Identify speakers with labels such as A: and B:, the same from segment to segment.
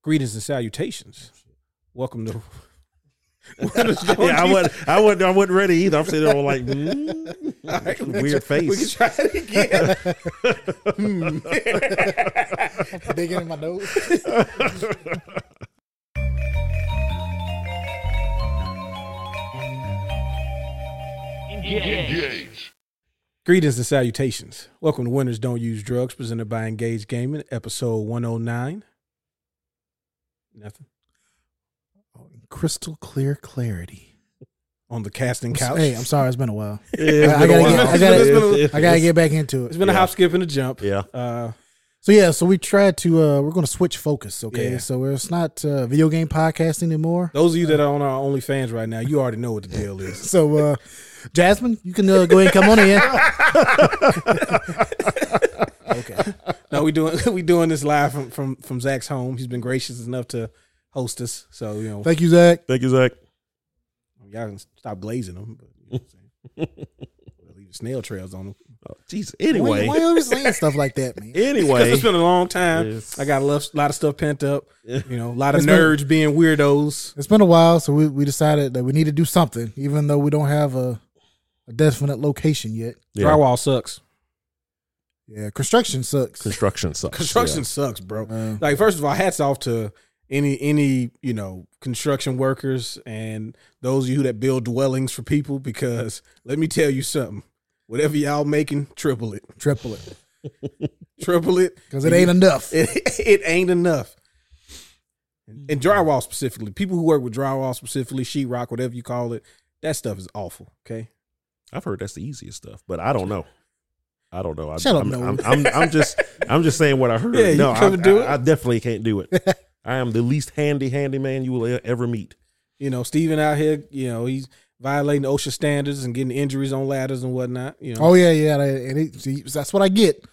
A: Greetings and salutations. Welcome to.
B: yeah, I wasn't, I wasn't, I wasn't ready either. I'm sitting there all like, mm,
A: All right, we can
B: weird
A: try- We can
B: face.
A: try it again.
C: Digging in my nose.
D: Engage.
A: Greetings and salutations. Welcome to Winners Don't Use Drugs, presented by Engage Gaming, episode 109. Nothing.
C: Crystal clear clarity.
A: On the casting couch.
C: Hey, I'm sorry. It's been a while.
B: It's
C: I
B: been a
C: gotta
B: while.
C: get- I gotta-
B: It's been a-
C: I gotta get back into
A: It's
C: it.
A: been a
B: Yeah.
A: hop, skip, and a jump.
B: Yeah.
A: Uh,
C: So yeah, so we tried to. uh We're gonna switch focus. Okay,
A: Yeah.
C: so it's not uh, video game podcast anymore.
A: those of you that are on our OnlyFans right now, you already know what the deal is.
C: So, uh Jasmine, you can uh, go ahead and come on in. okay.
A: No, we doing we doing this live from from from Zach's home. He's been gracious enough to host us, so you know
C: Thank you, Zach.
B: Thank you, Zach.
A: y'all can stop blazing them. But, you know what I'm saying? Leave the snail trails on them.
B: Oh, Jeez.
C: Why,
B: Anyway,
C: why are you always saying stuff like that, man?
A: Because
B: anyway,
A: it's been a long time.
B: Yes.
A: I got a lot, lot of stuff pent up.
B: Yeah.
A: You know, a lot of
C: It's been-
A: nerds being weirdos.
C: It's been a while, so we, we decided that we need to do something, even though we don't have a, a definite location yet.
B: Yeah.
A: Drywall sucks.
C: Yeah, construction sucks.
B: construction sucks.
A: Construction sucks, bro.
C: Uh,
A: Like first of all, hats off to any any you know construction workers and those of you that build dwellings for people. Because let me tell you something. Whatever y'all making, triple it,
C: triple it
A: triple it.
C: because it ain't enough.
A: It, it ain't enough. And drywall specifically, people who work with drywall specifically, sheetrock, whatever you call it, that stuff is awful. Okay,
B: Yeah. I've heard that's the easiest stuff, but I don't know. I don't know. I,
C: Shut up,
B: I'm,
C: Noah.
B: I'm, I'm, I'm just, I'm just saying what I heard.
A: Yeah, you
B: no, I,
A: couldn't do
B: I-
A: it?
B: I definitely can't do it. I am the least handy, handy man you will e- ever meet.
A: you know, Steven out here, you know, he's violating OSHA standards and getting injuries on ladders and whatnot. You know,
C: Oh yeah, yeah, that- and it, see, that's what I get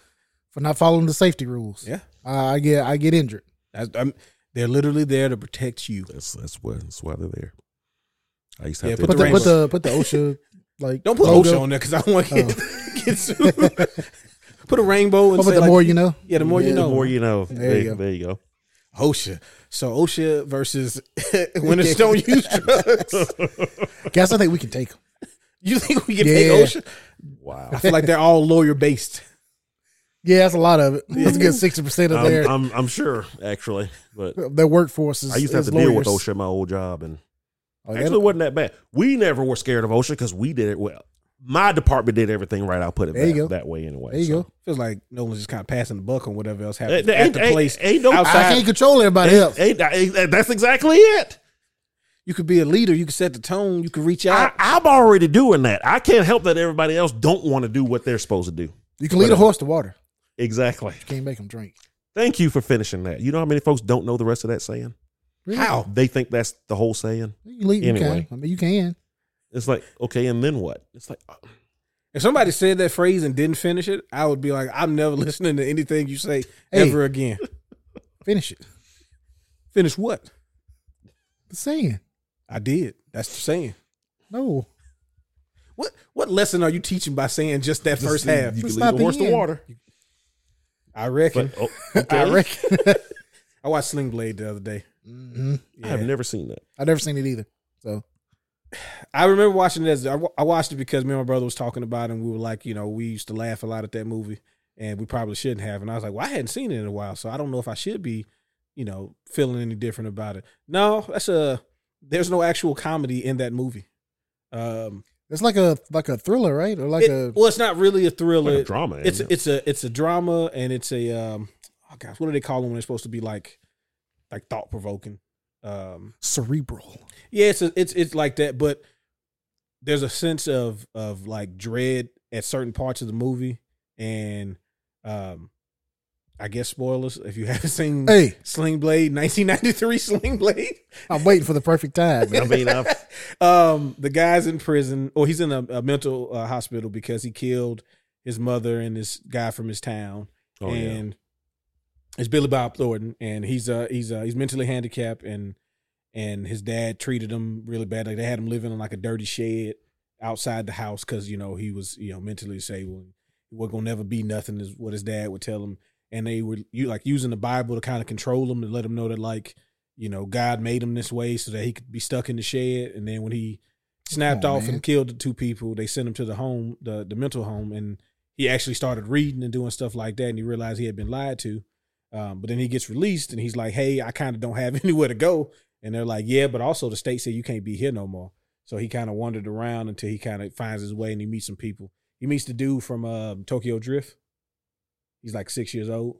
C: for not following the safety rules.
A: Yeah.
C: I I get I get injured.
A: That's- I'm- they're literally there to protect you.
B: That's that's what that's why they're there. I used to
A: Yeah,
B: have
A: put
B: to
C: Put the,
A: rainbow.
C: put the put the OSHA like
A: Don't put
C: logo.
A: OSHA on there because I don't want to get, get sued. put a rainbow and
C: Oh. But
A: say,
C: the
A: like,
C: more you know.
A: yeah, the more you
C: Yeah,
A: know.
B: the more you know. There,
C: you go.
B: there you go.
A: OSHA. So OSHA versus winners don't use drugs.
C: Guess I think we can take 'em.
A: You think we can
C: Yeah.
A: take OSHA? I
B: Wow.
A: feel like they're all lawyer based.
C: Yeah, that's a lot of it. That's a good sixty percent of
B: I'm,
C: their
B: I'm I'm sure actually, but
C: their workforce is.
B: um, I used to have
C: is
B: to deal with
C: lawyers.
B: OSHA at my old job, and
C: Oh, that-
B: actually it wasn't that bad. We never were scared of OSHA because we did it well. My department did everything right. I'll put it
C: There you
B: that,
C: go.
B: that way anyway.
C: there you
B: so.
C: go.
A: Feels like no one's just kind of passing the buck on whatever else
B: Ain't,
A: happens at
B: ain't,
A: the place.
B: ain't, ain't no,
A: outside.
C: I can't control everybody else.
B: ain't- ain't- that's exactly it.
A: You could be a leader. You could set the tone. You could reach
B: I,
A: out.
B: I'm already doing that. I can't help that everybody else don't want to do what they're supposed to do.
C: You can lead a horse to water.
B: Exactly.
C: You can't make them drink.
B: Thank you for finishing that. You know how many folks don't know the rest of that saying?
A: How?
B: They think that's the whole saying.
C: You can lead. You
B: Anyway.
C: can. I mean, you can.
B: It's like, okay, and then what? It's like, uh,
A: If somebody said that phrase and didn't finish it, I would be like, I'm never listening to anything you say
C: Hey.
A: ever again.
C: Finish it.
A: Finish what?
C: The saying.
A: I did. That's the saying.
C: No.
A: What what lesson are you teaching by saying just that first half?
B: you
C: It's
B: can lead
C: not
B: a
C: the
B: horse to
C: end.
B: water.
A: I reckon.
B: But, oh,
C: I
B: okay.
C: reckon.
A: I watched Sling Blade the other day.
C: hmm
A: Yeah.
B: I have never seen that.
C: I've never seen it either. So
A: I remember watching it as I wa- I watched it because me and my brother was talking about it and we were like, you know, we used to laugh a lot at that movie and we probably shouldn't have. And I was like, well, I hadn't seen it in a while, so I don't know if I should be, you know, feeling any different about it. No, that's a there's no actual comedy in that movie. Um
C: it's like a like a thriller, right? Or like
A: it-
C: a
A: well, it's not really a thriller.
B: Like a drama.
A: it's
B: isn't it?
A: it's a it's a drama and it's a um oh gosh, what do they call them when they're supposed to be like like thought provoking? Um
C: cerebral.
A: yeah, it's a, it's it's like that, but there's a sense of of like dread at certain parts of the movie, and um, I guess spoilers if you haven't seen
C: Hey,
A: Sling Blade, 1993 Sling Blade.
C: I'm waiting for the perfect time.
B: I
C: man.
B: mean, I've,
A: Um, the guy's in prison, or he's in a, a mental uh, hospital because he killed his mother and this guy from his town,
B: oh, yeah.
A: and it's Billy Bob Thornton, and he's uh he's uh he's mentally handicapped, and and his dad treated him really bad. Like they had him living in like a dirty shed outside the house because you know he was you know mentally disabled. He was gonna never be nothing is what his dad would tell him, and they were you like using the Bible to kind of control them and let them know that like you know God made him this way so that he could be stuck in the shed. And then when he snapped
C: Come on,
A: off
C: man.
A: and killed the two people, they sent him to the home, the the mental home, and he actually started reading and doing stuff like that. And he realized he had been lied to. Um, but then he gets released and he's like, "Hey, I kind of don't have anywhere to go." And they're like, "Yeah, but also the state said you can't be here no more." So he kind of wandered around until he kind of finds his way and he meets some people. He meets the dude from um, Tokyo Drift. He's like six years old.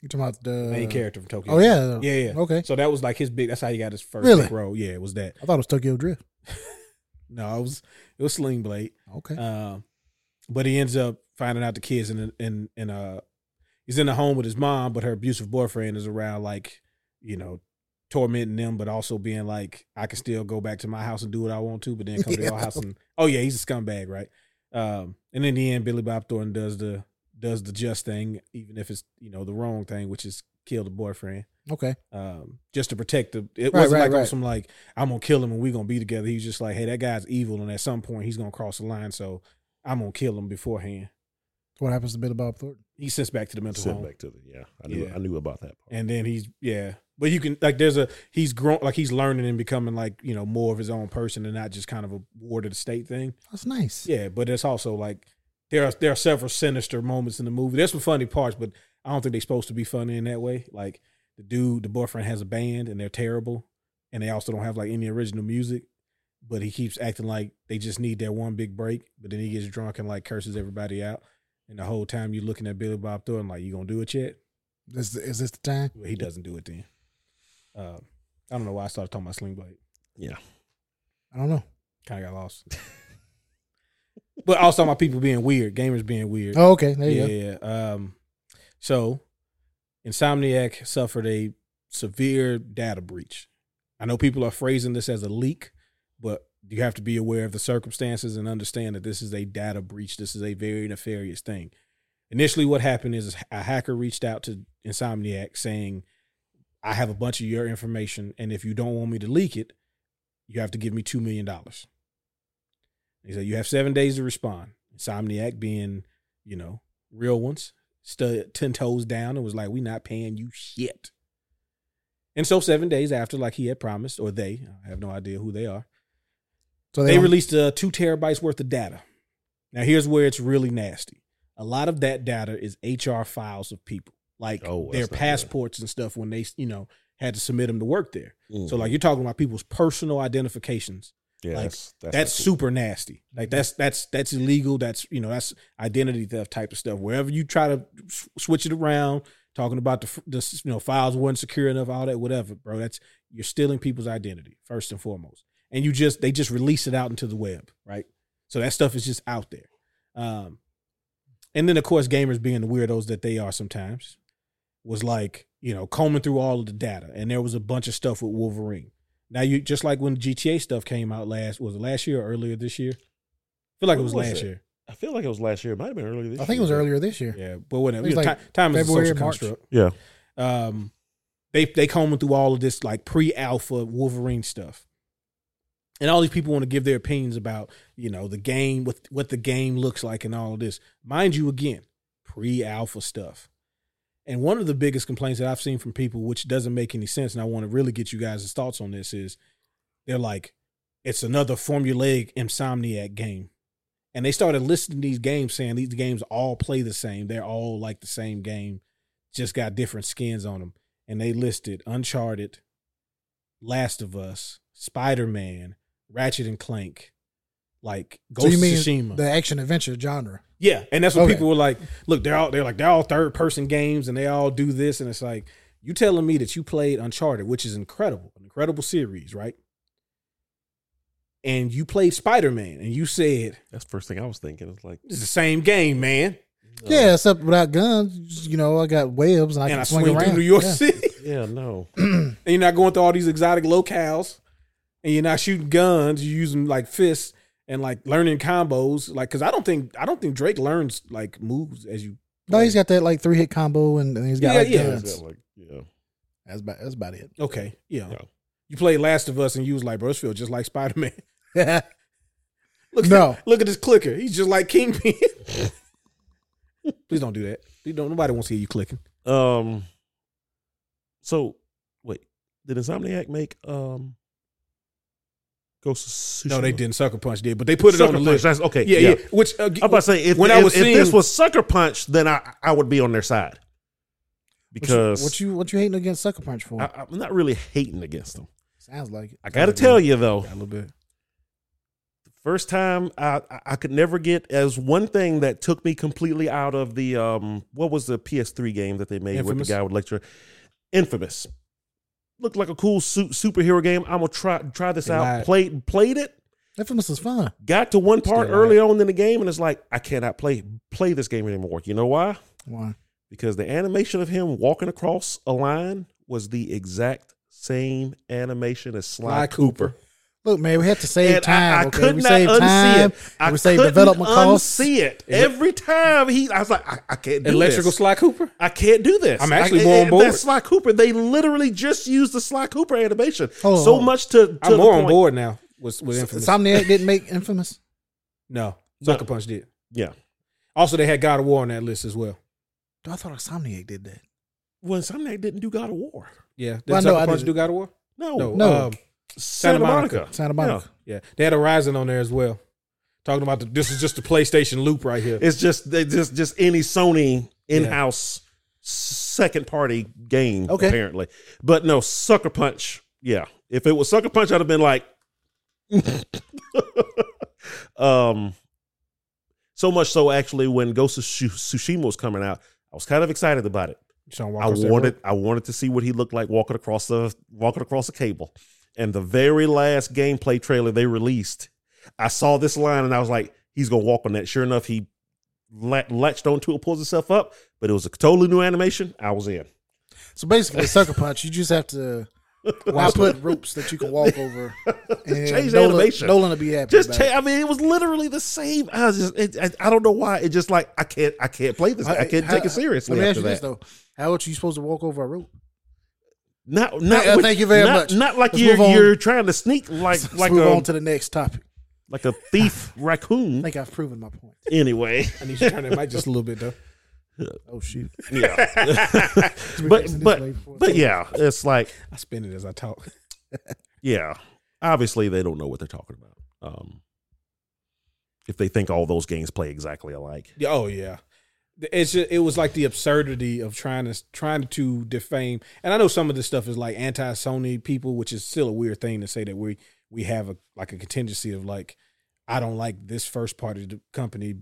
C: You talking about the
A: Main character from Tokyo.
C: Oh yeah,
A: Drift. yeah, yeah.
C: Okay,
A: So that was like his big. That's how he got his first
C: Really?
A: big role. Yeah, it was that.
C: I thought it was Tokyo Drift.
A: No, it was it was Sling Blade.
C: Okay,
A: Um, but he ends up finding out the kids in in in uh he's in a home with his mom, but her abusive boyfriend is around, like you know, tormenting them, but also being like, I can still go back to my house and do what I want to, but then come to your
C: Yeah.
A: house and oh yeah, he's a scumbag, right? Um, and in the end, Billy Bob Thornton does the does the just thing, even if it's you know the wrong thing, which is kill the boyfriend.
C: okay.
A: Um, just to protect the, it
C: Right,
A: wasn't
C: right,
A: like on
C: right.
A: some like I'm gonna kill him and we gonna be together. He was just like, hey, that guy's evil, and at some point he's gonna cross the line, so I'm gonna kill him beforehand.
C: What happens to Billy Bob Thornton?
A: He sends back to the mental
B: Sent
A: home.
B: back to the yeah. I knew
A: Yeah.
B: I knew about that part.
A: and then he's yeah but you can like there's a he's grown like he's learning and becoming like you know more of his own person and not just kind of a ward of the state thing
C: That's nice.
A: yeah but it's also like there are there are several sinister moments in the movie there's some funny parts but i don't think they're supposed to be funny in that way like the dude the boyfriend has a band and they're terrible and they also don't have like any original music but he keeps acting like they just need that one big break but then he gets drunk and like curses everybody out and the whole time you're looking at billy bob thornton like you gonna do it yet
C: Is, is this the time?
A: well, he doesn't do it then. Uh, I don't know why I started talking about Sling Blade.
C: I don't know.
A: Kind of got lost. but also about people being weird, gamers being weird.
C: Oh, okay. There you
A: yeah,
C: go.
A: yeah. Um, so, Insomniac suffered a severe data breach. I know people are phrasing this as a leak, but you have to be aware of the circumstances and understand that this is a data breach. This is a very nefarious thing. Initially, what happened is a hacker reached out to Insomniac saying, I have a bunch of your information, and if you don't want me to leak it, you have to give me $2 million. He said, You have seven days to respond. Insomniac, being, you know, real ones, stood 10 toes down and was like, we not paying you shit. And so, seven days after, like he had promised, or they, I have no idea who they are,
C: So
A: they
C: don't-
A: released uh, two terabytes worth of data. Now, here's where it's really nasty. A lot of that data is HR files of people, like
B: Oh, that's
A: their
B: not good.
A: passports and stuff when they, you know, had to submit them to work there.
B: Mm.
A: So, like, you're talking about people's personal identifications
B: yeah,
A: like,
B: that's that's,
A: that's
B: not cool.
A: super nasty. Like that's that's that's illegal. That's you know that's identity theft type of stuff. Wherever you try to s- switch it around, talking about the, f- the s- you know files weren't secure enough, all that whatever, bro. That's you're stealing people's identity first and foremost, and you just they just release it out into the web, right? So that stuff is just out there. Um, and then of course gamers being the weirdos that they are sometimes was like you know combing through all of the data, and there was a bunch of stuff with Wolverine. Now you just like when GTA stuff came out last was it last year or earlier this year? I feel like it
B: When
A: was,
B: was
A: last
B: it?
A: year.
B: I feel like it was last year. It might have been earlier this
C: I think it was
B: year.
C: earlier this year.
A: Yeah, but whatever.
C: It
A: You
C: was
A: know,
C: like
A: ti- time is
C: February
A: a
C: or
A: social
C: March.
A: construct.
B: Yeah.
A: Um, they they combing through all of this like pre-alpha Wolverine stuff, and all these people want to give their opinions about you know the game, what what the game looks like, and all of this. Mind you, again, pre-alpha stuff. And one of the biggest complaints that I've seen from people, which doesn't make any sense, and I want to really get you guys' thoughts on this, is they're like, it's another formulaic insomniac game. And they started listing these games, saying these games all play the same. They're all like the same game, just got different skins on them. And they listed Uncharted, Last of Us, Spider Man, Ratchet and Clank, like Ghost
C: so you mean
A: of Tsushima. Uh,
C: the action adventure genre?
A: Yeah, and that's what
C: Okay.
A: people were like. Look, they're all they're like they're all third person games, and they all do this, and it's like you telling me that you played Uncharted, which is incredible, an incredible series, right? And you played Spider Man, and you said
B: That's the first thing I was thinking. It's like oh,
A: it's the same game, man.
B: no.
C: yeah, except without guns. You know, I got webs and I
A: and
C: can
A: I
C: swing,
A: swing
C: around.
A: through New York
C: Yeah.
A: City,
B: Yeah, no.
A: and you're not going through all these exotic locales, and you're not shooting guns. You're using like fists and like learning combos, like because I don't think I don't think Drake learns like moves as you.
C: No, he's got that like three hit combo and, and he's got
A: Yeah,
C: like
A: yeah.
B: It's
C: guns.
B: like, yeah.
C: That's about that's about it.
A: Okay, yeah.
B: No.
A: You played Last of Us, and you was like, "Bro, this feels just like Spider Man."
C: yeah,
A: Look,
C: No.
A: look at this clicker. He's just like Kingpin. Please don't do that. You don't. Nobody wants to hear you clicking.
B: Um. So, wait, did Insomniac make um? Ghost of Tsushima?
A: No, they didn't. Sucker Punch did, but they put it
B: Sucker
A: on the list.
B: Punch, That's okay.
A: Yeah, yeah. Which uh,
B: I'm about to say if,
A: When
B: when
A: I
B: I
A: was
B: if, if this
A: seeing-
B: was Sucker Punch, then I I would be on their side because
C: what you what you, what you hating against Sucker Punch for?
B: I, I'm not really hating against them.
C: Sounds like it.
B: I got to tell you though,
A: a little bit.
B: first time I, I- I could never get as one thing that took me completely out of the um what was the PS3 game that they made with
A: Infamous?
B: the guy with lecture infamous looked like a cool su- superhero game I'm gonna try try this
A: They
B: out
A: lied.
B: played played it
C: Infamous is fun.
B: got to one part
A: Still
B: early on in the game and it's like I cannot play play this game anymore you know why
C: Why?
B: because the animation of him walking across a line was the exact same animation as Sly,
A: Sly
B: Cooper.
A: Cooper.
C: Look, man, we had to save
B: And
C: time.
B: I, I
C: okay?
B: could
C: we
B: not
C: saved
B: unsee
C: time.
B: it. I
C: we saved
B: couldn't
C: development costs.
B: unsee it.
A: Yeah.
B: Every time he, I was like, I, I can't do
A: Electrical
B: this.
A: Sly Cooper.
B: I can't do this.
A: I'm actually
B: I,
A: more on
B: and
A: board.
B: That Sly Cooper. They literally just used the Sly Cooper animation.
C: Hold on,
B: so
C: hold on.
B: much to, to
A: I'm
B: the
A: more on
B: point.
A: board now. With with Infamous.
C: Insomniac didn't make Infamous.
A: no, Sucker Punch did.
B: Yeah.
A: Also, they had God of War on that list as well.
C: Dude, I thought Insomniac did that.
B: Well, Insomniac didn't do God of War.
A: Yeah, did
C: Well, I know
A: Sucker
C: I
A: Punch
C: didn't.
A: do God of War?
B: No. Uh,
A: No,
C: No.
A: um,
B: Santa, Monica.
C: Santa Monica.
A: yeah, they had Horizon on there as well. Talking about the, this is just the PlayStation loop right here.
B: Yeah. It's just they just just any Sony
A: Yeah.
B: in-house second party game
C: Okay.
B: apparently. But no, Sucker Punch. Yeah. If it was Sucker Punch, I'd have been like um so much so actually when Ghost of Shu- Tsushima was coming out, I was kind of excited about it.
A: Sean
B: I
A: Walker said,
B: wanted I wanted to see what he looked like walking across the walking across a cable. And the very last gameplay trailer they released, I saw this line and I was like, he's gonna walk on that. Sure enough, he la- latched onto it, pulls himself up, but it was a totally new animation. I was in.
C: So basically, Sucker Punch, you just have to I put ropes that you can walk over. And
B: Change the
C: Nolan,
B: animation.
C: Nolan will be happy.
B: Just
C: about
B: cha-
C: it.
B: I mean, it was literally the same. I was just it, I, I don't know why. It just like I can't I can't play this. I, can't
C: How-
B: take it seriously.
C: Let me ask
B: after
C: you
B: that.
C: this though: How else are you supposed to walk over a rope?
B: Not not
C: uh,
B: with-
C: thank you very
B: not-
C: much.
B: Not like
C: Let's
B: you're
C: move on.
B: you're trying to sneak like
C: Let's
B: like um,
C: move
B: a
C: on to the next topic.
B: like a thief
C: I
B: raccoon.
C: think I've proven my point.
B: Anyway.
A: I need you to turn that mic just a little bit though.
C: Oh shoot!
B: Yeah. but but but yeah, it's like
A: I spin it as I talk.
B: yeah. Obviously, they don't know what they're talking about. Um, if they think all those games play exactly alike,
A: Yeah, Oh yeah, it's just, it was like the absurdity of trying to trying to defame. And I know some of this stuff is like anti Sony people, which is still a weird thing to say that we we have a like a contingency of like I don't like this first party d- company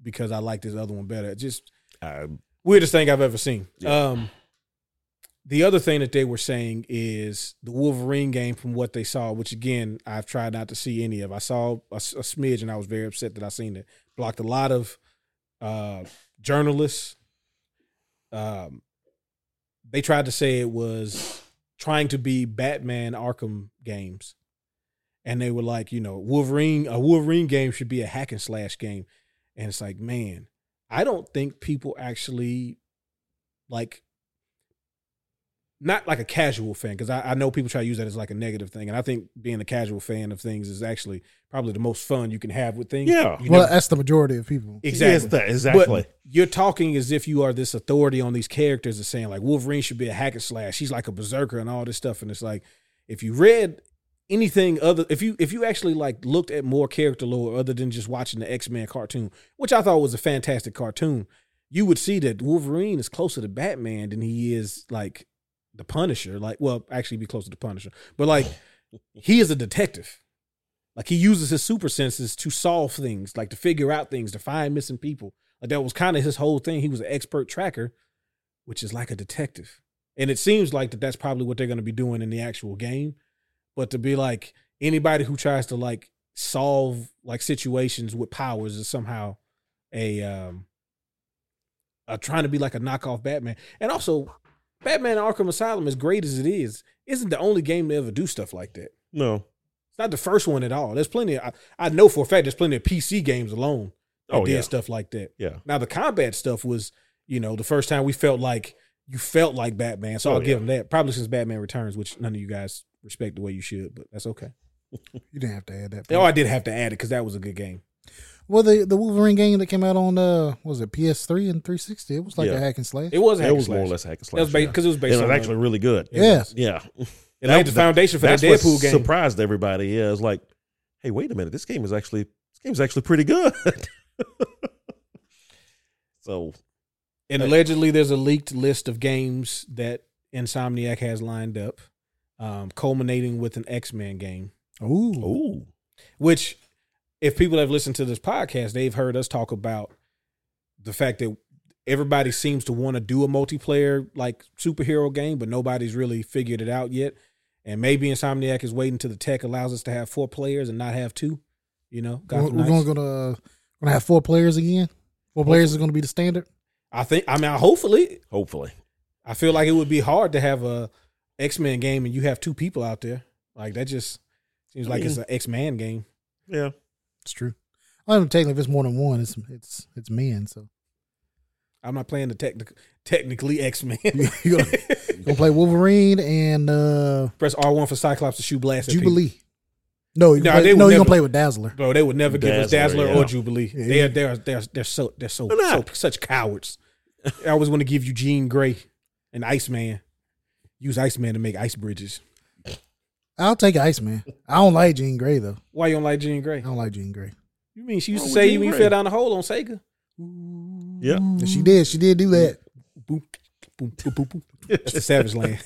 A: because I like this other one better. It's just
B: uh,
A: weirdest thing I've ever seen.
B: Yeah.
A: Um, the other thing that they were saying is the Wolverine game from what they saw, which again I've tried not to see any of. I saw a, s- a smidge and I was very upset that I seen it. Blocked a lot of uh, journalists. Um, they tried to say it was trying to be Batman Arkham games, and they were like, you know, Wolverine a Wolverine game should be a hack and slash game, and it's like, man, I don't think people actually like not like a casual fan because I, I know people try to use that as like a negative thing, and I think being a casual fan of things is actually probably the most fun you can have with things.
B: Yeah.
A: You
C: well,
A: never-
C: that's the majority of people.
A: exactly.
B: Yes, that- exactly.
A: But you're talking as if you are this authority on these characters and saying like Wolverine should be a hack and slash. He's like a berserker and all this stuff. And it's like if you read anything other if you if you actually like looked at more character lore other than just watching the X-Men cartoon, which I thought was a fantastic cartoon, you would see that Wolverine is closer to Batman than he is like the Punisher. Like well, actually be closer to Punisher. But like he is a detective. Like he uses his super senses to solve things, like to figure out things, to find missing people. Like that was kind of his whole thing. He was an expert tracker, which is like a detective. And it seems like that that's probably what they're going to be doing in the actual game. But to be like anybody who tries to like solve like situations with powers is somehow a um a trying to be like a knockoff Batman. And also Batman Arkham Asylum as great as it is, isn't the only game to ever do stuff like that.
B: no.
A: It's not the first one at all. There's plenty. Of, I, I know for a fact there's plenty of PC games alone that
B: Oh
A: did
B: yeah,
A: stuff like that.
B: yeah.
A: Now the combat stuff was, you know, the first time we felt like you felt like Batman. So
B: Oh,
A: I'll
B: yeah.
A: give him that. Probably since Batman Returns, which none of you guys respect the way you should, but that's okay.
C: You didn't have to add that.
A: Oh, I did have to add it because that was a good game.
C: Well, the the Wolverine game that came out on uh, what was it PS3 and 360? It was like
B: Yeah.
C: a hack and slash.
A: It was a hack
B: It
A: and
B: was more or
A: slash.
B: less hack and
A: That was
B: slash. yeah.
A: because it was
B: And
A: based
B: it was
A: on uh,
B: actually really good.
A: it
C: yeah,
A: was.
B: Yeah,
A: It laid the
B: That-
A: foundation for that
B: that's what
A: Deadpool game.
B: surprised everybody. Yeah, it's like, hey, wait a minute, this game is actually this game's actually pretty good. so
A: And
B: Hey.
A: allegedly, there's a leaked list of games that Insomniac has lined up, um, culminating with an X Men game.
C: Ooh,
B: ooh,
A: Which, if people have listened to this podcast, they've heard us talk about the fact that everybody seems to want to do a multiplayer like superhero game, but nobody's really figured it out yet. And maybe Insomniac is waiting till the tech allows us to have four players and not have two. You know,
C: we're,
A: Gotham
C: we're
A: Knights.
C: gonna gonna uh, gonna have four players again. Four players is gonna be the standard.
A: I think. I mean, hopefully,
B: hopefully,
A: I feel like it would be hard to have a X Men game and you have two people out there. Like that just seems like it's an X Man game.
B: yeah.
C: It's true. I don't technically if it's more than one, it's it's it's men. So
A: I'm not playing the technic- technically X Men.
C: you you gonna, you gonna play Wolverine and uh,
A: Press R one for Cyclops to shoot blast. at people.
C: Jubilee. No, you
A: No,
C: no, play,
A: they would
C: no, you
A: never-
C: gonna play with Dazzler.
A: Bro, they would never give us
B: Dazzler,
A: Dazzler
B: yeah.
A: or Jubilee.
C: Yeah,
A: They
C: yeah.
A: are they're they're they're so they're so,
B: They're
A: so
B: not.
A: such cowards. I always want to give you Jean Grey and Iceman. Use Iceman to make ice bridges.
C: I'll take Iceman. I don't like Jean Grey though.
A: Why you don't like Jean
C: I
A: Grey?
C: don't like Jean Grey.
A: You mean she used to
B: Wrong with
A: say
B: Jean
A: you when you
B: Grey?
A: fell down the hole on Sega?
B: Yeah.
C: And
A: Mm.
C: she did. She did do that.
A: Boom, boom, boom, boom, boom. That's the Savage Land.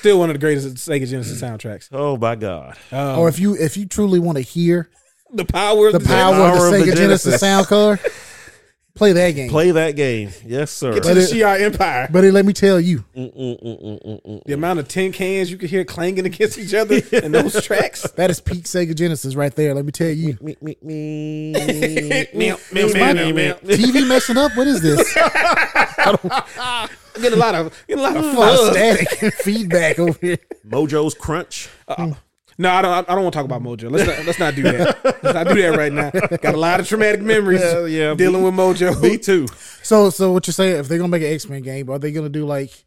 A: Still one of the greatest Sega Genesis soundtracks.
B: Oh my God,
A: Um,
C: Or if you if you truly want to hear
A: the power, of
C: the power of the
B: power of the
C: Sega Genesis
B: Genesis.
C: sound color, play that game.
B: play that game, yes sir.
A: Get to the
C: But it-
A: Shi'ar Empire.
C: But it, let me tell you,
A: The amount of tin cans you could hear clanging against each other in those tracks.
C: that is peak Sega Genesis right there. Let me tell you.
A: Meow, meow, meow, meow, meow.
C: TV messing up. What is this? A
A: I Get a lot of get a lot of
C: lot
A: fuzz.
C: of static feedback over here.
B: Mojo's Crunch.
A: No, I don't. I don't want to talk about Mojo. Let's not, let's not do that. Let's not do that right now. Got a lot of traumatic memories.
B: Yeah, yeah.
A: dealing with Mojo.
B: Me too.
C: So, so what you're saying? If they're gonna make an X Men game, are they gonna do like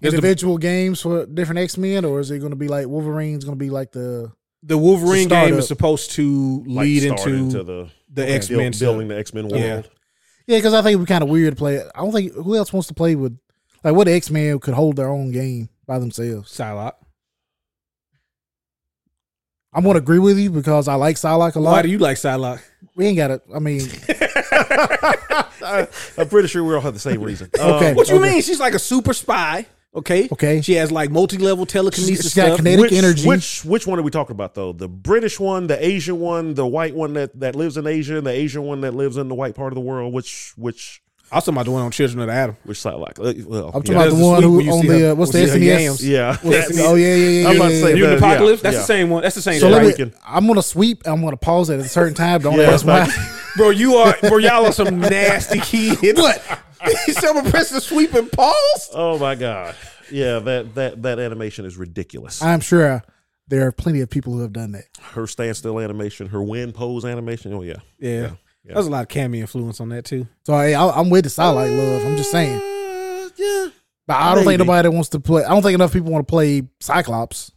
A: There's the-
C: individual games for different X Men, or is it gonna be like Wolverine's gonna be like the?
A: the Wolverine
C: To start
A: game
C: up.
A: is supposed to
B: Like
A: lead
B: start
A: into,
B: the
A: the
B: build-
A: X Men
B: building the X Men world.
A: Yeah.
C: Yeah, because I think it would be kind of weird to play. I don't think who else wants to play with like what X Men could hold their own game by themselves.
A: Psylocke.
C: I'm gonna agree with you because I like Psylocke a
A: Why
C: lot.
A: do you like Psylocke?
C: we ain't got to I mean,
B: I, am pretty sure we all have the same reason. Uh,
C: Okay.
A: What you
C: Okay.
A: mean? She's like a super spy. Okay.
C: Okay.
A: She has like multi-level telekinesis
C: She's got
A: stuff.
C: kinetic
B: which,
C: energy.
B: Which which one are we talking about though? The British one, the Asian one, the white one that, that lives in Asia, and the Asian one that lives in the white part of the world. Which which
A: I was talking about the one on Children of the Atom.
B: which side like? uh, Well,
C: I'm talking
B: yeah.
C: about
A: There's
C: the
A: this
C: one
A: week when
C: who
A: you
C: on
A: see
C: the
A: her-
C: uh, what's the
A: when you see her
C: SNES?
A: yams.
B: yeah.
C: What's the- oh yeah, yeah, yeah.
B: I'm
C: yeah,
B: about to
C: yeah,
B: say
C: yeah.
A: Mutant
B: Yeah,
A: Apocalypse. That's
B: yeah.
A: the same one. That's the same.
C: So
A: shit,
B: Yeah,
A: right?
C: let
B: you
C: me,
B: can-
C: I'm gonna sweep. I'm gonna pause at a certain time. Don't
B: Yeah,
C: ask why.
B: like-
A: Bro, you are. Bro, y'all are some nasty kids. What? Someone press the sweep and pause.
B: Oh my god. Yeah, that that that animation is ridiculous.
C: I'm sure there are plenty of people who have done that.
B: her standstill animation, her wind pose animation. Oh yeah.
A: Yeah.
B: yeah.
A: There's a lot of Cammy influence on that too.
C: So hey, I, I'm with the Psylocke love. I'm just saying,
B: Uh, yeah.
C: but I don't
B: Maybe.
C: think nobody wants to play. I don't think enough people want to play Cyclops.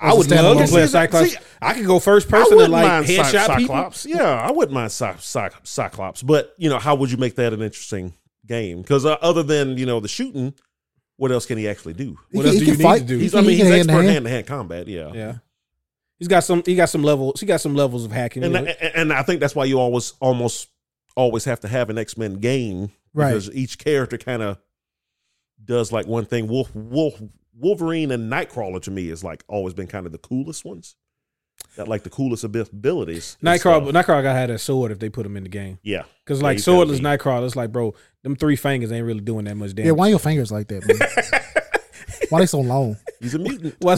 A: I would
C: As a
A: love to
C: standalone.
A: play
B: See,
A: Cyclops.
B: see,
A: I could go first
B: I
A: person
B: wouldn't
A: and like
B: mind Cy-
A: headshot people.
B: Cyclops. Yeah, I wouldn't mind Cy- Cy- Cyclops, but you know, how would you make that an interesting game? Because uh, other than you know the shooting, what else can he actually do?
C: He
A: What
C: can-
A: else
C: he
A: do
C: can
A: you need
C: fight.
A: to do?
C: He
B: He's,
C: can-
B: I mean,
C: he can
B: he's
C: hand to
B: expert
C: hand.
B: hand to hand combat. Yeah,
A: Yeah. He's got some. He got some levels. He got some levels of hacking.
B: and
A: you know.
B: I, and I think that's why you always almost always have to have an X Men game
C: Right.
B: because each character kind of does like one thing. Wolf, Wolf, Wolverine and Nightcrawler to me is like always been kind of the coolest ones. Got like the coolest abi- abilities. and
A: Nightcrawler,
B: stuff.
A: Nightcrawler got had a sword if they put him in the game.
B: yeah,
A: Cause
B: Yeah,
A: like
B: he's gotta
A: swordless
B: be-
A: Nightcrawler, it's like, bro, them three fingers ain't really doing that much damage.
C: Yeah, why your fingers like that? Man? why they so long?
B: he's a mutant.
A: why,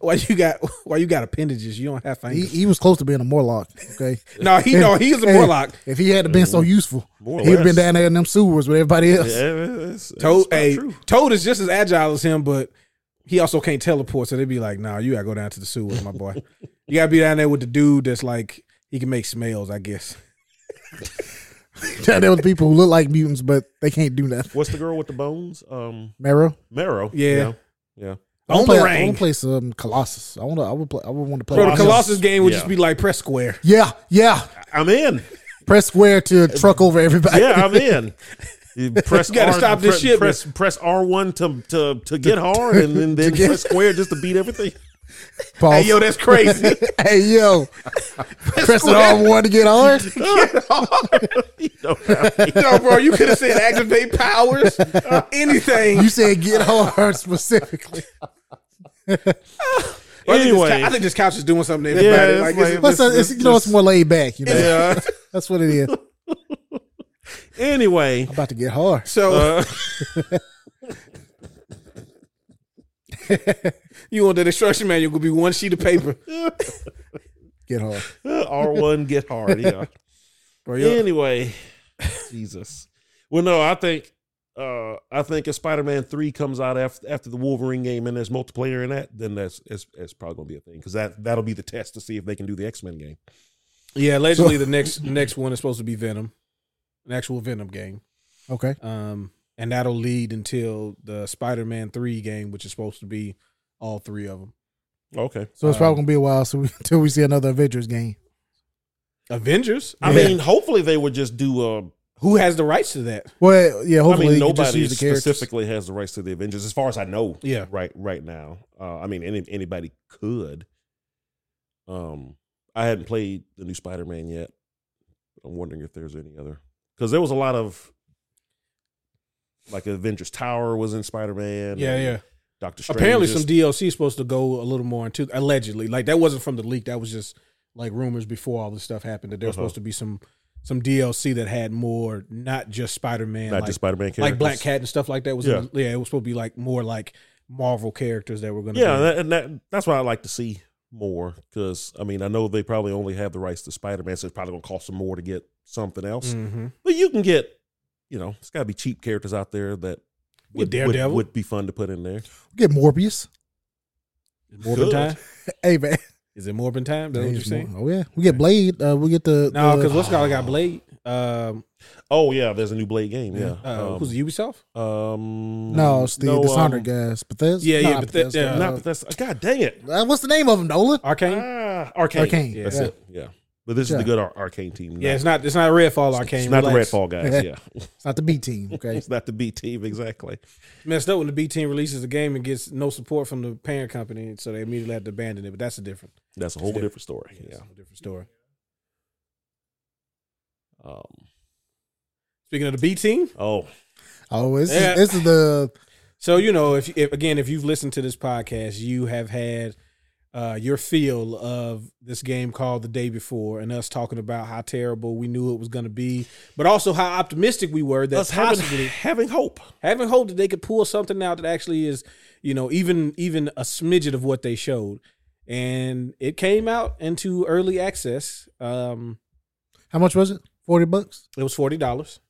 A: why, you got why you got appendages? You don't have
C: He,
A: fingers.
C: he was close to being a Morlock. Okay,
A: no, he no, he is a
C: Hey,
A: Morlock.
C: If he had been so useful,
B: Mm-hmm. More or
C: he'd have been
B: less.
C: down there in them sewers with everybody else.
B: Yeah, it's- it's
A: Toad,
B: not
A: hey,
B: true.
A: Toad is just as agile as him, but he also can't teleport. So they'd be like, nah, you gotta go down to the sewers, my boy. you gotta be down there with the dude that's like he can make smells, I guess.
C: down there with people who look like mutants, but they can't do nothing.
B: What's the girl with the bones? Um,
C: Mero,
B: Marrow.
A: Yeah.
B: yeah.
C: I wanna
A: On the
C: play, I
A: ring.
C: want to play some Colossus. I want to. I would play. I would want to play.
A: Bro, the
B: Colossus.
A: Colossus game would
B: Yeah.
A: just be like press square.
C: Yeah, yeah.
B: I'm in.
C: Press square to truck over everybody.
B: Yeah, I'm in. You press
A: gotta
B: R-
A: stop this
B: press,
A: shit,
B: Press press R one to to to get hard, and then, then
C: get-
B: press square just to beat everything.
C: Pause.
A: Hey, yo, that's crazy.
C: hey yo. Press it all one to get hard.
B: You know what I mean?
A: no, bro, you could have said activate powers, uh, anything.
C: You said get hard specifically.
A: Bro, I think this
B: Anyway.
A: cou- I think this couch is doing something to everybody.
B: it's
A: like,
B: like-
A: it's-
C: But it's, it's, you know, it's more laid back. You know,
B: Yeah.
C: that's what it is.
B: Anyway,
C: About to get hard.
A: so
B: uh,
A: you want that instruction manual could be one sheet of paper.
C: Get hard.
B: uh, R one get hard. Yeah.
A: Bro, yo,
B: Anyway, Jesus. Well, no, I think uh I think if Spider Man three comes out after after the Wolverine game and there's multiplayer in that, then that's it's, it's probably gonna be a thing because that that'll be the test to see if they can do the X Men game.
A: yeah, allegedly the next the next one is supposed to be Venom, an actual Venom game.
C: Okay.
A: Um, and that'll lead until the Spider-Man three game, which is supposed to be all three of them.
B: Okay.
C: So it's
A: Um,
C: probably gonna be a while so we, until we see another Avengers game.
A: Avengers.
B: I
C: Yeah.
B: mean, hopefully they would just do a.
A: Who has the rights to that?
C: Well, yeah.
B: I
C: Hopefully,
B: mean,
C: you can just
B: nobody
C: use the characters.
B: specifically has the rights to the Avengers, as far as I know.
A: Yeah.
B: Right, right now. Uh, I mean, any, anybody could. Um, I hadn't played the new Spider-Man yet. I'm wondering if there's any other because there was a lot of like Avengers Tower was in Spider-Man.
A: Yeah, yeah.
B: Doctor Strange.
A: Apparently,
B: is-
A: some DLC is supposed to go a little more into allegedly. Like that wasn't from the leak. That was just like rumors before all this stuff happened. That there was
B: Uh-huh.
A: supposed to be some some DLC that had more, not just Spider Man,
B: not
A: like,
B: just Spider-Man characters.
A: like Black Cat and stuff like that. Was
B: Yeah.
A: yeah. yeah, it was supposed to be like more like Marvel characters that were going to
B: Yeah,
A: Be.
B: that, and that, that's what I like to see more because I mean I know they probably only have the rights to Spider-Man, so it's probably gonna cost them more to get something else.
A: Mhm.
B: But you can get, you know, it's got to be cheap characters out there
A: Yeah,
B: that would, would,
A: Daredevil.
B: would be fun to put in there.
C: Get Morbius.
A: Morbin
B: Good.
A: time.
C: Hey man.
A: Is it Morbin time? That's what you're saying?
C: Oh yeah. We get Blade. Uh, we get the
A: No,
C: the-
A: because what's called got Blade. Um,
B: Oh yeah, there's a new Blade game. Yeah,
A: uh,
B: um,
A: who's it, Ubisoft?
B: um,
C: no, it's the
B: no,
C: Dishonored
B: um,
C: guys. Bethesda.
A: Yeah, yeah,
C: Not
A: Bethe-
C: Bethesda.
A: yeah,
B: Not that that's God dang it,
C: uh, what's the name of them, Nolan?
A: Arcane.
B: ah, Arcane.
C: Arcane.
A: Yeah.
B: That's it. Yeah, but this is
C: Yeah.
B: the good Ar- Arcane team. not-
A: yeah, it's not. It's not Redfall. Arcane.
B: it's not the
A: Relax.
B: Redfall guys. Yeah,
C: It's not the B team. Okay.
B: it's not the B team exactly.
A: messed up when the B team releases a game and gets no support from the parent company, so they immediately have to abandon it. But that's a different,
B: That's a whole
A: different.
B: different story.
A: yeah,
B: Yeah.
A: it's a different story.
B: Um,
A: Speaking of the B team,
B: oh,
C: Oh, this,
A: Yeah.
C: is, this is the
A: so you know, if, if again, if you've listened to this podcast, you have had uh, your feel of this game called The Day Before, and us talking about how terrible we knew it was going to be, but also how optimistic we were that
B: that's having,
A: possibly
B: having hope.
A: having hope that they could pull something out that actually is, you know, even even a smidget of what they showed. And it came out into early access. Um,
C: how much was it? Forty bucks. Uh,
A: it was forty dollars,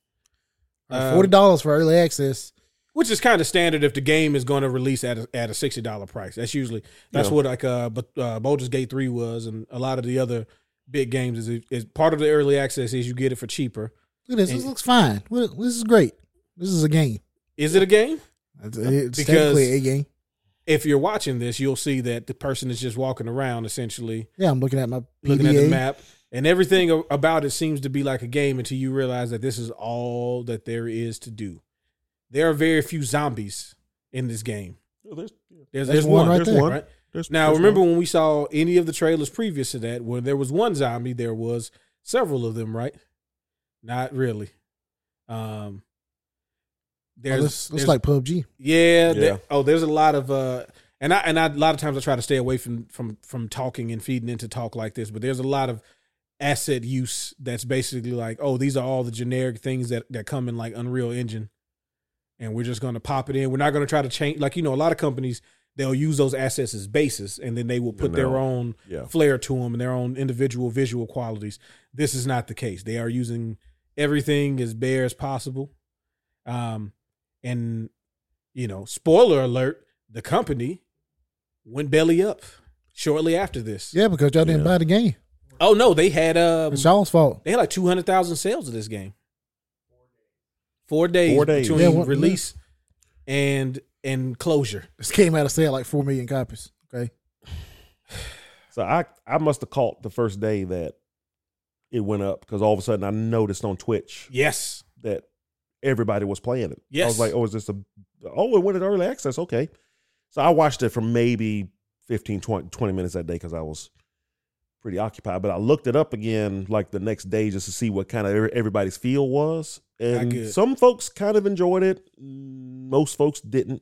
A: Um,
C: Forty dollars for early access.
A: which is kind of standard if the game is going to release at a, at a sixty dollar price. That's usually that's
B: Yeah.
A: what like uh, but uh, Baldur's Gate three was, and a lot of the other big games is is part of the early access is you get it for cheaper.
C: Look at
A: eh.
C: this. This looks fine. Look, This is great. This is a game.
A: Is it a game?
C: It's, it's
A: Uh, Because-
C: technically a game.
A: If you're watching this, you'll see that the person is just walking around essentially
C: Yeah, I'm looking at my PDA.
A: looking at the map and everything a- about it seems to be like a game until you realize that this is all that there is to do there are very few zombies in this game
B: There's,
A: there's,
C: There's
A: there's
C: one
A: one,
C: right
A: there's
C: there.
A: one right
B: there's-
A: now
B: there's
A: remember when we saw any of the trailers previous to that when there was one zombie there was several of them right not really um
C: Oh,
A: there's,
C: this looks
A: there's-
C: like PUBG.
A: yeah,
B: Yeah.
A: there- oh, there's a lot of uh, and I and I, a lot of times I try to stay away from from from talking and feeding into talk like this, but there's a lot of asset use that's basically like, oh, these are all the generic things that that come in like Unreal Engine, and we're just gonna pop it in. We're not gonna try to change like you know a lot of companies they'll use those assets as basis, and then they will put their
B: they'll-
A: own
B: Yeah.
A: flair to them and their own individual visual qualities. This is not the case. They are using everything as bare as possible. Um, and you know, spoiler alert: the company went belly up shortly after this.
C: Yeah, because y'all didn't
B: Yeah.
C: buy the game.
A: Oh no, they had um,
C: It's y'all's fault.
A: they had like two hundred thousand sales of this game. Four days,
B: Four days.
A: between
C: Yeah, what-
A: release and and closure.
C: This came out of sale like four million copies. Okay,
B: So I I must have caught the first day that it went up because all of a sudden I noticed on Twitch
A: Yes.
B: that everybody was playing it. I
A: Yes.
B: was like, oh, is this a oh it went in early access? Okay. So I watched it for maybe 15, 20, 20 minutes that day because I was pretty occupied. But I looked it up again like the next day just to see what kind of every- everybody's feel was. And
A: good.
B: some folks kind of enjoyed it. Most folks didn't.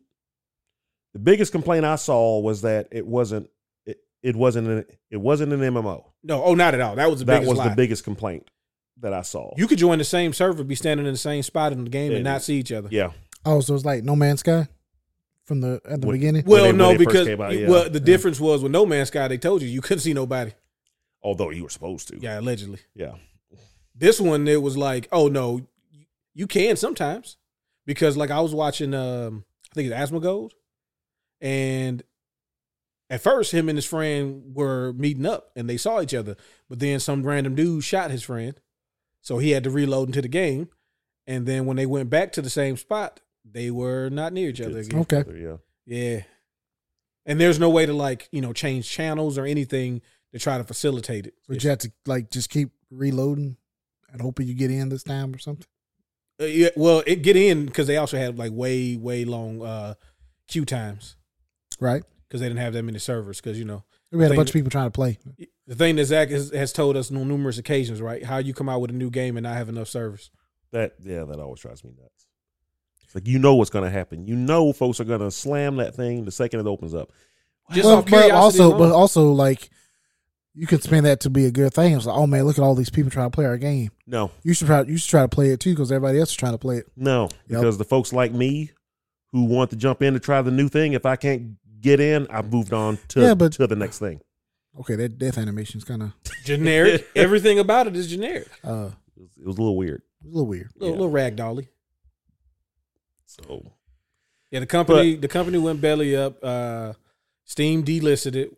B: The biggest complaint I saw was that it wasn't it, it wasn't an it wasn't an MMO.
A: No. Oh, not at all. That was the
B: That
A: biggest
B: was
A: lie.
B: the biggest complaint that I saw.
A: you could join the same server, be standing in the same spot in the game, and
B: And-
A: not see each other.
B: yeah.
C: oh, so it's like No Man's Sky from the at the
B: What-
C: beginning.
A: Well,
B: they- when
A: no,
B: they first
A: because
B: came out,
A: you-
B: yeah.
A: well, the
C: Yeah.
A: difference was with No Man's Sky, they told you you couldn't see nobody.
B: Although you were supposed to.
A: Yeah, allegedly.
B: Yeah.
A: This one, it was like, oh no, you can sometimes because like I was watching, um, I think it's Asmongold, and at first him and his friend were meeting up and they saw each other, but then some random dude shot his friend, so he had to reload into the game, and then when they went back to the same spot, they were not near each other
B: Kids.
A: again.
C: Okay.
B: Yeah.
A: Yeah. And there's no way to like, you know, change channels or anything to try to facilitate it.
C: Would you have to like just keep reloading and hoping you get in this time or something?
A: Uh, yeah, well, it get in because they also had like way, way long uh queue times
C: Right?
A: because they didn't have that many servers. Because you know,
C: We had a
A: Thing-
C: bunch of people trying to play.
A: the thing that Zach has, has told us on numerous occasions, right? How you come out with a new game and not have enough servers.
B: That yeah, that always drives me nuts. It's like you know what's gonna happen. You know folks are gonna slam that thing the second it opens up.
A: Just
C: well,
A: off
C: but
A: curiosity
C: also,
A: alone.
C: but also, like you can spin that to be a good thing. It's like, oh man, look at all these people trying to play our game.
B: No,
C: You should try. You should try to play it too because everybody else is trying to play it.
B: no, because the folks like me who want to jump in to try the new thing, if I can't get in, I moved on to
C: Yeah, but-
B: to the next thing.
C: Okay, that death animation is kind of
A: generic. Everything about it is generic.
C: uh,
B: It was, it was a little weird.
C: a little weird.
A: Little,
B: Yeah.
A: little ragdolly.
B: So
A: Yeah, the company the company went belly up. Uh, Steam delisted it,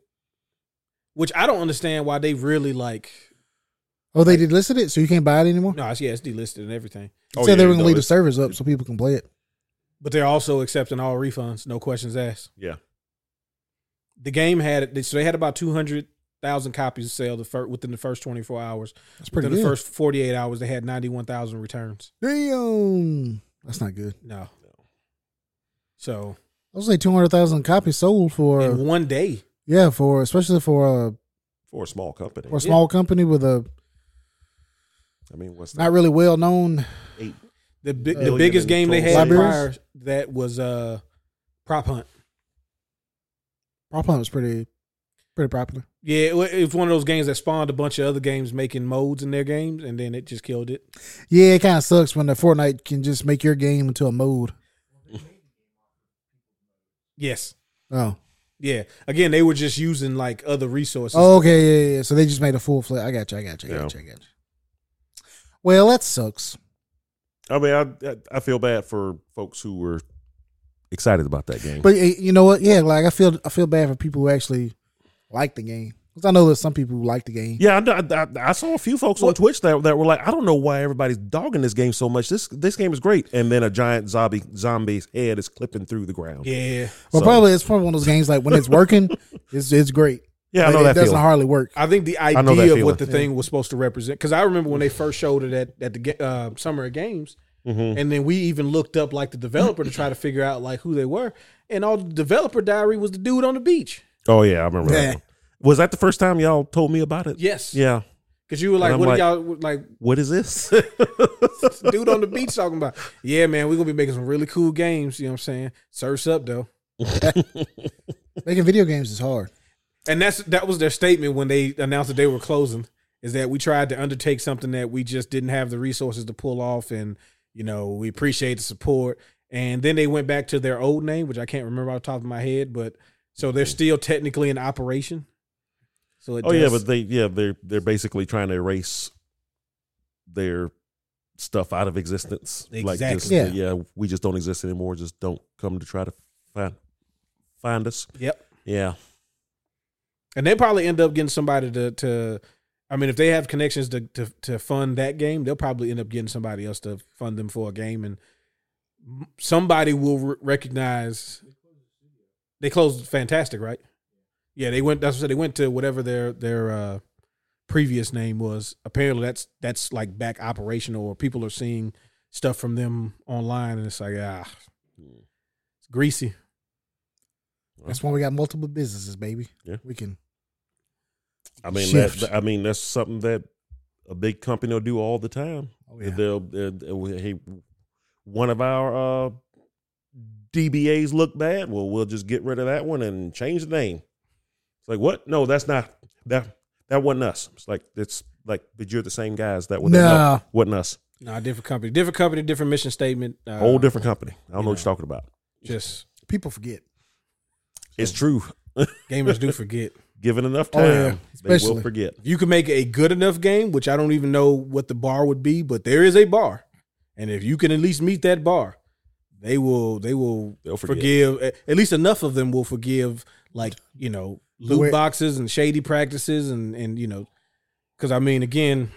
A: which I don't understand why they really like.
C: Oh, they did listed it, so you can't buy it anymore.
A: No, it's, yeah, it's delisted and everything.
C: They said they were going
B: oh,
C: to
B: no,
C: leave the
B: it's-
C: servers up so people can play it.
A: But they're also accepting all refunds, no questions asked.
B: Yeah.
A: The game had it, so they had about two hundred thousand copies to sell the fir- within the first twenty four hours.
C: That's pretty
A: within
C: good.
A: the first forty eight hours, they had ninety one thousand returns.
C: Damn, that's not good.
A: No, so
C: I was like two hundred thousand copies sold for
A: in one day,
C: yeah for especially for a
B: for a small company.
C: for a small company with a
B: I mean, what's that?
C: not really well known.
B: Eight.
A: the big, the
B: Billion
A: biggest
B: in
A: game they
B: total
A: had
C: sales.
A: prior that was uh, prop hunt.
C: Prop Hunt was pretty pretty popular.
A: Yeah, it wa- it was one of those games that spawned a bunch of other games making modes in their games, and then it just killed it.
C: Yeah, it kind of sucks when the Fortnite can just make your game into a mode.
A: Yes.
C: Oh,
A: Yeah. Again, they were just using like other resources.
C: oh okay, yeah, yeah, yeah. So they just made a full flip. I got you. I got you. I got you. I got you. Well, that sucks.
B: I mean, I- I I feel bad for folks who were excited about that game.
C: But eh, you know what? Yeah, like I feel I feel bad for people who actually like the game because I know there's some people who like the game.
B: Yeah, I, know- I, I saw a few folks on
A: What-
B: Twitch that, that were like, I don't know why everybody's dogging this game so much. This this game is great, and then a giant zombie zombie's head is clipping through the ground.
A: Yeah.
C: Well,
B: So-
C: probably it's probably one of those games like when it's working, it's it's great.
B: yeah, I
C: But
B: know
C: it
B: that
C: doesn't
B: feeling.
C: hardly work.
A: I think the
B: know that
A: idea of
B: feeling.
A: what the thing was supposed to represent, because I remember when they first showed it at, at the ga- uh, Summer of Games,
B: Mhm.
A: and then we even looked up like the developer to try to figure out like who they were, and all the developer diary was the dude on the beach.
B: Oh yeah, I remember.
C: Yeah.
B: That one. Was that the first time y'all told me about it?
A: Yes.
B: Yeah.
A: Because you were like,
B: I'm
A: what
B: like-
A: are y'all like?
B: What is this?
A: Dude on the beach talking about? Yeah, man, we're gonna be making some really cool games. You know what I'm saying? Surf's up though.
C: Making video games is hard.
A: And that's that was their statement when they announced that they were closing is that we tried to undertake something that we just didn't have the resources to pull off and you know, we appreciate the support. And then they went back to their old name, which I can't remember off the top of my head, but so they're still technically in operation. So it
B: oh yeah,
A: does-
B: but they yeah they're they're basically trying to erase their stuff out of existence. Like just,
A: Exactly.
B: yeah.
C: Yeah.
B: we just don't exist anymore. Just don't come to try to find find us.
A: Yep.
B: Yeah.
A: and they probably end up getting somebody to to I mean, if they have connections to, to to fund that game, they'll probably end up getting somebody else to fund them for a game and m- somebody will re- recognize. They closed Fantastic, right? Yeah, they went. That's what I said, they went to whatever their their uh, previous name was. Apparently, that's that's like back operational, or people are seeing stuff from them online, and it's like ah, it's greasy.
C: That's why we got multiple businesses, baby.
B: Yeah.
C: We can.
B: I mean, that's,
C: Shift.
B: I mean, that's something that a big company will do all the time.
C: Oh, yeah.
B: They'll, they'll- they'll- hey, one of our uh, DBAs look bad. Well, we'll just get rid of that one and change the name. It's like what? No, that's not that. That wasn't us. It's like it's like, but you're the same guys that were. there. No,
C: Nah.
B: wasn't us.
A: Nah, different company, different company, different mission statement. Uh,
B: Whole different company. I don't know what
A: yeah.
B: you're talking about.
A: Just
C: People forget.
B: It's true.
A: gamers do forget.
B: Given enough
C: Oh,
B: time,
C: yeah.
B: they will
C: Especially.
B: forget.
A: If you can make a good enough game, which I don't even know what the bar would be, but there is a bar, and if you can at least meet that bar, they will they will
B: They'll forget.
A: forgive. a- At least enough of them will forgive, like you know, loot
C: Where-
A: boxes and shady practices, and and you know, because I mean, again,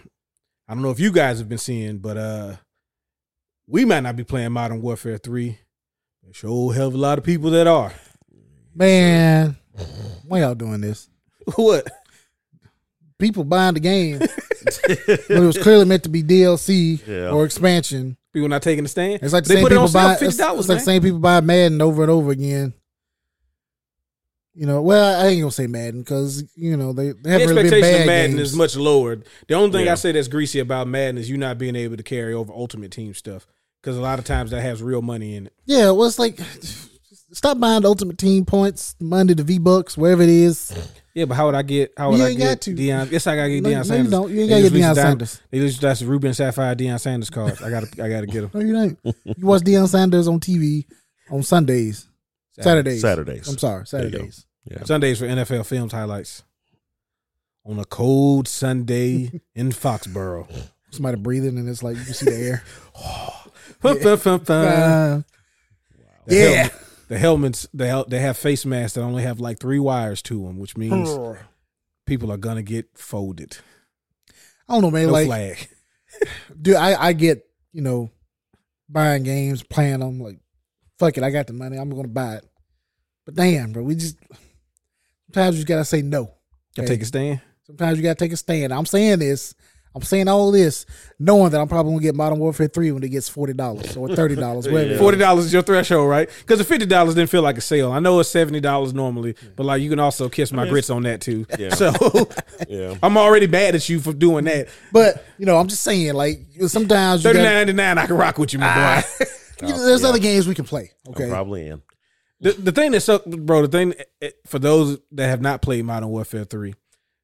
A: I don't know if you guys have been seeing, but uh, we might not be playing Modern Warfare three. There's sure hell of a lot of people that are.
C: Man, why y'all doing this?
A: what?
C: People buying the game, but it was clearly meant to be DLC
B: Yeah.
C: or expansion.
A: People not taking the stand?
C: It's like the
A: they
C: same
A: put it
C: people
A: on sale
C: buy.
A: for fifty
C: It's,
A: dollars,
C: it's like
A: man.
C: the same people buy Madden over and over again. You know, well, I ain't gonna say Madden because you know they, they
A: The
C: haven't really been
A: expectation
C: bad
A: of Madden
C: games.
A: is much lower. The only thing
B: Yeah.
A: I say that's greasy about Madden is you not being able to carry over Ultimate Team stuff because a lot of times that has real money in it.
C: Yeah, well, it's like stop buying the Ultimate Team points, money, the V Bucks, wherever it is.
A: Yeah, but how would I get? How would
C: You
A: I
C: ain't
A: get
C: got to.
A: Deion? Yes, I gotta get
C: No, no,
A: Deion
C: you
A: Sanders.
C: don't. You ain't
A: They
C: gotta get
A: usually
C: Deion
A: down-
C: Sanders.
A: They just that's Ruben Sapphire Deion Sanders cards. I gotta I gotta get them
C: No, you don't. You watch Deion Sanders on TV on Sundays, Saturdays.
B: Saturdays.
C: I'm sorry,
B: There you go.
C: Saturdays.
B: Yeah.
A: Sundays for NFL films highlights on a cold Sunday in Foxborough.
C: Somebody breathing and it's like you can see the air.
A: Fun, fun, fun, fun.
C: Uh,
A: The
C: Yeah.
A: helmet- the helmets they hel- they have face masks that only have like three wires to them, which means people are gonna get folded.
C: I don't know, man.
A: No
C: like,
A: flag.
C: dude, I, I get you know buying games, playing them. Like, fuck it, I got the money, I'm gonna buy it. But damn, bro, we just sometimes you gotta say no.
A: Y'all
C: Okay?
A: take a stand.
C: Sometimes you gotta take a stand. I'm saying this. I'm saying all this, knowing that I'm probably gonna get Modern Warfare Three when it gets forty dollars or thirty dollars, whatever.
B: Yeah.
A: Forty dollars is your threshold, right? Because the fifty dollars didn't feel like a sale. I know it's seventy dollars normally, but like you can also kiss my
B: mean,
A: grits on that too.
B: Yeah.
A: So
B: Yeah.
A: I'm already mad at you for doing that.
C: But you know, I'm just saying, like sometimes you
A: Thirty nine
C: gotta,
A: ninety nine, I can rock with you, my boy.
C: you know, there's other games we can play.
B: I'm
C: Okay,
B: probably in.
A: The, the thing that sucked, bro, the thing eh, for those that have not played Modern Warfare 3.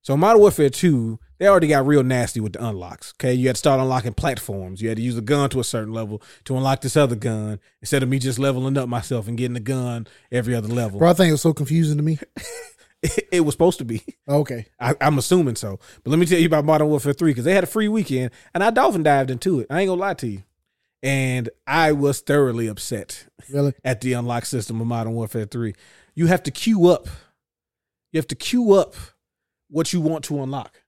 A: So, Modern Warfare 2, they already got real nasty with the unlocks. Okay. You had to start unlocking platforms. You had to use a gun to a certain level to unlock this other gun instead of me just leveling up myself and getting a gun every other level.
C: bro, I think it was so confusing to me.
A: It, it was supposed to be.
C: Okay,
A: I, I'm assuming so. But let me tell you about Modern Warfare 3 because they had a free weekend and I dolphin dived into it. I ain't going to lie to you. And I was thoroughly upset
C: really?
A: at the unlock system of Modern Warfare 3. You have to queue up. You have to queue up what you want to unlock.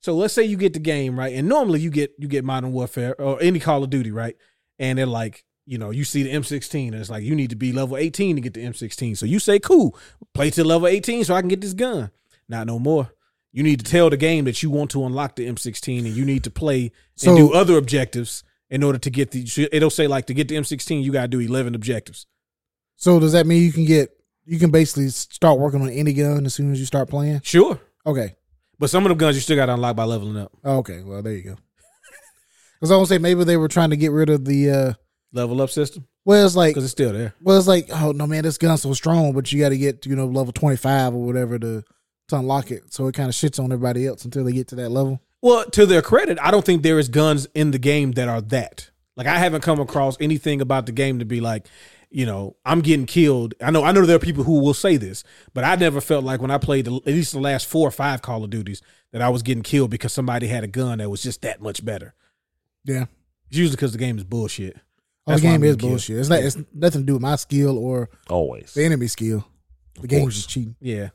A: So let's say you get the game, right? And normally you get you get Modern Warfare or any Call of Duty, right? And they're like, you know, you see the M16 and it's like you need to be level 18 to get the M16. So you say, "Cool, play to level 18 so I can get this gun." Not no more. You need to tell the game that you want to unlock the M16 and you need to play
C: So-
A: and do other objectives in order to get the it'll say like to get the M16 you got to do 11 objectives.
C: So does that mean you can get you can basically start working on any gun as soon as you start playing?
A: Sure.
C: Okay,
A: But some of the guns you still got to unlock by leveling up.
C: okay. Well, there you go. Because I was say maybe they were trying to get rid of the. uh
A: Level up system
C: Well, it's like
A: because it's still there.
C: Well, it's like, oh no, man, this gun's so strong, but you got to get you know level twenty five or whatever to to unlock it. So it kind of shits on everybody else until they get to that level.
A: Well, to their credit, I don't think there is guns in the game that are that. Like I haven't come across anything about the game to be like, you know, I'm getting killed. I know I know there are people who will say this, but I never felt like when I played the, at least the last four or five Call of Duties that I was getting killed because somebody had a gun that was just that much better.
C: Yeah,
A: It's usually because the game is bullshit.
C: oh, the
A: That's why
C: game
A: I'm
C: is
A: getting
C: bullshit. It's not. It's nothing to do with my skill or
B: Always.
C: the enemy skill. The game's
B: course.
C: just cheating.
A: Yeah.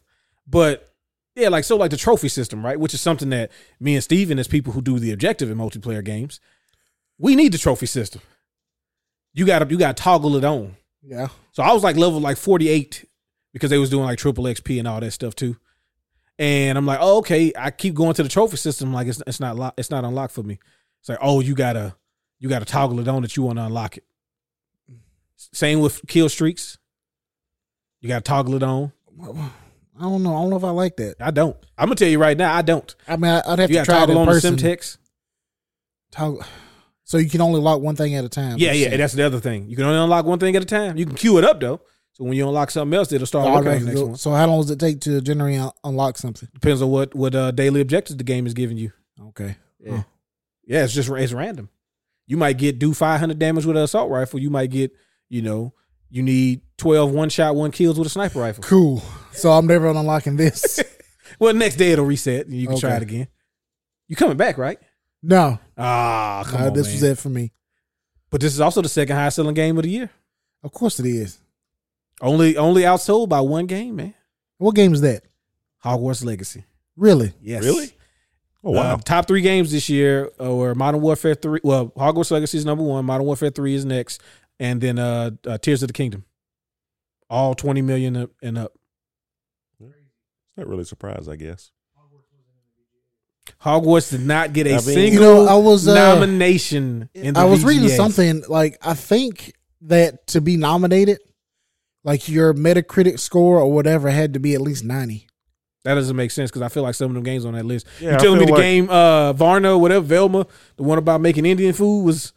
A: But yeah, like so like the trophy system, right? Which is something that me and Steven as people who do the objective in multiplayer games, we need the trophy system. you got to you got to toggle it on.
C: Yeah.
A: So I was like level like 48 because they was doing like triple XP and all that stuff too. And I'm like, oh, okay. I keep going to the trophy system. Like it's it's not lock, it's not unlocked for me. It's like, oh, you gotta you gotta toggle it on that you want to unlock it. Same with kill streaks. You gotta toggle it on.
C: I don't know. I don't know if I like that.
A: I don't. I'm gonna tell you right now, I don't.
C: I mean, I- I'd have
A: you gotta
C: to try it
A: toggle
C: in
A: on the
C: person.
A: Simtex.
C: Toggle- So you can only lock one thing at a time.
A: Yeah, yeah. and that's the other thing. You can only unlock one thing at a time. You can queue it up though. So when you unlock something else, it'll
C: Oh,
A: start working on the next one.
C: So how long does it take to generally un- unlock something?
A: Depends on what what uh, daily objectives the game is giving you.
C: Okay.
A: Yeah. Yeah, it's just it's random. You might get do 500 damage with an assault rifle. You might get, you know, you need 12 one shot, one kills with a sniper rifle.
C: Cool. So I'm never unlocking this.
A: Well, next day it'll reset and you can try
C: Okay.
A: it again. You coming back, right?
C: no,
A: Ah, come
C: no,
A: on,
C: this
A: man.
C: was it for me.
A: But this is also the second highest selling game of the year.
C: Of course it is.
A: Only only outsold by one game, man.
C: What game is that?
A: Hogwarts Legacy.
C: Really?
A: Yes. Um,
B: Really? Oh
A: wow.
B: wow.
A: top three games this year uh, were Modern Warfare 3. Well, Hogwarts Legacy is number one. Modern Warfare 3 is next. And then uh, uh Tears of the Kingdom. All 20 million up- and up.
B: Not really surprised, I guess.
A: Hogwarts did not get a
B: I mean-
A: single
C: You know, I was uh,
A: nomination. In the
C: I was reading
A: VGAs.
C: something like I think that to be nominated, like your Metacritic score or whatever had to be at least ninety.
A: that doesn't make sense because I feel like some of them games on that list.
B: Yeah,
A: you
B: I
A: telling me
B: feel
A: the
B: like-
A: game uh, Varna, whatever Velma, the one about making Indian food was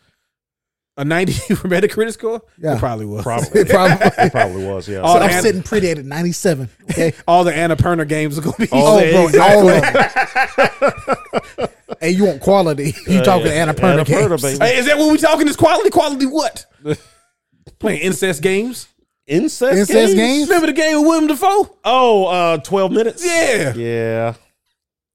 A: a ninety for Metacritic score?
C: Yeah.
A: it probably was.
B: Probably. it
C: Probably.
B: probably was, yeah.
A: Oh,
C: So
A: the
C: I'm
A: an-
C: sitting pretty at a ninety-seven. Okay.
A: All the Annapurna games are gonna be.
B: Oh,
C: Oh,
B: yeah,
C: bro,
B: exactly.
C: all of them. hey, you want quality? You talking
B: yeah.
C: Annapurna,
B: Annapurna,
C: games.
B: baby.
A: Hey, is that what we talking? Is quality? Quality what? Playing incest games.
B: Incest, games?
C: Incest games?
A: Remember the game with William Defoe?
B: Oh, uh 12 minutes.
A: Yeah,
B: Yeah.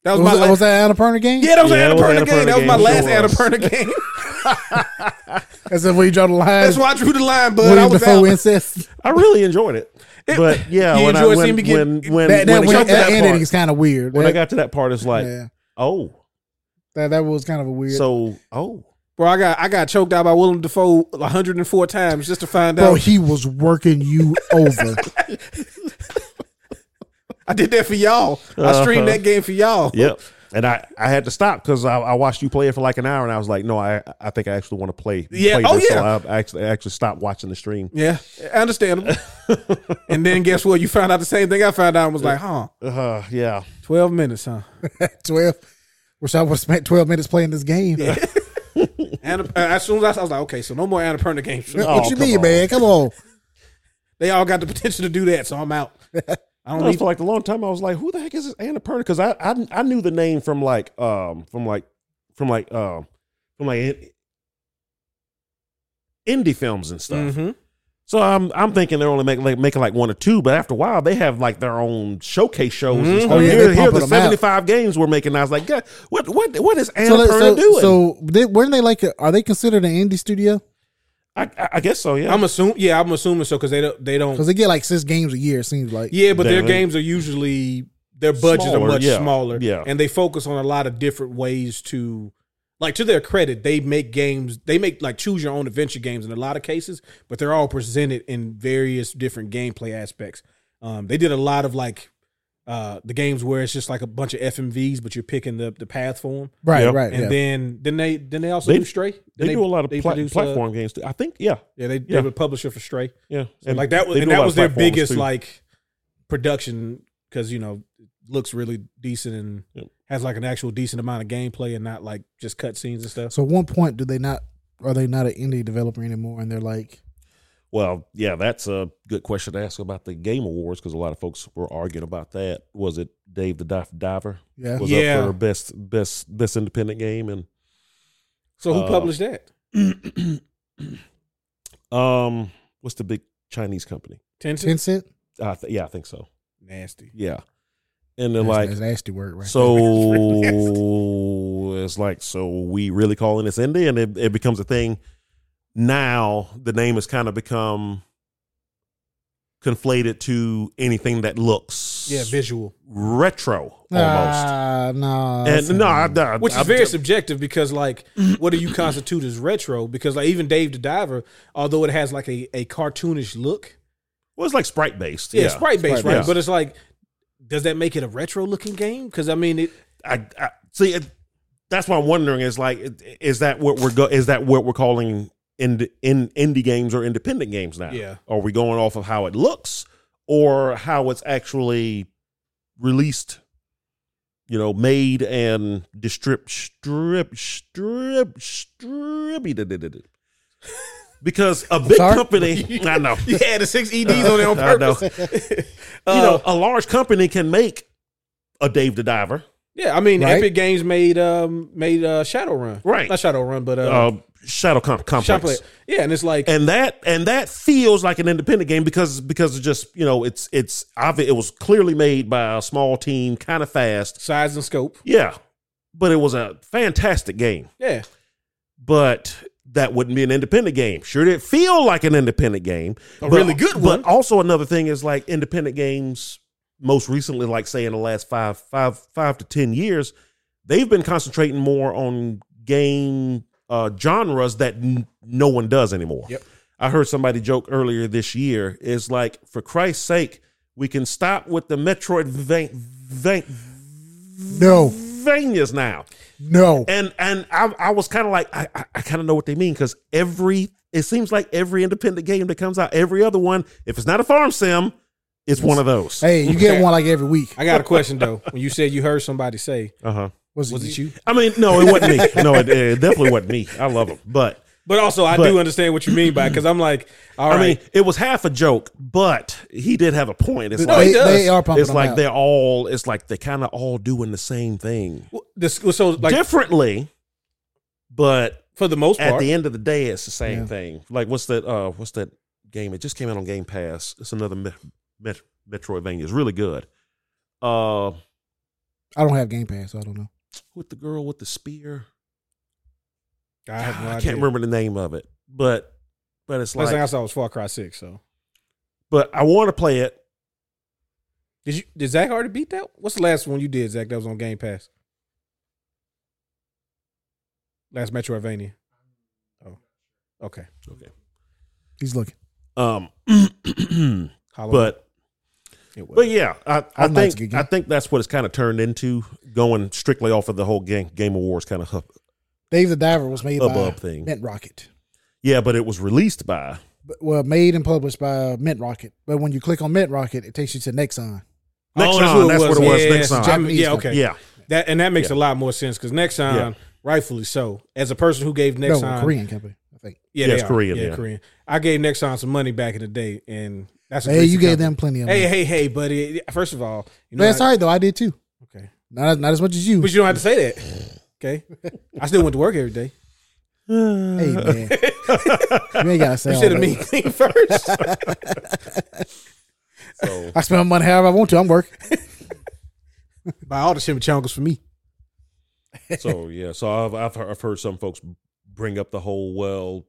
A: that was,
C: Was,
A: my.
C: that,
A: last.
C: was that Annapurna game?
A: yeah, that was
B: Yeah,
A: an
B: it was
A: Annapurna,
B: Annapurna
A: game. That was my
B: game,
A: last
B: sure was.
A: Annapurna game.
C: That's where you draw the line.
A: That's why I drew the line, bud. I
C: William
A: was
C: Defoe
A: out.
C: incest.
B: I really enjoyed it. But yeah,
A: You
B: when I
A: enjoyed
B: when
A: seeing me get-
B: when when,
C: That,
B: when
C: that,
B: it
C: went-
B: got to
C: that
B: that
C: ending
B: part,
C: is kind of weird.
B: when I
C: That-
B: got to that part, it's like,
C: yeah.
B: oh,
C: that, that was kind of a weird.
B: so oh,
A: Bro, I got I got choked out by Willem Dafoe 104 times just to find
C: bro,
A: out.
C: he was working you over.
A: I did that for y'all. I streamed
B: Uh-huh.
A: that game for y'all.
B: yep. And I, I had to stop because I, I watched you play it for like an hour, and I was like, no, I I think I actually want to play.
A: Yeah,
B: play
A: oh,
B: this,
A: yeah.
B: So I actually I actually stopped watching the stream.
A: Yeah, understandable. and then guess what? You found out the same thing I found out and was like, huh,
B: Uh, yeah.
A: 12 minutes, huh?
C: twelve. Wish I would have spent twelve minutes playing this game.
A: And uh, as soon as I, I was like, okay, so no more Annapurna games.
C: What-
B: Oh,
C: what you
B: come
C: mean,
B: on.
C: man? Come on.
A: They all got the potential to do that, so I'm out. I
B: I
A: don't
B: was
A: need
B: for like a long time. I was like, who the heck is this Anna Perna? Because I, I I knew the name from like um from like from like um from like in- indie films and stuff.
A: Mhm.
B: So I'm I'm thinking they're only making like, making like one or two, but after a while they have like their own showcase shows.
A: Mm-hmm.
B: And stuff.
C: Oh, yeah,
B: here,
C: they
B: here are
C: pumping
B: the
C: them out.
B: 75 games we're making. I was like, God, what what what is Anna
C: So, let-
B: Perna
C: so,
B: doing?
C: so they, weren't they like? A, are they considered an indie studio?
B: I, I- I guess so. Yeah,
A: I'm assuming, yeah, I'm assuming so because they don't, they
C: Because
A: don't,
C: they get like six games a year. It seems like.
A: yeah, but their
B: They-
A: games are usually, their budgets
B: Smaller,
A: are much
B: yeah,
A: smaller.
B: yeah.
A: And they focus on a lot of different ways to, like to their credit, they make games. They make like choose your own adventure games in a lot of cases, but they're all presented in various different gameplay aspects. Um, they did a lot of like uh, the games where it's just like a bunch of FMVs, but you're picking the the path for them.
C: Right.
B: Yep.
C: Right.
A: And
C: Uh, yeah.
A: then then they then they also
B: They-
A: do Stray. Then
B: they, do a lot of
A: they
B: pla-
A: produce, uh,
B: platform games. Too. I think yeah,
A: yeah, they they
B: yeah.
A: were publisher for Stray.
B: yeah.
A: And like that was
B: they
A: and
B: do a
A: that
B: lot of
A: was their
B: platforms,
A: biggest
B: too.
A: like production because you know it looks really decent and
B: Yep.
A: has like an actual decent amount of gameplay and not like just cutscenes and stuff.
C: so at one point, do they not? Are they not an indie developer anymore? And they're like,
B: Well, yeah, that's a good question to ask about the Game Awards because a lot of folks were arguing about that. Was it Dave the Dive Diver
C: yeah.
B: was
A: Yeah.
B: up for best best best independent game and
A: So who
B: Uh,
A: published that?
B: um what's the big Chinese company?
A: Tencent.
C: Tencent.
B: I th- yeah, I think so.
A: Nasty.
B: Yeah, and they're
C: That's-
B: like,
C: that's a nasty word, right?
B: so it's like, so we really calling this indie, and it, it becomes a thing. Now the name has kind of become conflated to anything that looks
A: Yeah, visual,
B: retro almost.
C: Ah, no. that's
B: and no,
C: not-
B: I, I,
A: which
B: I-
A: is very subjective because like, what do you constitute as retro? Because like even Dave the Diver, although it has like a, a cartoonish look,
B: well, it's like sprite based.
A: yeah, sprite based, right?
B: Sprite-based.
A: But it's like, does that make it a retro looking game? Because I mean, it
B: I, I see. It, that's why I'm wondering is like, is that what we're go? Is that what we're calling in in indie games or independent games now?
A: Yeah.
B: Are we going off of how it looks or how it's actually released? You know, made and distrib strip strip distributed. Because a big
C: sorry?
B: company, I know. Uh,
A: you had the six EDs on it on
B: I know.
A: purpose. Uh,
B: you know, a large company can make a Dave the Diver,
A: Yeah, I mean,
C: Right?
A: Epic Games made um made uh Shadowrun,
B: Right.
A: Not Shadowrun, but uh,
B: uh, Shadow Com- Complex,
A: Shadowplay. Yeah, and it's like
B: and that and that feels like an independent game because because it's just you know it's it's obvi- it was clearly made by a small team, kind of fast,
A: size and scope.
B: yeah, but it was a fantastic game.
A: Yeah,
B: But that wouldn't be an independent game. Sure, did feel like an independent game,
A: A
B: but-
A: really good one.
B: But also another thing is like independent games. Most recently, like say in the last five five five to ten years, they've been concentrating more on game uh, genres that n- no one does anymore.
A: Yep.
B: I heard somebody joke earlier this year is like, for Christ's sake, we can stop with the Metroid vein, vein,
C: No,
B: veinias now.
C: no.
B: And and I, I was kind of like, I, I, I kind of know what they mean because every it seems like every independent game that comes out, every other one, if it's not a farm sim, it's one of those.
C: Hey, you get one like every week.
A: I got a question though. When you said you heard somebody say,
B: Uh huh.
C: Was it,
A: "Was it you?"
B: I mean, no, it wasn't me. No, it, it definitely wasn't me. I love them, but
A: But also, I
B: But-
A: do understand what you mean by because I'm like, all right,
B: I mean, it was half a joke, but he did have a point. It's
C: They,
A: No,
B: like
A: he does.
C: they are pumping
B: it's
C: them
B: like
C: out.
B: they're all it's like they kind of all doing the same thing
A: w- this so like
B: differently but
A: for the most
B: at
A: part,
B: the end of the day it's the same
C: Yeah.
B: thing like what's that uh what's that game it just came out on game pass it's another Met- Met- metroidvania it's really good uh
C: I don't have Game Pass, so I don't know.
B: with the girl with the spear
A: I have no
B: i
A: idea.
B: can't remember the name of it but but it's
A: Last thing I
B: like
A: saw was Far Cry Six. So
B: but i want to play it
A: did you? Did Zach already beat that? What's the last one you did, Zach? That was on Game Pass. Last Metroidvania. Oh, okay.
C: He's looking.
B: um
A: Hollow
B: but
A: It was.
B: But yeah, I, I
C: Hollow Knight's a good
B: think
C: game.
B: I think that's what it's kind of turned into, going strictly off of the whole game Game Awards kind of hubbub
C: Dave the Diver was made by
B: hubbub thing.
C: Mint Rocket.
B: Yeah, but it was released by
C: B- Well, made and published by Mint Rocket. But when you click on Mint Rocket, it takes you to Nexon.
B: Nexon.
A: who
B: oh, that's what it was.
A: Yeah,
B: Nexon.
A: it's a Jap-
C: Japanese
A: yeah,
C: company.
A: okay.
B: Yeah,
A: That and that makes
B: Yeah.
A: a lot more sense because Nexon,
B: Yeah.
A: rightfully so, as a person who gave
C: No,
A: Nexon,
C: a Korean company, I think.
A: yeah,
B: Yeah,
A: they
B: it's
A: are.
B: Korean,
A: yeah,
B: yeah.
A: Korean. I gave Nexon some money back in the day, and that's a
C: Hey,
A: greasy
C: you gave
A: company.
C: them plenty of money.
A: Hey, hey, hey, buddy. First of all, you know,
C: That's
A: I-
C: all right though. I did too.
A: okay,
C: Not not as much as you.
A: but you don't have to say that. Okay, I still went to work every day.
C: hey man, you ain't gotta say
A: You
C: all
A: said a
C: that.
A: mean thing first.
B: so
C: I spend my money however I want to. I'm working.
A: Buy all the chimichangas for me.
B: so yeah, so I've I've heard, I've heard some folks bring up the whole well,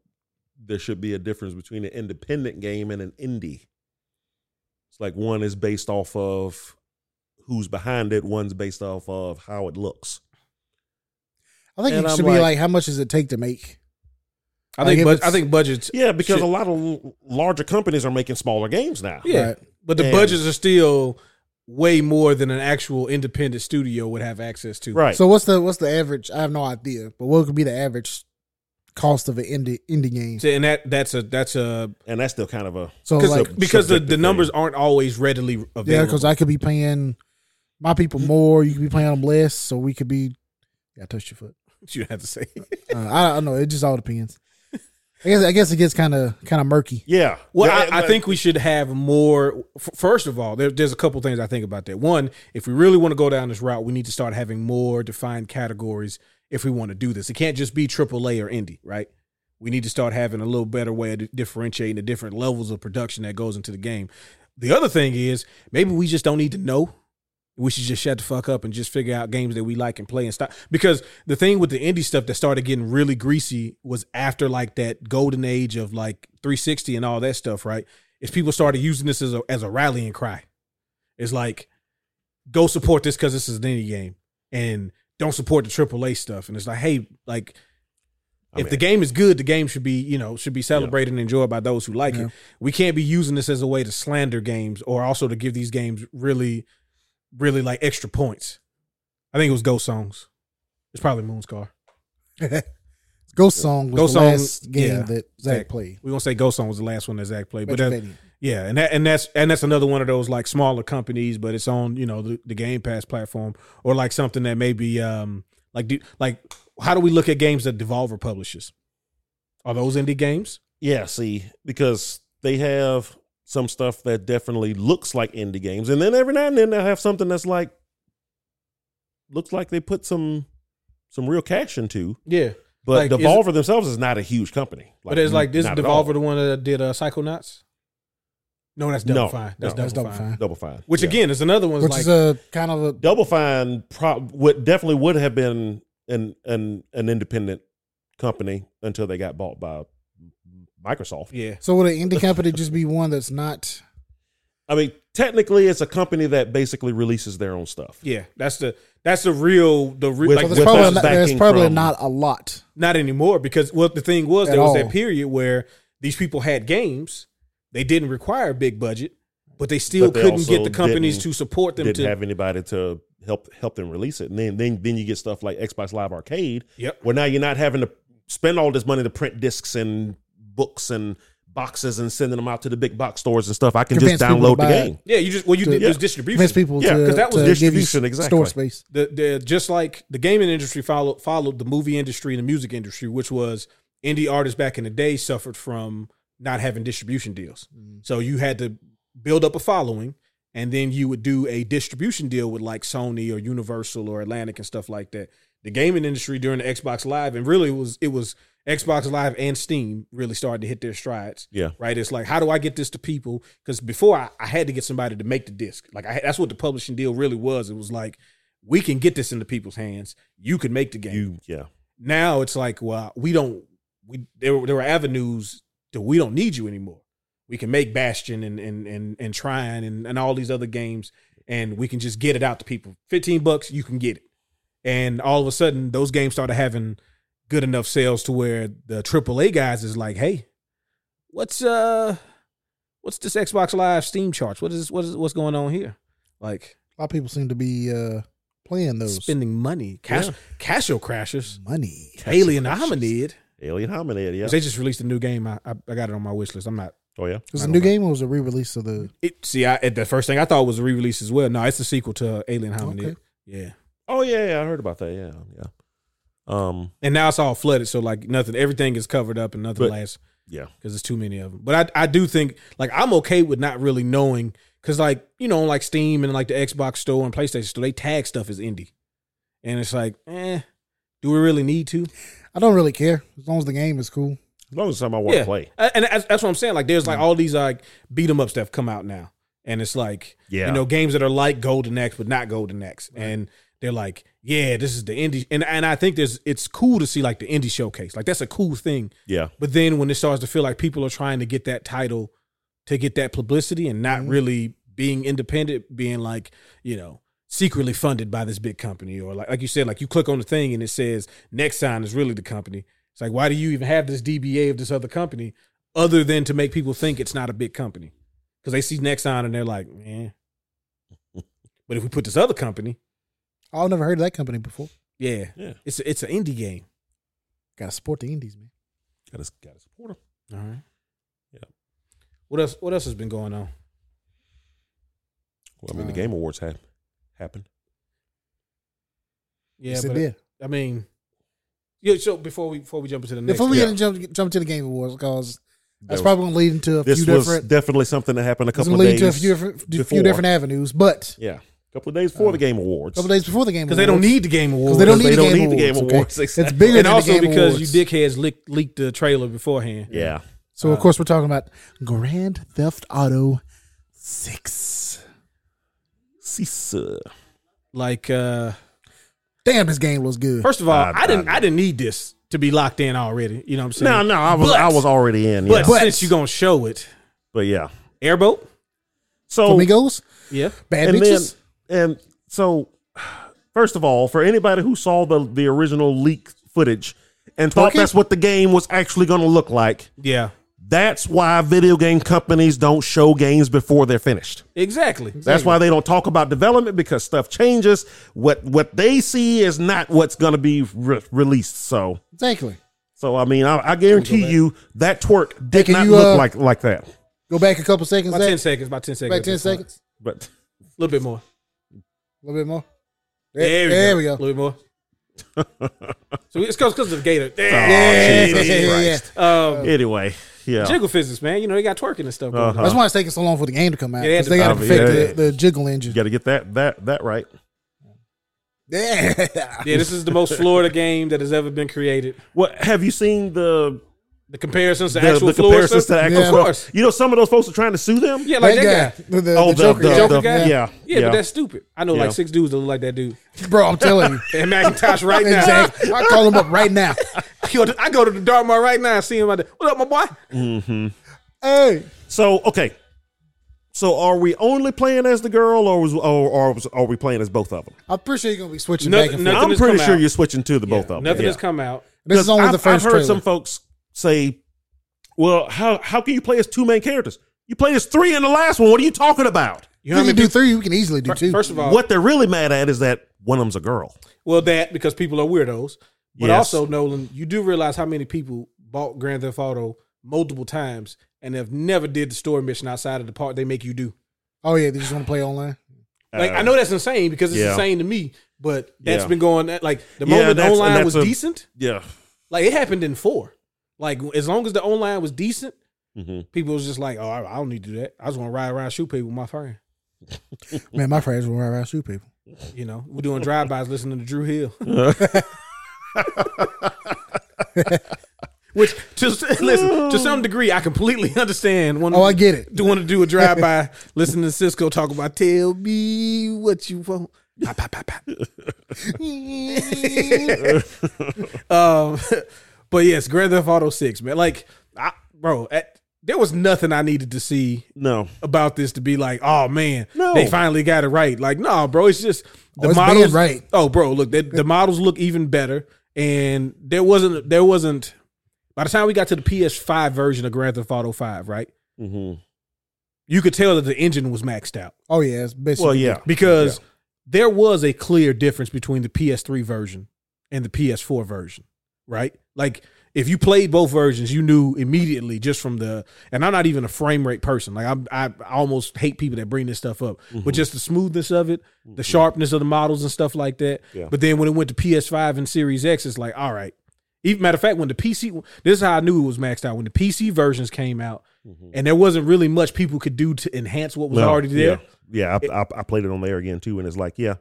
B: there should be a difference between an independent game and an indie. It's like one is based off of who's behind it, one's based off of how it looks.
C: I think
B: And
C: it
B: I'm
C: should be
B: like-
C: like, how much does it take to make?
A: I
C: Like,
A: think.
C: if
A: Bud-
C: it's-
A: I think budgets.
B: Yeah, because
A: Shit.
B: a lot of l- larger companies are making smaller games now.
A: Yeah,
C: Right.
A: but the
B: And-
A: budgets are still way more than an actual independent studio would have access to.
B: Right.
C: So what's the what's the average? I have no idea, but what could be the average cost of an indie indie game?
A: So, and that that's a that's a
B: and that's still kind of a
C: So
A: because
C: Oh, like,
A: because the, the
B: subjective
A: numbers
B: thing.
A: aren't always readily
C: yeah,
A: available.
C: because I could be paying my people more. You could be paying them less, so we could be. Yeah, I touched your foot.
A: you have to say.
C: Uh, I, I don't know. It just all depends. I guess I guess it gets kind of kind of murky.
B: yeah.
A: Well,
B: Yeah,
A: I, I
B: but-
A: think we should have more. f- First of all, there, there's a couple things I think about that. One, if we really want to go down this route, we need to start having more defined categories if we want to do this. It can't just be AAA or indie, right? We need to start having a little better way of di- differentiating the different levels of production that goes into the game. The other thing is maybe we just don't need to know. We should just shut the fuck up and just figure out games that we like and play and stop. Because the thing with the indie stuff that started getting really greasy was after like that golden age of like 360 and all that stuff, right? is people started using this as a as a rallying cry. It's like, go support this because this is an indie game, and don't support the AAA stuff. And it's like, hey, like
B: I
A: if
B: mean,
A: the game is good, the game should be you know should be celebrated and enjoyed by those who like
C: Yeah.
A: it. We can't be using this as a way to slander games or also to give these games really, really like extra points. I think it was Ghost Songs. It's probably Moonscar.
C: Ghost Song was
A: Ghost
C: the
A: Song,
C: last game
A: yeah.
C: that Zach played.
A: We won't say Ghost Song was the last one that Zach played, but that,
C: Metroidvania.
A: yeah, and that and that's and that's another one of those like smaller companies, but it's on you know the, the Game Pass platform or like something that maybe um like do, like how do we look at games that Devolver publishes? Are those indie games?
B: yeah, see, because they have some stuff that definitely looks like indie games, and then every now and then they'll have something that's like looks like they put some some real cash into.
A: Yeah,
B: But
A: Like, is it-
B: Devolver themselves is not a huge company.
A: but it's like this
B: not at all.
A: Devolver the one that did uh, Psychonauts. No, that's Double
B: No,
A: Fine. That's,
B: no,
A: Double,
C: that's Double
A: Fine.
C: Fine.
B: Double Fine,
A: Which
B: Yeah.
A: again is another one's
C: Which
A: like
C: is a kind of a
B: Double Fine prob- would definitely would have been an an an independent company until they got bought by Microsoft.
A: yeah.
C: so would an indie company just be one that's not
B: I mean, technically, it's a company that basically releases their own stuff.
A: Yeah, that's the that's the real the real
B: With-
A: like
C: so
A: the
B: with
C: there's probably
B: us
C: not, there's
B: backing
C: probably
B: from-
C: not a lot.
A: Not anymore because well, the thing was
C: At
A: there was
C: all.
A: that period where these people had games, they didn't require a big budget, but they still
B: But they
A: couldn't get
B: also
A: the companies to
B: didn't-
A: support them
B: Didn't
A: to.
B: have anybody to help help them release it, and then then then you get stuff like Xbox Live Arcade,
A: yep.
B: where now you're not having to spend all this money to print discs and books and boxes and sending them out to the big box stores and stuff. I can
C: Convince
B: just
C: people to
B: download the
C: buy it.
B: game.
A: Yeah, you just well you
C: To-
A: did
B: Yeah.
A: just distribution.
C: Convince people
B: Yeah,
C: to,
A: 'cause that was
C: to
B: distribution,
C: give you s-
B: exactly.
C: store space.
A: the, the just like the gaming industry followed followed the movie industry and the music industry, which was indie artists back in the day suffered from not having distribution deals. So you had to build up a following, and then you would do a distribution deal with like Sony or Universal or Atlantic and stuff like that. The gaming industry during the Xbox Live, and really it was it was Xbox Live and Steam really started to hit their strides
B: Yeah,
A: right? It's like, how do I get this to people? Because before I, I had to get somebody to make the disc. Like I, that's what the publishing deal really was. It was like, we can get this into people's hands. You can make the game.
B: you yeah.
A: now it's like, well, we don't. We there were- there were avenues that we don't need you anymore. We can make Bastion and and and and Trine and and all these other games, and we can just get it out to people. Fifteen bucks, you can get it. And all of a sudden, those games started having good enough sales to where the AAA guys is like, hey, what's uh what's this Xbox Live Steam charts? What is what is what's going on here? Like
C: A lot of people seem to be uh, playing those
A: spending money, cash, Casio Crashers,
C: money.
A: Alien Hominid.
B: Alien Hominid. Yeah.
A: They just released a new game. I, I I got it on my wish list. I'm not.
B: Oh yeah.
C: Was
A: I
C: it a
A: don't
C: new
A: know.
C: game or was it a re-release of the?
A: It, see, I, the first thing I thought was a re-release as well. No, it's a sequel to Alien Hominid.
C: Okay.
A: Yeah,
B: Oh yeah, yeah. I heard about that. Yeah, yeah. Um,
A: and now it's all flooded, so like nothing, everything is covered up, and nothing
B: But-
A: lasts
B: yeah.
A: because there's too many of them. But I I do think like I'm okay with not really knowing because like you know like Steam and like the Xbox Store and PlayStation Store they tag stuff as indie, and it's like eh, do we really need to?
C: I don't really care as long as the game is cool.
B: As long as it's something I want to
A: Yeah.
B: play. Mm.
A: Uh, And that's, that's what I'm saying. Like, there's like all these like beat 'em up stuff come out now, and it's like
B: Yeah.
A: you know games that are like Golden Axe but not Golden Axe, and they're like, yeah, this is the indie, and and I think there's it's cool to see like the indie showcase, like that's a cool thing.
B: Yeah.
A: But then when it starts to feel like people are trying to get that title to get that publicity and not really being independent, being like you know secretly funded by this big company or like like you said, like you click on the thing and it says Nexon is really the company. It's like why do you even have this DBA of this other company other than to make people think it's not a big company because they see Nexon and they're like, eh. but if we put this other company,
C: I've never heard of that company before.
A: yeah,
B: Yeah.
A: it's a, it's an indie game.
C: Got to support the indies, man.
B: Gotta, gotta support them.
A: All right.
B: Yeah.
A: What else? What else has been going on?
B: Well, I mean, the
C: Uh,
B: Game Awards have happened.
A: Yeah,
C: yes,
A: but
C: it did.
A: I mean, yeah. So before we before we jump into the next,
C: If only
B: yeah.
C: we didn't jump, jump to the game awards because that's
B: There was-
C: probably going to lead into a few
B: this was
C: different.
B: definitely something that happened a
C: It's
B: couple
C: going
B: of
C: to lead
B: days.
C: to a few different, few
B: before.
C: different avenues, but
B: yeah, a couple of days before the Game Awards.
C: a couple days before the game
A: because they don't
C: awards,
A: need the game awards,
C: because they don't
B: Because
C: need,
B: they
C: the,
B: don't
C: game
B: need the Game
C: awards, okay?
B: Awards,
C: It's
B: exactly.
C: bigger than
A: and also
C: the game
A: because
C: awards.
A: you dickheads leaked, leaked the trailer beforehand.
B: Yeah.
C: So of course we're talking about Grand Theft Auto Six.
B: See, sir.
A: Like, uh
C: Damn, this game was good.
A: first of all,
B: I-
A: I, didn't
B: I-
A: I didn't need this to be locked in already. You know what I'm saying?
B: No, no, I was
A: But-
B: I was already in. Yeah.
A: But,
B: But,
A: since you're gonna show it,
B: yeah,
A: Airboat.
B: So
C: Flamingos,
A: Yeah.
C: bad
B: and
C: bitches.
B: then and so first of all, for anybody who saw the the original leak footage and thought
C: Twerking?
B: that's what the game was actually going to look like,
A: Yeah.
B: that's why video game companies don't show games before they're finished.
A: Exactly.
B: That's why they don't talk about development because stuff changes. What what they see is not what's going to be re- released. So
C: exactly.
B: so I mean, I, I guarantee you that twerk did
C: can
B: not
C: you,
B: look
C: uh,
B: like like that.
C: Go back a couple seconds.
A: About ten
C: Zach.
A: seconds. About ten seconds.
C: Back ten seconds.
B: But
A: A little bit more.
C: A little bit more.
A: There, we, go.
C: there we
A: A
C: go.
A: little bit more. so it's because of the gator. There.
C: Yeah,
B: Jesus
C: yeah, yeah, yeah.
B: Christ.
A: Um,
B: anyway, yeah, Uh-huh.
A: jiggle physics, man. You know they got twerking and stuff. going on.
C: That's why it's taking so long for the game to come out.
A: Yeah, they had
C: 'cause they got to
B: to-
C: perfect
B: yeah,
C: the, the jiggle engine.
B: you got to get that that that right.
C: Yeah.
A: Yeah, this is the most Florida game that has ever been created.
B: What have you seen the
A: The comparisons to
B: the,
A: actual
B: the
A: Florida
B: comparisons to
A: stuff?
B: actual?
C: Yeah.
A: Of
B: Florida?
A: course.
B: You know, some of those folks are trying to sue them.
A: Yeah, like that, guy.
C: The, the,
B: Oh,
C: the
B: the
C: Joker,
B: the,
C: guy.
A: Joker
B: the-
A: guy?
B: yeah,
A: Yeah, but that's stupid. I know like
B: Yeah.
A: six dudes that look like that dude.
C: Bro, I'm telling you.
A: And McIntosh right now.
C: Exactly. I call him up right now.
A: I go to- I go to the Dartmouth right now and see him out there. What up, my boy?
C: Hey.
B: So okay, so are we only playing as the girl, or was, or, or was, are we playing as both of them?
C: I'm pretty sure you're gonna be switching
A: Nothing-
C: back and
A: nothing-
C: forth.
B: I'm
A: has
B: pretty
A: come
B: sure
A: out.
B: you're switching to the both of them.
A: Nothing
B: yeah.
A: has come out.
C: This is only
B: I've,
C: the 1st
B: I've heard
C: trailer.
B: some folks say, "Well, how how can you play as two main characters? You played as three in the last one. What are you talking about?"
A: You
C: we
A: know how
C: can
A: many
C: do
A: people-
C: three. We can easily do two.
A: First of all,
B: what they're really mad at is that one of them's a girl.
A: well that because people are weirdos. But
B: Yes.
A: also, Nolan, you do realize how many people bought Grand Theft Auto multiple times and have never did the story mission outside of the part they make you do.
C: oh yeah, they just want to play online.
A: Like
B: Uh,
A: I know that's insane because it's
B: yeah.
A: insane to me, but that's
B: Yeah.
A: been going like the
B: Yeah,
A: moment
B: that's- and
A: online
B: that's
A: was
B: a-
A: decent,
B: Yeah.
A: like it happened in four. Like as long as the online was decent,
B: Mhm.
A: people was just like, "Oh, I I don't need to do that. I just want to ride around, shoot people with my friend."
C: Man, my friends will ride around and shoot people.
A: You know, we're doing drive-bys listening to Drew Hill. Which to listen to some degree, I completely understand. One,
C: Oh, I get it.
A: do want to do a drive-by, listening to Cisco talk about "Tell me what you want." Pop, pop, pop, pop. Um, but yes, Grand Theft Auto Six, man. Like, I, bro, at, there was nothing I needed to see
B: No.
A: about this to be like, oh man,
B: No.
A: they finally got it right. Like, no, bro, it's just the
C: it's been
A: models.
C: right.
A: Oh, bro, look, they, the models look even better, and there wasn't there wasn't. By the time we got to the PS5 version of Grand Theft Auto Five, right,
B: hmm
A: you could tell that the engine was maxed out
C: Oh yeah, it's basically.
B: Well, yeah.
A: because there was a clear difference between the PS3 version and the PS4 version, right? Like if you played both versions, you knew immediately just from the and I'm not even a frame rate person. Like I'm, I I almost hate people that bring this stuff up,
B: Mm-hmm.
A: but just the smoothness of it, the sharpness of the models and stuff like that.
B: Yeah.
A: But then when it went to PS5 and Series X, it's like, all right. Even matter of fact, when the PC, this is how I knew it was maxed out. When the PC versions came out, and there wasn't really much people could do to enhance what was
B: Mm-hmm. No,
A: already there,
B: Yeah. yeah I, I, I played it on there again too, and it's like, yeah,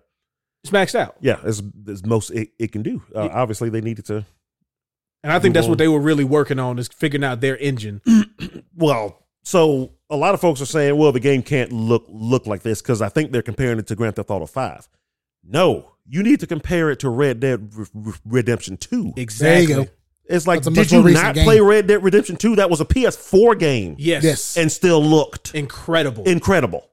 A: it's maxed out.
B: yeah, it's, it's most it, it can do. Uh, obviously, they needed to.
A: And I think
B: Move
A: that's
B: on.
A: what they were really working on is figuring out their
C: Mm.
A: engine.
B: Well, so a lot of folks are saying, well, the game can't look look like this because I think they're comparing it to Grand Theft Auto Five. No, you need to compare it to Red Dead Re- Re- Redemption Two.
A: Exactly.
C: There you go.
B: It's like,
C: That's a
B: did
C: much
B: you
C: more recent
B: not
C: game.
B: play Red Dead Redemption Two? That was a PS4 game,
A: Yes.
C: Yes.
B: and still looked
A: Incredible.
B: incredible.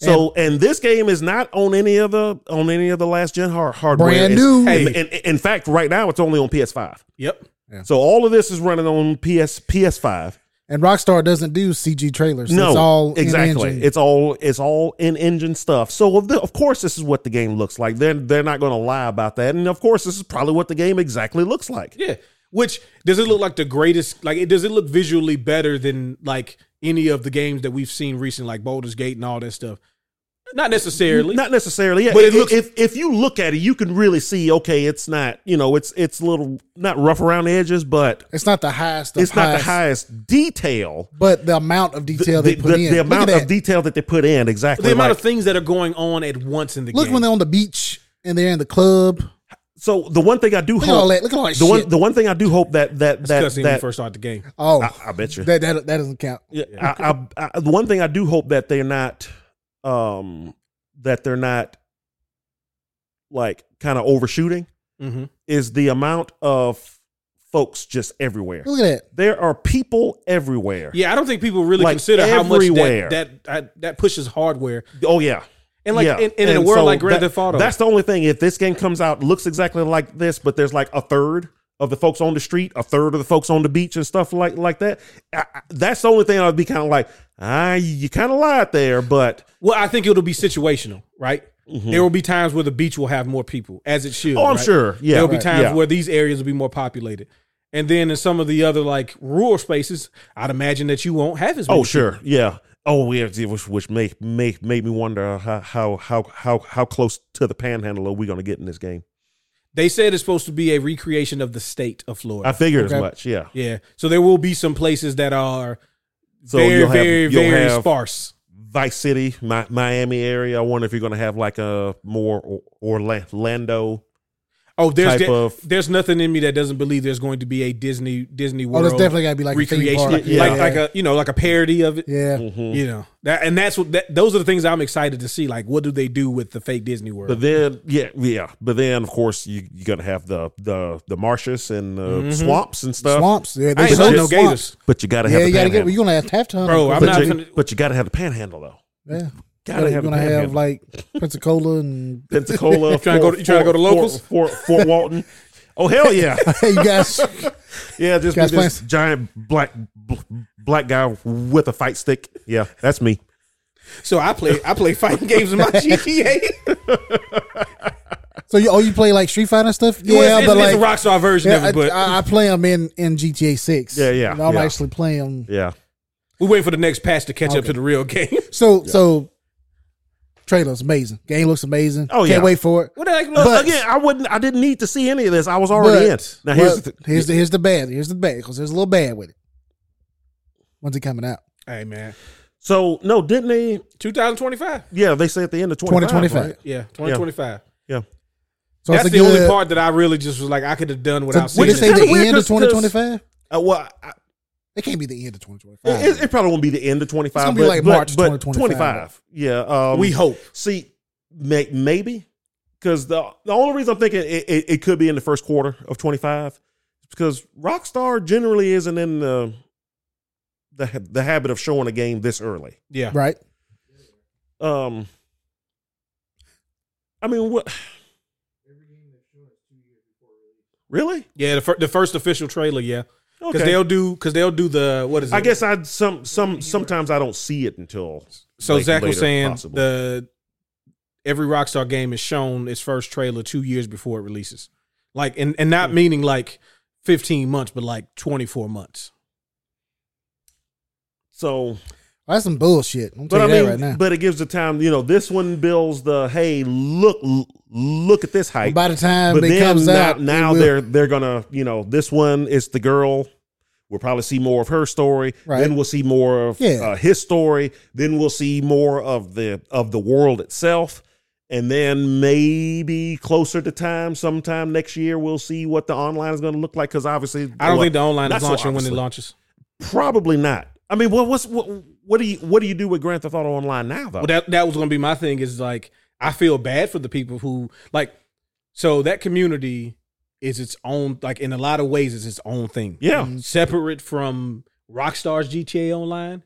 B: So and this game is not on any of the on any of the last gen hard, hardware.
C: Brand
B: It's-
C: new.
B: In,
A: Hey.
B: in, in fact, right now it's only on PS5.
A: yep.
B: So all of this is running on PS PS5.
C: And Rockstar doesn't do CG trailers.
B: No,
C: it's all
B: exactly.
C: In
B: It's all it's all in engine stuff. So of, the, of course, this is what the game looks like. They're they're not going to lie about that. And of course, this is probably what the game exactly looks like.
A: Yeah. Which does it look like the greatest? Like, it does it look visually better than like any of the games that we've seen recently, like Boulder's Gate and all that stuff? Not necessarily.
B: Not necessarily, yeah.
A: But
B: But
A: it looks-
B: if if you look at it, you can really see. Okay, it's not you know it's it's a little not rough around the edges, but
C: It's not the highest. Of
B: it's not the
C: highs,
B: highest detail.
C: But the amount of detail
B: the,
C: they put
B: the-
C: in.
B: the
C: Look at
B: amount
C: that.
B: of detail that they put in, exactly.
A: the amount
B: like-
A: of things that are going on at once in the
C: Look
A: game.
C: when they're on the beach and they're in the club.
B: so the one thing I do
C: Look at
B: hope,
C: all that. Look at all that
B: the
C: shit.
B: one the one thing I do hope that that that
A: Discussing when we
B: that
A: first started the game.
C: oh,
B: I, I bet you
C: that, that that doesn't count.
B: Yeah, I, I, I, the one thing I do hope that they're not, um, that they're not like kind of overshooting
A: Mm-hmm.
B: is the amount of folks just everywhere.
C: Look at that.
B: There are people everywhere.
A: Yeah, I don't think people really
B: Like,
A: consider how much
B: everywhere.
A: that that, that that pushes hardware
B: Oh yeah.
A: and like
B: yeah.
A: and, and in a
B: And
A: world
B: so
A: like Grand
B: that-
A: Theft Auto.
B: That's the only thing. If this game comes out, looks exactly like this, but there's like a third of the folks on the street, a third of the folks on the beach, and stuff like like that. I, I- that's the only thing I'd be kind of like, ah, you kind of lied there, but
A: well, I think it'll be situational, right? There will be times where the beach will have more people, as it should.
B: Mm-hmm. oh, I'm
A: right?
B: sure. Yeah,
A: there will be times
B: yeah.
A: where these areas will be more populated. And then in some of the other like rural spaces, I'd imagine that you won't have as many.
B: Oh sure, yeah. Oh yeah, see, which which make make made me wonder how how how how how close to the panhandle are we going to get in this game?
A: They said it's supposed to be a recreation of the state of Florida.
B: I figured
C: Okay.
B: as much. Yeah.
A: yeah. So there will be some places that are
B: So
A: very,
B: you'll have
A: very,
B: you'll
A: very
B: have
A: sparse.
B: Vice City, Mi- Miami area. I wonder if you're going to have like a more or, Orlando.
A: Oh, there's
B: type
A: de-
B: of-
A: there's nothing in me that doesn't believe there's going to be a Disney Disney
C: Oh,
A: World
C: that's definitely gotta be like
A: recreation,
C: a theme park.
A: like
B: Yeah.
A: like a you know like a parody of it.
C: yeah.
B: Mhm.
A: You know that, and that's what that, those are the things I'm excited to see. Like, what do they do with the fake Disney World?
B: But then, yeah, yeah. But then, of course, you you got to have the the the marshes and the swamps and stuff.
C: swamps. Yeah,
A: I
C: they
A: ain't
C: showed
A: seen
C: no
A: no
C: swamps.
A: gators.
B: But you got to have
C: Yeah,
B: the
C: you gotta get.
B: panhandle.
C: You're gonna have to have time,
A: Bro, I'm
B: but,
A: not
B: you,
A: gonna-
B: but you got to have the panhandle though.
C: Yeah,
B: Got
C: you're
B: to have the
C: gonna
B: panhandle.
C: have like Pensacola and
B: Pensacola.
A: trying to go to- you trying to go to
B: Fort-
A: locals?
B: Fort, Fort, Fort Walton. Oh hell yeah,
C: hey, you guys.
B: yeah! Just be
C: Guys,
B: this giant black bl- black guy with a fight stick. Yeah, that's me.
A: so I play I play fighting games in my GTA.
C: So you oh you play like Street Fighter and stuff?
A: yeah, it's, it's, it's a Rockstar version
C: yeah,
A: of it, but
C: I, I, I play them in in GTA Six.
B: Yeah, yeah,
C: And I'm
B: yeah.
C: actually playing. them.
B: Yeah.
A: we're waiting for the next patch to catch up
C: Okay.
A: to the real game.
C: So so trailer's amazing. Game looks amazing.
B: Oh,
C: can't
B: yeah.
C: wait for it.
A: what the heck?
B: But again, I wouldn't. I didn't need to see any of this. I was already
C: But-
B: in. Now here's
C: but
B: the, th-
C: here's the here's the bad here's the bad because there's a little bad with it. When's it coming out?
A: hey man,
B: so no, didn't they?
A: 2025.
B: Yeah, they say at the end of twenty twenty
C: 2025.
B: five.
A: Yeah, 2025ve
B: Yeah.
C: So
A: That's
C: it's a
A: the only
C: good-
A: part that I really just was like I could have done
C: So
A: without
C: did they
A: seeing
C: say
A: it.
B: kinda
C: the
B: weird
C: end of
B: 'cause- 'cause-
C: 2025?
B: Uh, well, I,
C: It can't be the end of 2025.
B: it, it probably won't be the end of twenty five.
C: Uh. gonna be like March 2025.
B: Yeah. Um,
A: We hope.
B: See, may, maybe because the the only reason I'm thinking it, it, it could be in the first quarter of 25 is because Rockstar generally isn't in the the ha- the habit of showing a game this early.
A: Yeah,
C: right?
B: Um, I mean, what? Really?
A: yeah. The, fir- the first official trailer, yeah, because
B: Okay.
A: they'll do because they'll do the what is it?
B: I guess I some some sometimes I don't see it until
A: So
B: late-
A: Zach was
B: later,
A: saying
B: possibly.
A: the every Rockstar game is shown its first trailer two years before it releases, like and and not meaning like fifteen months, but like twenty four months.
B: so
C: That's some bullshit. I'm
B: But I
C: telling you
B: mean,
C: that right now.
B: but it gives the time. You know, this one builds the hey, look, l- look at this
C: But
B: hype.
C: by the time
B: But
C: it
B: then
C: comes
B: now,
C: out, it
B: now
C: will-
B: they're they're gonna you know this one is the girl. We'll probably see more of her story.
C: Right.
B: Then we'll see more of
C: Yeah.
B: uh, his story. Then we'll see more of the of the world itself. And then maybe closer to time, sometime next year, we'll see what the online is going to look like. Because obviously,
A: I don't
B: well,
A: think the online is
B: not so
A: launching when it
B: obviously.
A: launches.
B: Probably not. I mean, what what's what, what do you what do you do with Grand Theft Auto Online now though?
A: Well, that that was going to be my thing. Is like I feel bad for the people who like. So that community is its own. Like in a lot of ways, it's its own thing.
B: yeah,
A: separate from Rockstar's GTA Online.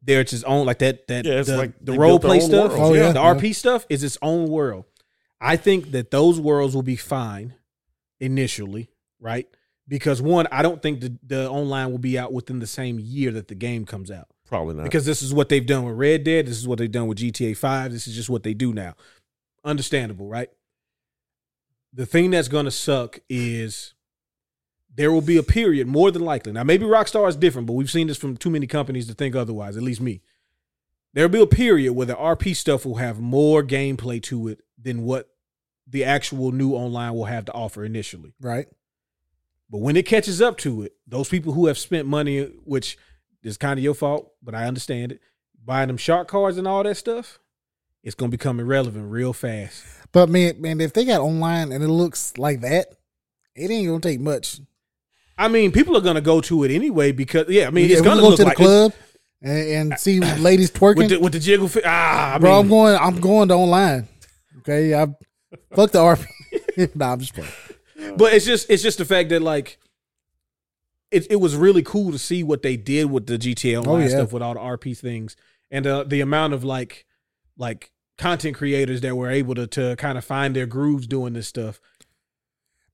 A: There, it's its own like that. That
B: Yeah, it's
A: the,
B: like
A: the
B: they
A: role
B: built their
A: play
B: own
A: stuff,
B: worlds,
C: Oh, yeah. yeah.
A: the RP stuff is its own world. I think that those worlds will be fine initially, right? Because one, I don't think the, the online will be out within the same year that the game comes out.
B: Probably not.
A: Because this is what they've done with Red Dead. This is what they've done with GTA 5. This is just what they do now. Understandable, right? The thing that's going to suck is there will be a period, more than likely. Now, maybe Rockstar is different, but we've seen this from too many companies to think otherwise, at least me. There'll be a period where the RP stuff will have more gameplay to it than what the actual new online will have to offer initially.
C: right.
A: But when it catches up to it, those people who have spent money, which is kind of your fault, but I understand it, buying them shark cards and all that stuff, it's gonna become irrelevant real fast.
C: But man, man, if they got online and it looks like that, it ain't gonna take much.
A: I mean, people are gonna go to it anyway because yeah, I mean,
C: if
A: it's
C: we
A: gonna
C: go
A: look
C: to the
A: like
C: club and, and see ladies twerking,
A: with the, with the jiggle. Fi- ah, I
C: bro, I'm
A: mean,
C: going. I'm going to online. Okay, I fuck the RP. nah, I'm just playing.
A: but it's just it's just the fact that like it, it was really cool to see what they did with the GTA Online
C: Oh, yeah.
A: stuff with all the RP things and uh, the amount of like like content creators that were able to to kind of find their grooves doing this stuff.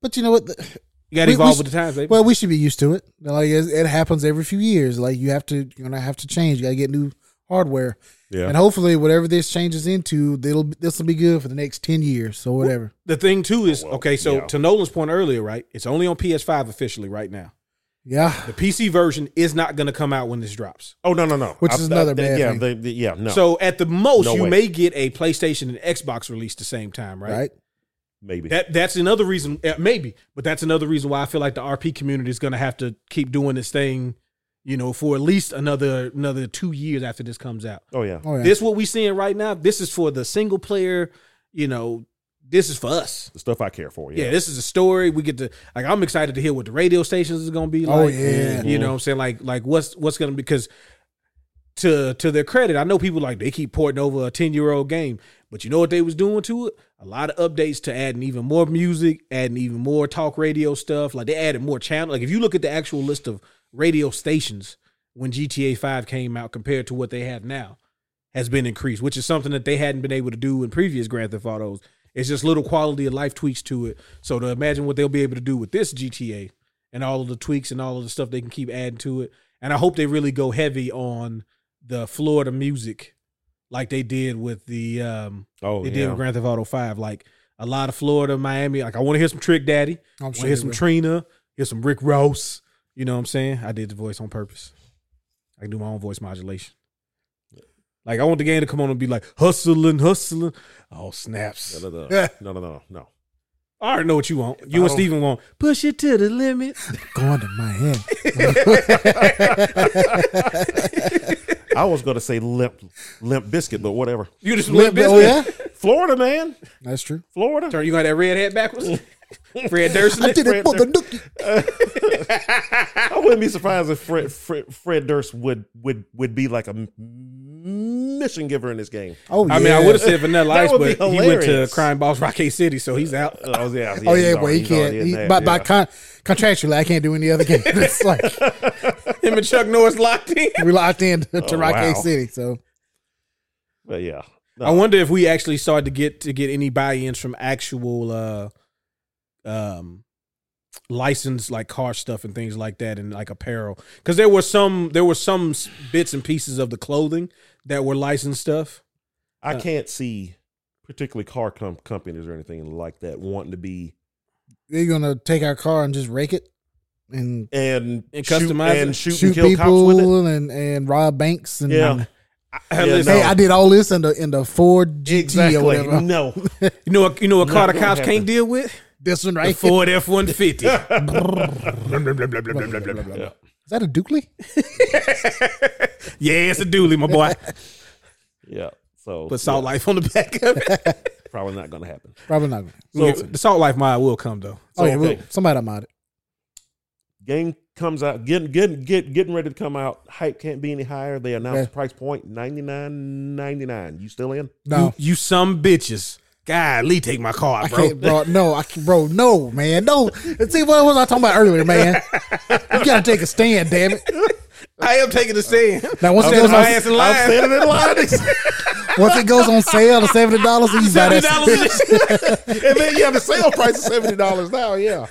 C: But you know what? The-
A: You got to
C: We- we
A: evolve
C: s-
A: with the times. Baby.
C: Well, we should be used to it. Like it, it happens every few years. Like you have to, you're gonna have to change. You gotta get new hardware,
B: Yeah.
C: and hopefully, whatever this changes into, it'll this will be good for the next ten years or whatever.
A: the thing too is
B: Oh, well,
A: okay. So
B: yeah.
A: to Nolan's point earlier, right? It's only on PS5 officially right now.
C: Yeah,
A: The PC version is not going to come out when this drops.
B: Oh no no no.
C: Which is another bad
B: yeah,
C: thing.
B: They, they- yeah no.
A: So at the most,
B: No
A: you
B: way.
A: may get a PlayStation and Xbox release the same time,
C: right.
A: right?
B: maybe.
A: That that's another reason, uh, maybe, but that's another reason why I feel like the RP community is going to have to keep doing this thing, you know, for at least another another two years after this comes out.
B: oh yeah.
C: Oh yeah.
A: This what we seeing right now. This is for the single player, you know. This is for us.
B: The stuff I care for.
A: Yeah,
B: Yeah.
A: this is a story. We get to like I'm excited to hear what the radio stations is gonna be like.
C: Oh, yeah.
A: You know what I'm saying? Like like what's what's gonna be because to to their credit, I know people like they keep porting over a 10 year old game, but you know what they was doing to it? A lot of updates to adding even more music, adding even more talk radio stuff. Like they added more channel. Like if you look at the actual list of radio stations when GTA 5 came out compared to what they have now, has been increased, which is something that they hadn't been able to do in previous Grand Theft Autos. It's just little quality of life tweaks to it. So to imagine what they'll be able to do with this GTA and all of the tweaks and all of the stuff they can keep adding to it. And I hope they really go heavy on the Florida music like they did with the um
B: Oh
A: they did
B: yeah.
A: with Grand Theft Auto 5 like a lot of Florida, Miami. Like I want to hear some Trick Daddy, I
C: I'm
A: want to hear
C: they
A: some
C: will.
A: Trina, hear some Rick Ross. You know what I'm saying? I did the voice on purpose. I can do my own voice modulation. Like I want the game to come on and be like hustling, hustling. Oh snaps!
B: No, no,
C: Yeah.
B: no, no, no, no, no.
A: I already know what you want.
B: I
A: You and
B: don't-
A: Steven want push it to the limit.
C: going to Miami.
B: I was gonna say limp, limp biscuit, but whatever.
A: You just
C: Limp,
A: limp
C: oh yeah,
A: business.
B: Florida man,
C: that's true.
B: Florida.
A: Turn you got that red hat backwards. Fred Durst.
C: I did it for the nookie.
B: I wouldn't be surprised if Fred, Fred, Fred Durst would would would be like a m- mission giver in this game.
C: Oh yeah.
A: I mean, I would have said Vanilla
B: That
A: Ice,
B: would be
A: but he went to
B: hilarious.
A: Crime Boss Rocket City, so he's out.
B: Oh yeah,
C: Oh yeah,
B: he's
C: well,
B: already-
C: he
B: he's
C: can't.
B: already in
C: He,
B: that,
C: by by
B: yeah.
C: con- contractually, I can't do any other game. it's like
A: Him and Chuck Norris locked in.
C: we locked in to
B: Oh,
C: Rock
B: wow.
C: City. So
B: but yeah,
A: I wonder if we actually started to get to get any buy-ins from actual uh um licensed like car stuff and things like that and like apparel cuz there were some there were some s- bits and pieces of the clothing that were licensed stuff.
B: I
A: Uh,
B: can't see particularly car com- companies or anything like that wanting to be
C: they're gonna take our car and just rake it and
B: and,
A: And
B: shoot,
A: customize it.
B: and shoot,
C: shoot
B: and kill cops with it.
C: people and, and rob banks and
B: Yeah. Yeah,
A: Listen,
C: hey,
B: no.
C: I did all this in the in the Ford GT or
B: Exactly. Mm-hmm.
C: whatever.
B: No.
A: You know what you know what car the
B: Not gonna
A: cops
B: happen.
A: can't deal with?
C: This one
A: The
C: right
A: Ford F150.
C: here.
B: Yeah.
C: Is that a Dukley?
A: yeah, it's a dually, my boy.
B: Yeah. So
A: Put salt life on the back of it.
B: probably not going to happen.
C: Probably not.
A: So, the salt life mod will come though.
C: oh yeah,
B: okay.
C: well, somebody mod it.
B: Game comes out, getting getting get, getting ready to come out. Hype can't be any higher. They announced
C: Yeah.
B: the price point ninety nine ninety nine. You still in?
C: No,
A: You, you some bitches. Golly, take my car,
C: I
A: bro.
C: can't, bro. No, I can't, bro. No, man. No. See what was I talking about earlier, man? You gotta take a stand, damn it.
A: I am taking the stand.
C: Now once it
A: Put
C: goes
A: my
C: on,
A: ass in line.
B: I'm standing in line.
C: once it goes on sale to seventy dollars, you buy
A: Seventy
C: that.
A: dollars.
B: and then you have a sale price of seventy dollars now. Yeah,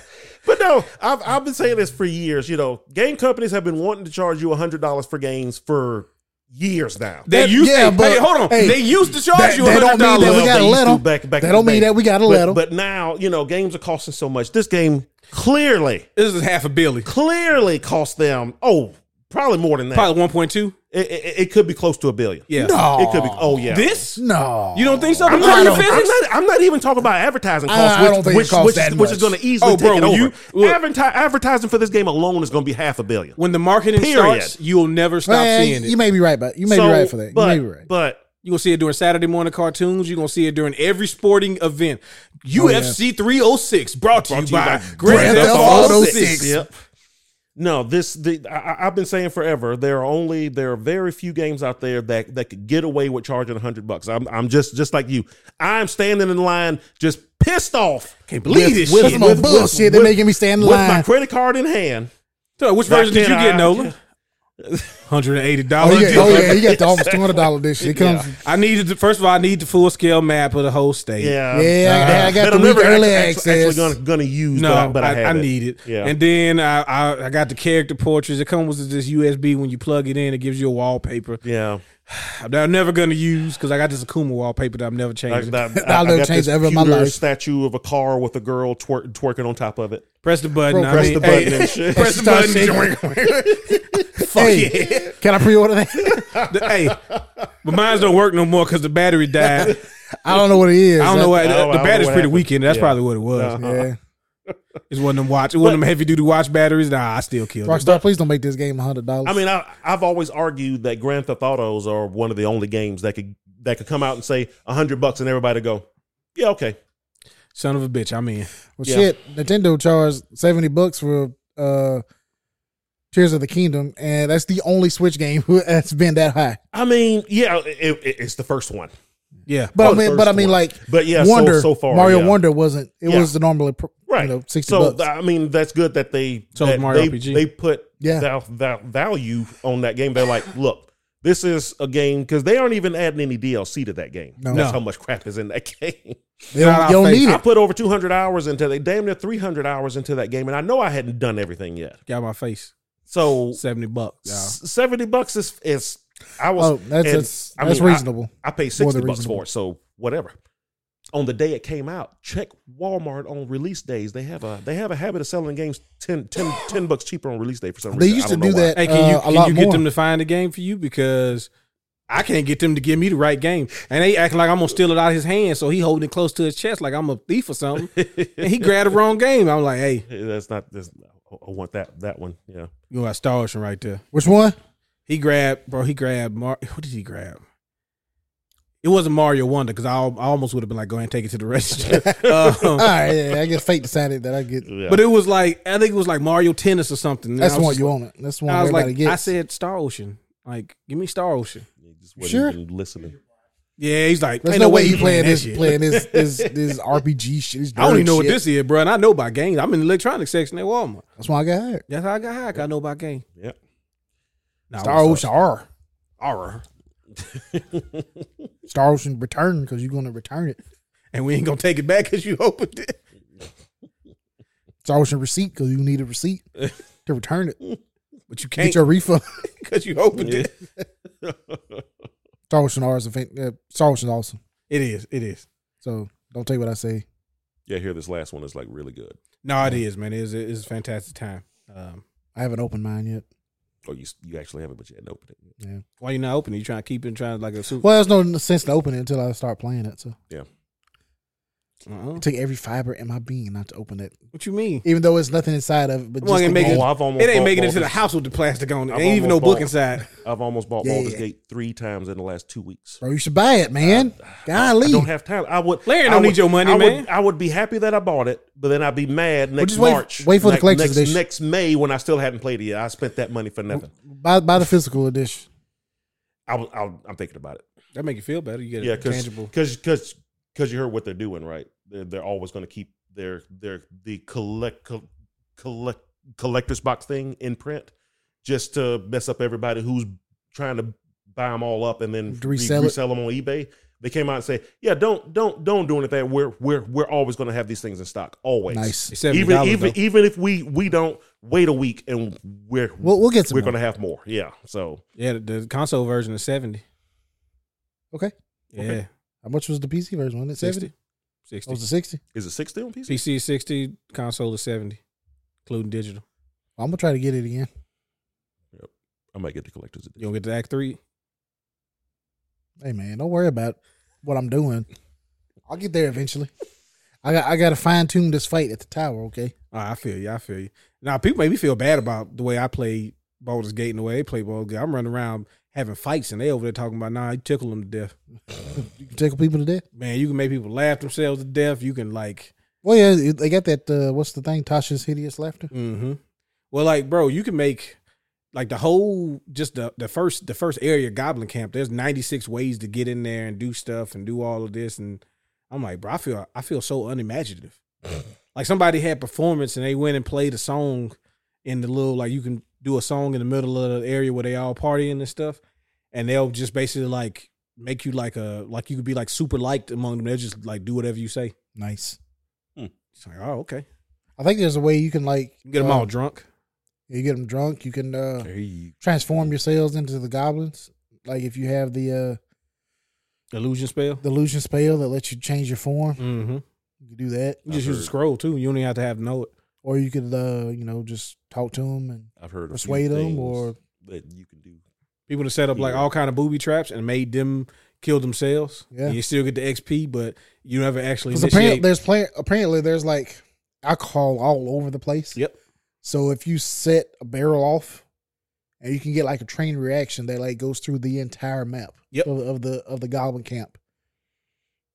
B: but no, I've I've been saying this for years. You know, game companies have been wanting to charge you hundred dollars for games for years now.
A: They
C: That-
A: used
C: yeah,
A: to,
C: but-
A: hey, hold on.
C: hey,
A: they used to charge
C: That,
A: you
C: that
A: hundred
C: don't mean that we
A: dollars.
B: they
C: gotta
B: used
C: let
B: to
C: them.
B: back- back
C: that
B: in
C: don't
B: the
C: mean
B: day.
C: that we gotta let
B: But,
C: them.
B: but now you know games are costing so much. This game clearly,
A: This is half a billy,
B: clearly cost them oh probably more than that.
A: probably one point two.
B: It, it, it could be close to a billion.
A: Yeah,
C: No.
B: It could be. Oh yeah.
A: this
C: No.
A: you don't think so?
B: I'm
A: Because of
B: not, even,
A: the
B: I'm,
A: physics?
B: not, I'm not even talking about advertising
C: I-
B: costs,
C: I
B: which,
C: don't think it
B: which,
C: costs
B: which,
C: that
B: which is
C: much.
B: going to easily
A: Oh,
B: take
A: bro,
B: it
A: when
B: over.
A: you- look.
B: Adverti- advertising for this game alone is going to be half a billion.
A: When the marketing
B: Period.
A: starts, you'll never stop
C: Well,
A: seeing it.
C: You may be right, but you may
B: So,
C: be right for that.
B: But,
C: you may be right.
B: But
A: You gonna see it during Saturday morning cartoons. You are gonna see it during every sporting event.
C: Oh, yeah.
A: UFC 306 brought to you by Grand
C: Grand
A: Theft
C: Theft
A: Auto
C: Auto
A: 6.
C: six.
B: Yep. No, this the I, I- I've been saying forever. There are only there are very few games out there that that could get away with charging hundred bucks. I'm I'm just just like you. I'm standing in line, just pissed off.
A: Can't believe this shit.
C: That's some bullshit. They're making me stand in
B: with
C: line.
B: my credit card in hand,
A: So which
B: Back
A: version did you
B: then,
A: get,
B: I-
A: Nolan? Hundred and eighty
C: Oh,
A: dollars.
C: yeah, oh yeah, you got the almost two hundred dollar edition. It comes.
A: I needed to, first of all, I need the full scale map of the whole state.
B: Yeah,
C: Yeah, I, I got the week early access.
B: Actually, gonna, gonna use.
A: No,
B: but I, but I, had it.
A: need it.
B: Yeah.
A: And then I, I I got the character portraits. It comes with this USB. When you plug it in, it gives you a wallpaper
B: Yeah,
A: that I'm never gonna use because I got this Akuma wallpaper that I'm never
B: I, I,
A: changing.
B: I,
C: I'll never
B: got
C: change
B: this
C: it ever in my
B: pewter
C: life.
B: statue of a car with a girl twer- twerking on top of it.
A: Press the button.
C: Bro,
A: I
B: press
A: mean,
B: the button
A: hey,
B: and shit.
A: press the
C: Start
A: button. Fuck
C: Hey.
A: yeah.
C: Can I pre-order that?
A: The- hey, but mine don't work no more because the battery died.
C: I don't know what it is.
A: I don't know why.
B: oh, I don't-
A: The,
B: I
A: the battery's
B: don't know what
A: pretty
B: happened.
A: weak in it. That's
B: Yeah.
A: probably what it was.
B: Uh-huh.
C: Yeah,
A: It's one of them watch. It one of them heavy duty watch batteries. Nah, I still killed it.
C: Rockstar, please don't make this game hundred dollars.
B: I mean, I, I've always argued that Grand Theft Autos are one of the only games that could that could come out and say a hundred bucks and everybody go, yeah, okay.
A: Son of a bitch. I'm in.
C: Well,
B: Yeah.
C: shit, Nintendo charged seventy bucks for uh Tears of the Kingdom, and that's the only Switch game that's been that high.
B: I mean, yeah, it, it, it's the first one,
A: Yeah.
C: But
B: Oh,
C: I
B: the
C: mean, but I
B: first
C: mean,
B: one.
C: like
B: but yeah,
C: Wonder,
B: so, so far,
C: Mario
B: yeah.
C: Wonder wasn't. It
B: Yeah.
C: was the normally, pr-
B: right?
C: you know, sixty
B: so
C: bucks.
B: th- I mean, that's good that they
A: So
B: that
A: is Mario
B: they,
A: RPG.
B: they put
C: Yeah.
B: val- val- value on that game. They're like, look. This is a game because they aren't even adding any DLC to that game.
C: No.
B: That's
A: No.
B: how much crap is in that game.
C: they don't,
A: Not
C: you
A: our
C: don't
A: face.
C: need
B: I
C: it.
B: put over 200 hours into that, damn near 300 hours into that game, and I know I hadn't done everything yet.
A: Got my face.
B: So
A: Seventy bucks.
C: Uh,
A: y'all.
B: S- 70 bucks is is I was
C: Oh, that's
B: and,
C: that's,
B: I
C: that's
B: mean, I-
C: reasonable.
B: I paid
C: More
B: 60
C: than
B: bucks
C: reasonable.
B: for it, so whatever. On the day it came out, check Walmart on release days. They have a they have a habit of selling games 10, 10, 10 bucks cheaper on release day for some reason.
C: they
B: I
C: used to
B: don't know
C: do
B: why.
C: that
A: Hey, can you
C: uh, a
A: can
C: lot
A: you
C: more.
A: get them to find a game for you because I can't get them to give me the right game, and they acting like I'm gonna steal it out of his hand. So he holding it close to his chest like I'm a thief or something, and he grabbed the wrong game. I'm like, hey,
B: That's not this I want that that one. Yeah.
A: you got Star Ocean right there.
C: Which one?
A: He grabbed, bro. He grabbed. Mar- what did he grab? It wasn't Mario Wonder because I, al- I almost would have been like, go ahead and take it to the register.
C: All
A: um,
C: right, yeah, I guess fate decided that I get.
B: yeah.
A: but it was like I think it was like Mario Tennis or something. And
C: That's
A: I
C: the
A: was
C: one
A: just
C: you want it. That's the
A: like-
C: one
A: I was
C: everybody
A: like,
C: gets.
A: I said Star Ocean. Like, give me Star Ocean.
B: It just wasn't
C: sure.
B: even listening.
A: Yeah, he's like,
C: There's
A: ain't
C: no, way
A: you
C: you playing this,
A: shit.
C: playing this, this, this RPG shit. this
A: I don't even
C: dirty
A: know what
C: shit.
A: this is, bro. And I know about games. I'm in the electronics section at Walmart.
C: That's why I got hired.
A: That's how I got high. 'cause I know about games.
B: Yeah.
A: Nah,
C: Star
A: what's
C: Ocean
A: up?
C: R.
A: horror,
C: Star Ocean Return because you're going to return it.
A: and we ain't gonna take it back because you opened it.
C: Star Ocean Receipt because you need a receipt to return it.
A: But you
C: Get
A: can't
C: your refund.
A: because you opened
B: Yeah.
A: it.
C: Star Ocean R is a fan- uh, Star Ocean's awesome.
A: It is. It is.
C: So don't take what I say.
B: Yeah, here this last one is like really good.
A: No, it is, man. It is, it is a fantastic time. Um,
C: I haven't opened mine yet.
B: Oh, you you actually have it, but you hadn't opened it.
A: why you not opening? You trying to keep it trying to like a super.
C: Well, there's no sense to open it until I start playing it. So
A: Uh-uh.
C: I take every fiber in my being not to open it,
A: What you mean?
C: even though it's nothing inside of it. But
A: Come on,
C: just
A: and
C: to
A: make
C: get-
A: it-
B: Oh, I've almost
A: It ain't
B: bought-
A: making it to
B: bought
A: the
B: this-
A: house with the plastic on it.
B: I've
A: Ain't even no
B: almost
A: book
B: bought-
A: inside.
B: I've almost bought
C: Yeah,
B: Baldur's
C: yeah.
B: Gate three times in the last two weeks.
C: bro, you should buy it, man.
B: I
A: Uh,
C: Golly,
B: don't have time. I would.
A: Larry
B: I
A: don't
B: would-
A: need your money,
B: I
A: man.
B: Would, I would be happy that I bought it, but then I'd be mad next
C: just wait-
B: March.
C: wait for the
B: next-
C: collector's
B: next,
C: edition.
B: next May when I still hadn't played it yet. I spent that money for nothing.
C: buy, buy the physical edition.
B: I was, I was, I'm thinking about it.
A: That make you feel better. You get
B: Yeah,
A: it tangible.
B: because because because you heard what they're doing, right? They're, they're always going to keep their their the collect co- collect collector's box thing in print, just to mess up everybody who's trying to buy them all up and then
C: To resell it.
B: them on eBay. They came out and say, "Yeah, don't don't don't do anything. We're we're we're always going to have these things in stock, always.
C: Nice.
A: It's $70
B: Even e- even
A: though.
B: even if we we don't wait a week and we're
C: We'll, we'll get some.
B: we're
C: more.
B: going to have more. Yeah, so."
A: yeah, the, the console version is seventy.
C: Okay.
A: Yeah,
B: Okay.
C: How much was the PC version? Wasn't it 70?
A: 60. 60.
C: Oh, was it 60?
B: Is it six still on PC?
A: PC is sixty, console is seventy, including digital.
C: I'm going to try to get it again.
B: I might get the collector's edition.
A: You gonna get the Act Three?
C: Hey, man, don't worry about what I'm doing. I'll get there eventually. I got I got to fine tune this fight at the tower, okay?
A: Oh, I feel you. I feel you. Now people make me feel bad about the way I played Baldur's Gate and the way they play Baldur's Gate. I'm running around having fights and they over there talking about nah, you tickle them to death.
C: You can tickle people to death.
A: Man, you can make people laugh themselves to death. You can like,
C: Well, yeah, they got that. Uh, what's the thing? Tasha's hideous laughter.
A: mm-hmm. well, like bro, you can make like the whole just the the first the first area Goblin Camp. There's 96 ways to get in there and do stuff and do all of this. And I'm like, bro, I feel I feel so unimaginative. like somebody had performance and they went and played a song in the little like you can do a song in the middle of the area where they all partying and stuff, and they'll just basically like make you like a like you could be like super liked among them. They'll just like do whatever you say.
C: Nice.
A: It's like oh okay,
C: I think there's a way you can like
A: you can get them
C: uh,
A: all drunk.
C: You get them drunk. You can uh,
B: There you
C: transform yourselves into the goblins. Like if you have the uh,
A: Illusion spell.
C: the illusion spell that lets you change your form,
A: Mm-hmm.
C: you can do that.
A: You just
B: I've
A: use a
B: heard.
A: scroll too. You don't even have to have know it.
C: Or you could uh, you know just talk to them and
B: I've heard a few
C: persuade them
B: things
C: or
B: that you can do.
A: People that set up like
B: Yeah.
A: all kind of booby traps and made them kill themselves.
C: Yeah.
A: And you still get the XP, but you never actually
C: because apparently
A: initiate.
C: there's pla- apparently there's like alcohol all over the place.
A: Yep.
C: So if you set a barrel off, and you can get like a train reaction that like goes through the entire map
A: Yep.
C: of, of the of the goblin camp,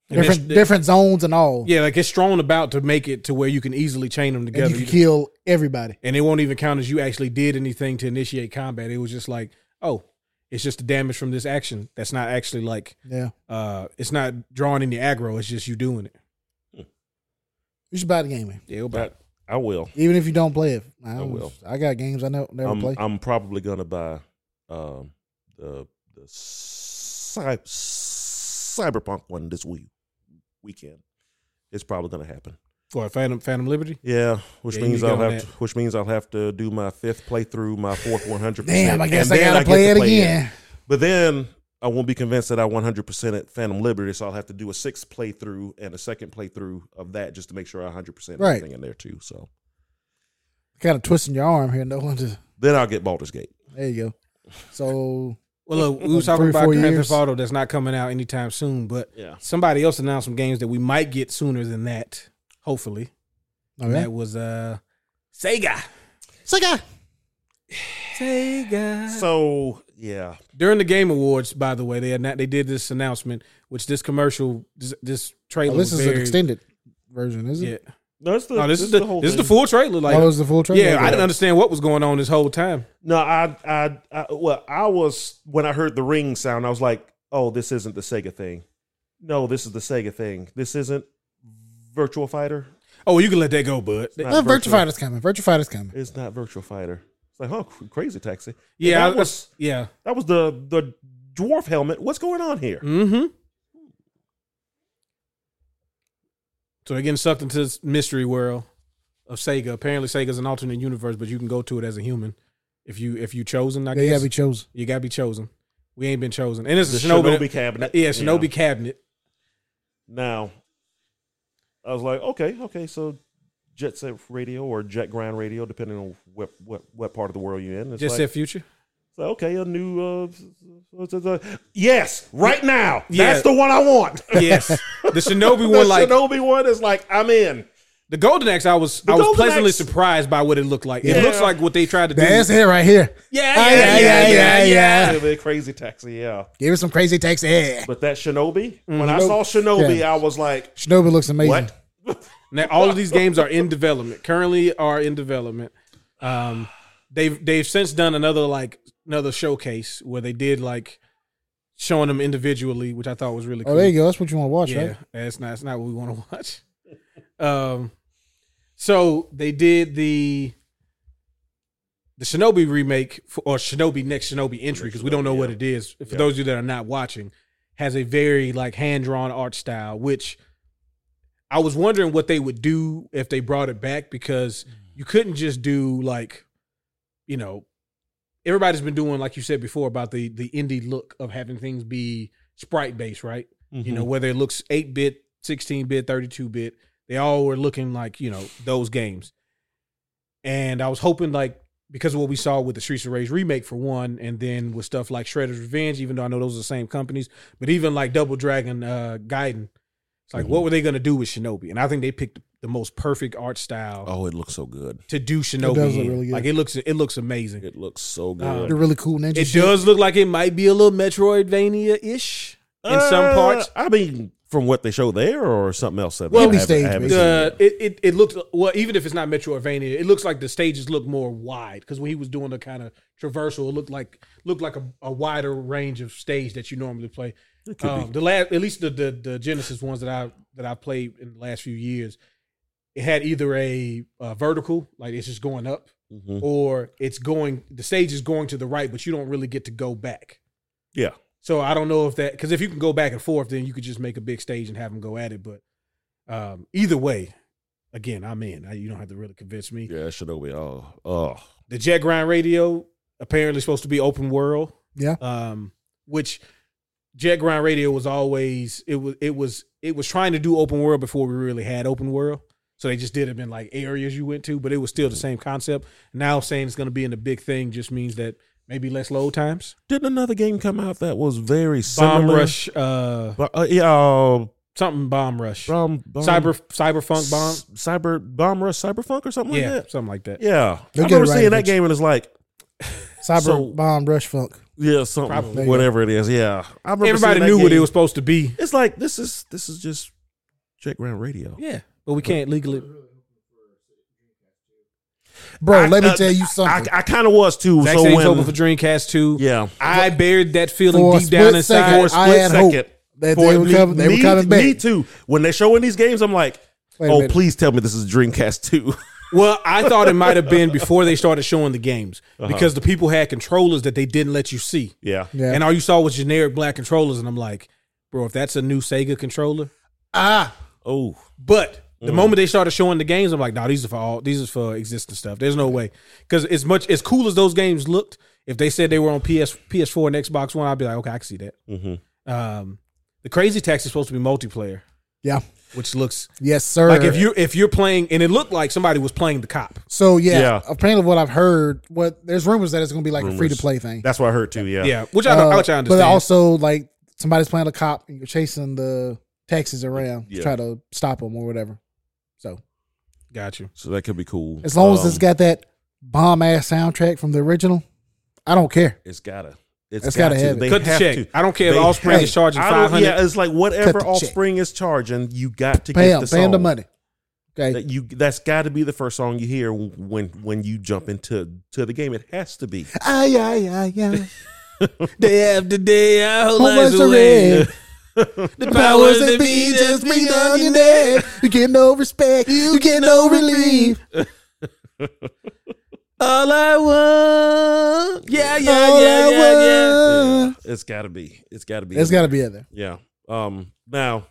A: And
C: different
A: it's-
C: different zones and all.
A: Yeah, like it's thrown about to make it to where you can easily chain them together.
C: and
A: You
C: you
A: can-
C: can
A: And,
C: kill everybody.
A: it won't even count as you actually did anything to initiate combat. It was just like, oh, it's just the damage from this action. That's not actually like,
C: Yeah,
A: uh, it's not drawing any aggro. It's just you doing it.
C: you should buy the game, man.
A: Yeah, about
B: I will.
C: Even if you don't play it, I,
B: I
C: don't-
B: will.
C: I got games I never, never
B: I'm,
C: play.
B: I'm probably gonna buy um, the the cy- cyberpunk one this week weekend. It's probably gonna happen.
A: for Phantom Phantom Liberty.
B: Yeah, which
A: Yeah, you need
B: means
A: to get
B: I'll
A: on
B: have to, which means I'll have to do my fifth playthrough, my fourth one hundred.
C: Damn, I guess I gotta play it again.
B: But then I won't be convinced that I one hundred percent at Phantom Liberty, so I'll have to do a sixth playthrough and a second playthrough of that just to make sure I one hundred percent
C: Right.
B: everything in there too. So
C: Kind of twisting your arm here. No one just.
B: then I'll get Baldur's Gate.
C: There you go. So
A: Well, look, we was
C: Like
A: talking
C: three,
A: about
C: four
A: Grand
C: years.
A: Theft Auto that's not coming out anytime soon, but
B: Yeah.
A: somebody else announced some games that we might get sooner than that. Hopefully,
C: all
A: And
C: right.
A: that was uh, Sega.
C: Sega.
A: Sega.
B: So yeah,
A: During the Game Awards, by the way, they had not, they did this announcement, which this commercial, this, this trailer.
C: Oh, this
A: was
C: is an
A: very-
C: extended version, is it?
A: Yeah.
B: no, it's the,
A: No, this, is the, this is the full trailer. Like,
C: oh, it's the full trailer.
A: yeah,
C: Okay.
A: I didn't understand what was going on this whole time.
B: No, I, I, I, well, I was when I heard the ring sound, I was like, "Oh, this isn't the Sega thing. No, this is the Sega thing. This isn't Virtual Fighter.
A: Oh, you can let that go, bud.
B: not
C: Oh, Virtua Fighter's coming. Virtua Fighter's coming.
B: It's not Virtual Fighter. It's like, huh, cr- crazy taxi.
A: Yeah,
B: that
A: I-
B: was
A: Yeah.
B: that was the the dwarf helmet. What's going on here?
A: Mm-hmm. So they're getting sucked into this mystery world of Sega. Apparently, Sega's an alternate universe, but you can go to it as a human if you if you chosen. I
C: They
A: guess
C: gotta be chosen.
A: you gotta be chosen. We ain't been chosen, and it's
B: The
A: a Shinobi.
B: Shinobi cabinet.
A: yeah, Shinobi
B: Yeah.
A: cabinet.
B: Now, I was like, okay, okay, so Jet Set Radio or Jet Grind Radio, depending on what what what part of the world you're in. It's
A: Just
B: like-
A: said future.
B: So okay, a new. Uh, s- s- s- s- yes, right now.
A: Yeah.
B: That's the one I want.
A: Yes, the Shinobi
B: the
A: one. Like
B: Shinobi one is like I'm in.
A: the Golden Axe, I was I was
B: Golden
A: pleasantly
B: Axe-
A: surplastic surprised by what it looked like.
B: Yeah.
A: It looks like what they tried to do.
C: That's it right here.
A: Yeah,
C: Ah,
A: yeah, yeah, yeah, yeah,
C: yeah.
B: It'll be a crazy taxi, yeah.
C: Give it some crazy takes. Yeah.
B: But that Shinobi,
A: Mm-hmm.
B: when I saw Shinobi, I was like,
C: Shinobi looks amazing.
B: what?
A: Now all of these games are in development. Currently are in development. Um, they've they've since done another like another showcase where they did like showing them individually, which I thought was really cool.
C: Oh, there you go. That's what you want to watch,
A: yeah,
C: right?
A: that's not that's not what we want to watch. Um, so they did the the Shinobi remake for, or Shinobi Next Shinobi entry because we don't know what it is. For those of you that are not watching, has a very like hand drawn art style, which I was wondering what they would do if they brought it back because you couldn't just do like, you know, everybody's been doing like you said before about the the indie look of having things be sprite based, right? you
B: Mm-hmm.
A: know whether it looks 8 bit 16 bit 32 bit they all were looking like you know those games and i was hoping like because of what we saw with the streets of rage remake for one and then with stuff like shredder's revenge even though i know those are the same companies but even like double dragon uh gaiden it's
B: Mm-hmm.
A: like what were they going to do with shinobi and i think they picked the most perfect art style
B: oh, it looks so good.
A: to do shinobi
C: does look
A: in.
C: really good.
A: like it looks it looks amazing
B: It looks so
A: good.
C: The really cool ninja.
A: it
C: shit.
A: does look like it might be a little metroidvania-ish in some parts
B: Uh, I mean, from what they show there, or something else that
C: Well,
B: I
C: indie
B: haven't-
C: stage,
B: I haven't
C: basically.
A: the
B: seen yet.
A: it, it it looked well even if it's not Metroidvania, it looks like the stages look more wide because when he was doing the kind of traversal, it looked like looked like a, a wider range of stage that you normally play. Um, the last, at least the, the the Genesis ones that I that I played in the last few years, it had either a, uh vertical, like it's just going up,
B: Mhm.
A: or it's going the stage is going to the right, but you don't really get to go back.
B: Yeah.
A: So I don't know if that because if you can go back and forth, then you could just make a big stage and have them go at it. But um, either way, again, I'm in. I, you don't have to really convince me.
B: Yeah, that should over. Oh, oh,
A: The Jet Grind Radio apparently supposed to be open world.
C: Yeah.
A: Um, which Jet Grind Radio was always it was it was it was trying to do open world before we really had open world. So they just did them in like areas you went to, but it was still the same concept. Now saying it's going to be in the big thing just means that maybe less load times.
B: didn't another game come out that was very similar?
A: Bomb rush, uh,
B: But, uh, yeah, uh,
A: something bomb rush,
B: bomb, bomb,
A: cyber cyber funk bomb,
B: s- cyber bomb rush, cyber funk or something
A: yeah,
B: like that.
A: something like that.
B: Yeah, I
C: They'll get it
B: remember seeing
C: right
B: that
C: eventually.
B: game and it's like,
C: Cyber
B: So-
C: bomb rush funk.
B: yeah, something,
A: Probably.
B: whatever it is. Yeah, I remember
A: Everybody
B: seeing that
A: knew what
B: game.
A: it was supposed to be.
B: It's like this is this is just Jack Round Radio.
A: Yeah, but we can't legally.
C: Bro,
B: I-
C: let me
B: uh,
C: tell you something.
B: I, I kind of was too.
A: Zach
B: so
A: said
B: when,
A: he's open for Dreamcast too.
B: yeah,
A: I buried that feeling
C: For a
A: deep down
C: split
A: inside.
C: second, I had hope that
B: For
C: they were
B: me-
C: coming, they were
B: me-
C: coming back.
B: Me too. When they're showing these games, I'm like,
C: Wait a
B: oh,
C: minute.
B: please tell me this is Dreamcast two.
A: Well, I thought it might have been before they started showing the games
B: Uh-huh.
A: because the people had controllers that they didn't let you see,
B: yeah,
C: Yeah.
A: and all you saw was generic black controllers. And I'm like, bro, if that's a new Sega controller,
C: ah,
B: Oh,
A: But the moment they started showing the games, I'm like, nah, these are for all these is for existing stuff. There's no way. Because as much as cool as those games looked, if they said they were on PS PS4 and Xbox One, I'd be like, okay, I can see that.
B: Mhm.
A: Um, the Crazy Tax is supposed to be multiplayer,
C: yeah.
A: which looks
C: Yes, sir.
A: like if you if you're playing, and it looked like somebody was playing the cop.
C: so yeah,
B: Yeah.
C: apparently what I've heard, what there's rumors that it's going to be like a free to play thing.
B: that's what I heard too. Yeah,
A: Yeah, which I, don't
C: Uh,
A: which I
C: But
A: understand.
C: also like somebody's playing a cop and you're chasing the taxis around to
B: Yeah.
C: try to stop them or whatever. So
A: Got you.
B: So that could be cool.
C: as long as it's
B: Um,
C: got that bomb ass soundtrack from the original, I don't care.
B: it's gotta, it's,
C: It's
B: gotta,
C: gotta
B: to.
C: have it.
B: They
A: Cut the
B: have
A: check.
B: to.
A: I don't care if
B: They
A: Offspring
B: have-
A: is charging
B: I don't-
A: five hundred.
B: Yeah, it's like whatever
C: check.
B: Offspring is charging, you got to
C: Pay
B: get
C: them,
B: the
C: pay them
B: song.
C: the money. Okay,
B: That you that's got to be the first song you hear when when you jump into to the game. It has to be.
C: ah yeah yeah yeah.
A: Day after day, our
C: Homeless
A: lives
C: are
A: away.
C: red.
A: The
C: Powers that be just bring down your neck. You get no respect. You get no relief.
A: All I want. Yeah, yeah,
C: All I want.
B: It's got to be. It's got to be.
C: Uh, It's got to be in there.
B: Yeah. Um. Now,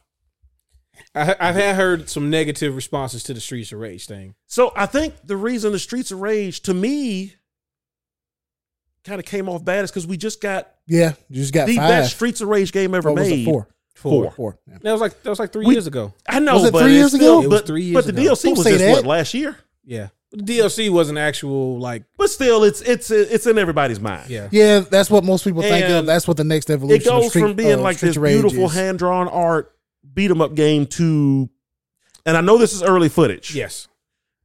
A: I, I've had heard some negative responses to the Streets of Rage thing.
B: so I think the reason the Streets of Rage to me kind of came off bad is because we just got
C: Yeah, you just got
B: the
C: five.
B: best Streets of Rage game ever
C: What was
B: made.
C: it? Four.
B: Four.
C: Four. Yeah.
A: That was like that was like three
B: We-
A: years ago.
B: I know.
C: Was it
B: but
C: three
B: it's
C: years
B: still-
C: ago?
A: It was
B: But,
A: three
B: but
A: years
B: the
A: ago.
B: DLC
C: Don't
B: was
C: say
B: just
C: that.
B: what last year.
A: Yeah, the DLC wasn't actual like
B: But still, it's it's it's in everybody's mind.
A: yeah.
C: Yeah, that's what most people think of.
B: And
C: That's what the next evolution.
B: it goes
C: of street,
B: from being
C: uh,
B: like
C: Street
B: this
C: Rage
B: beautiful
C: is.
B: hand drawn art beat 'em up game to, and I know this is early footage.
A: Yes,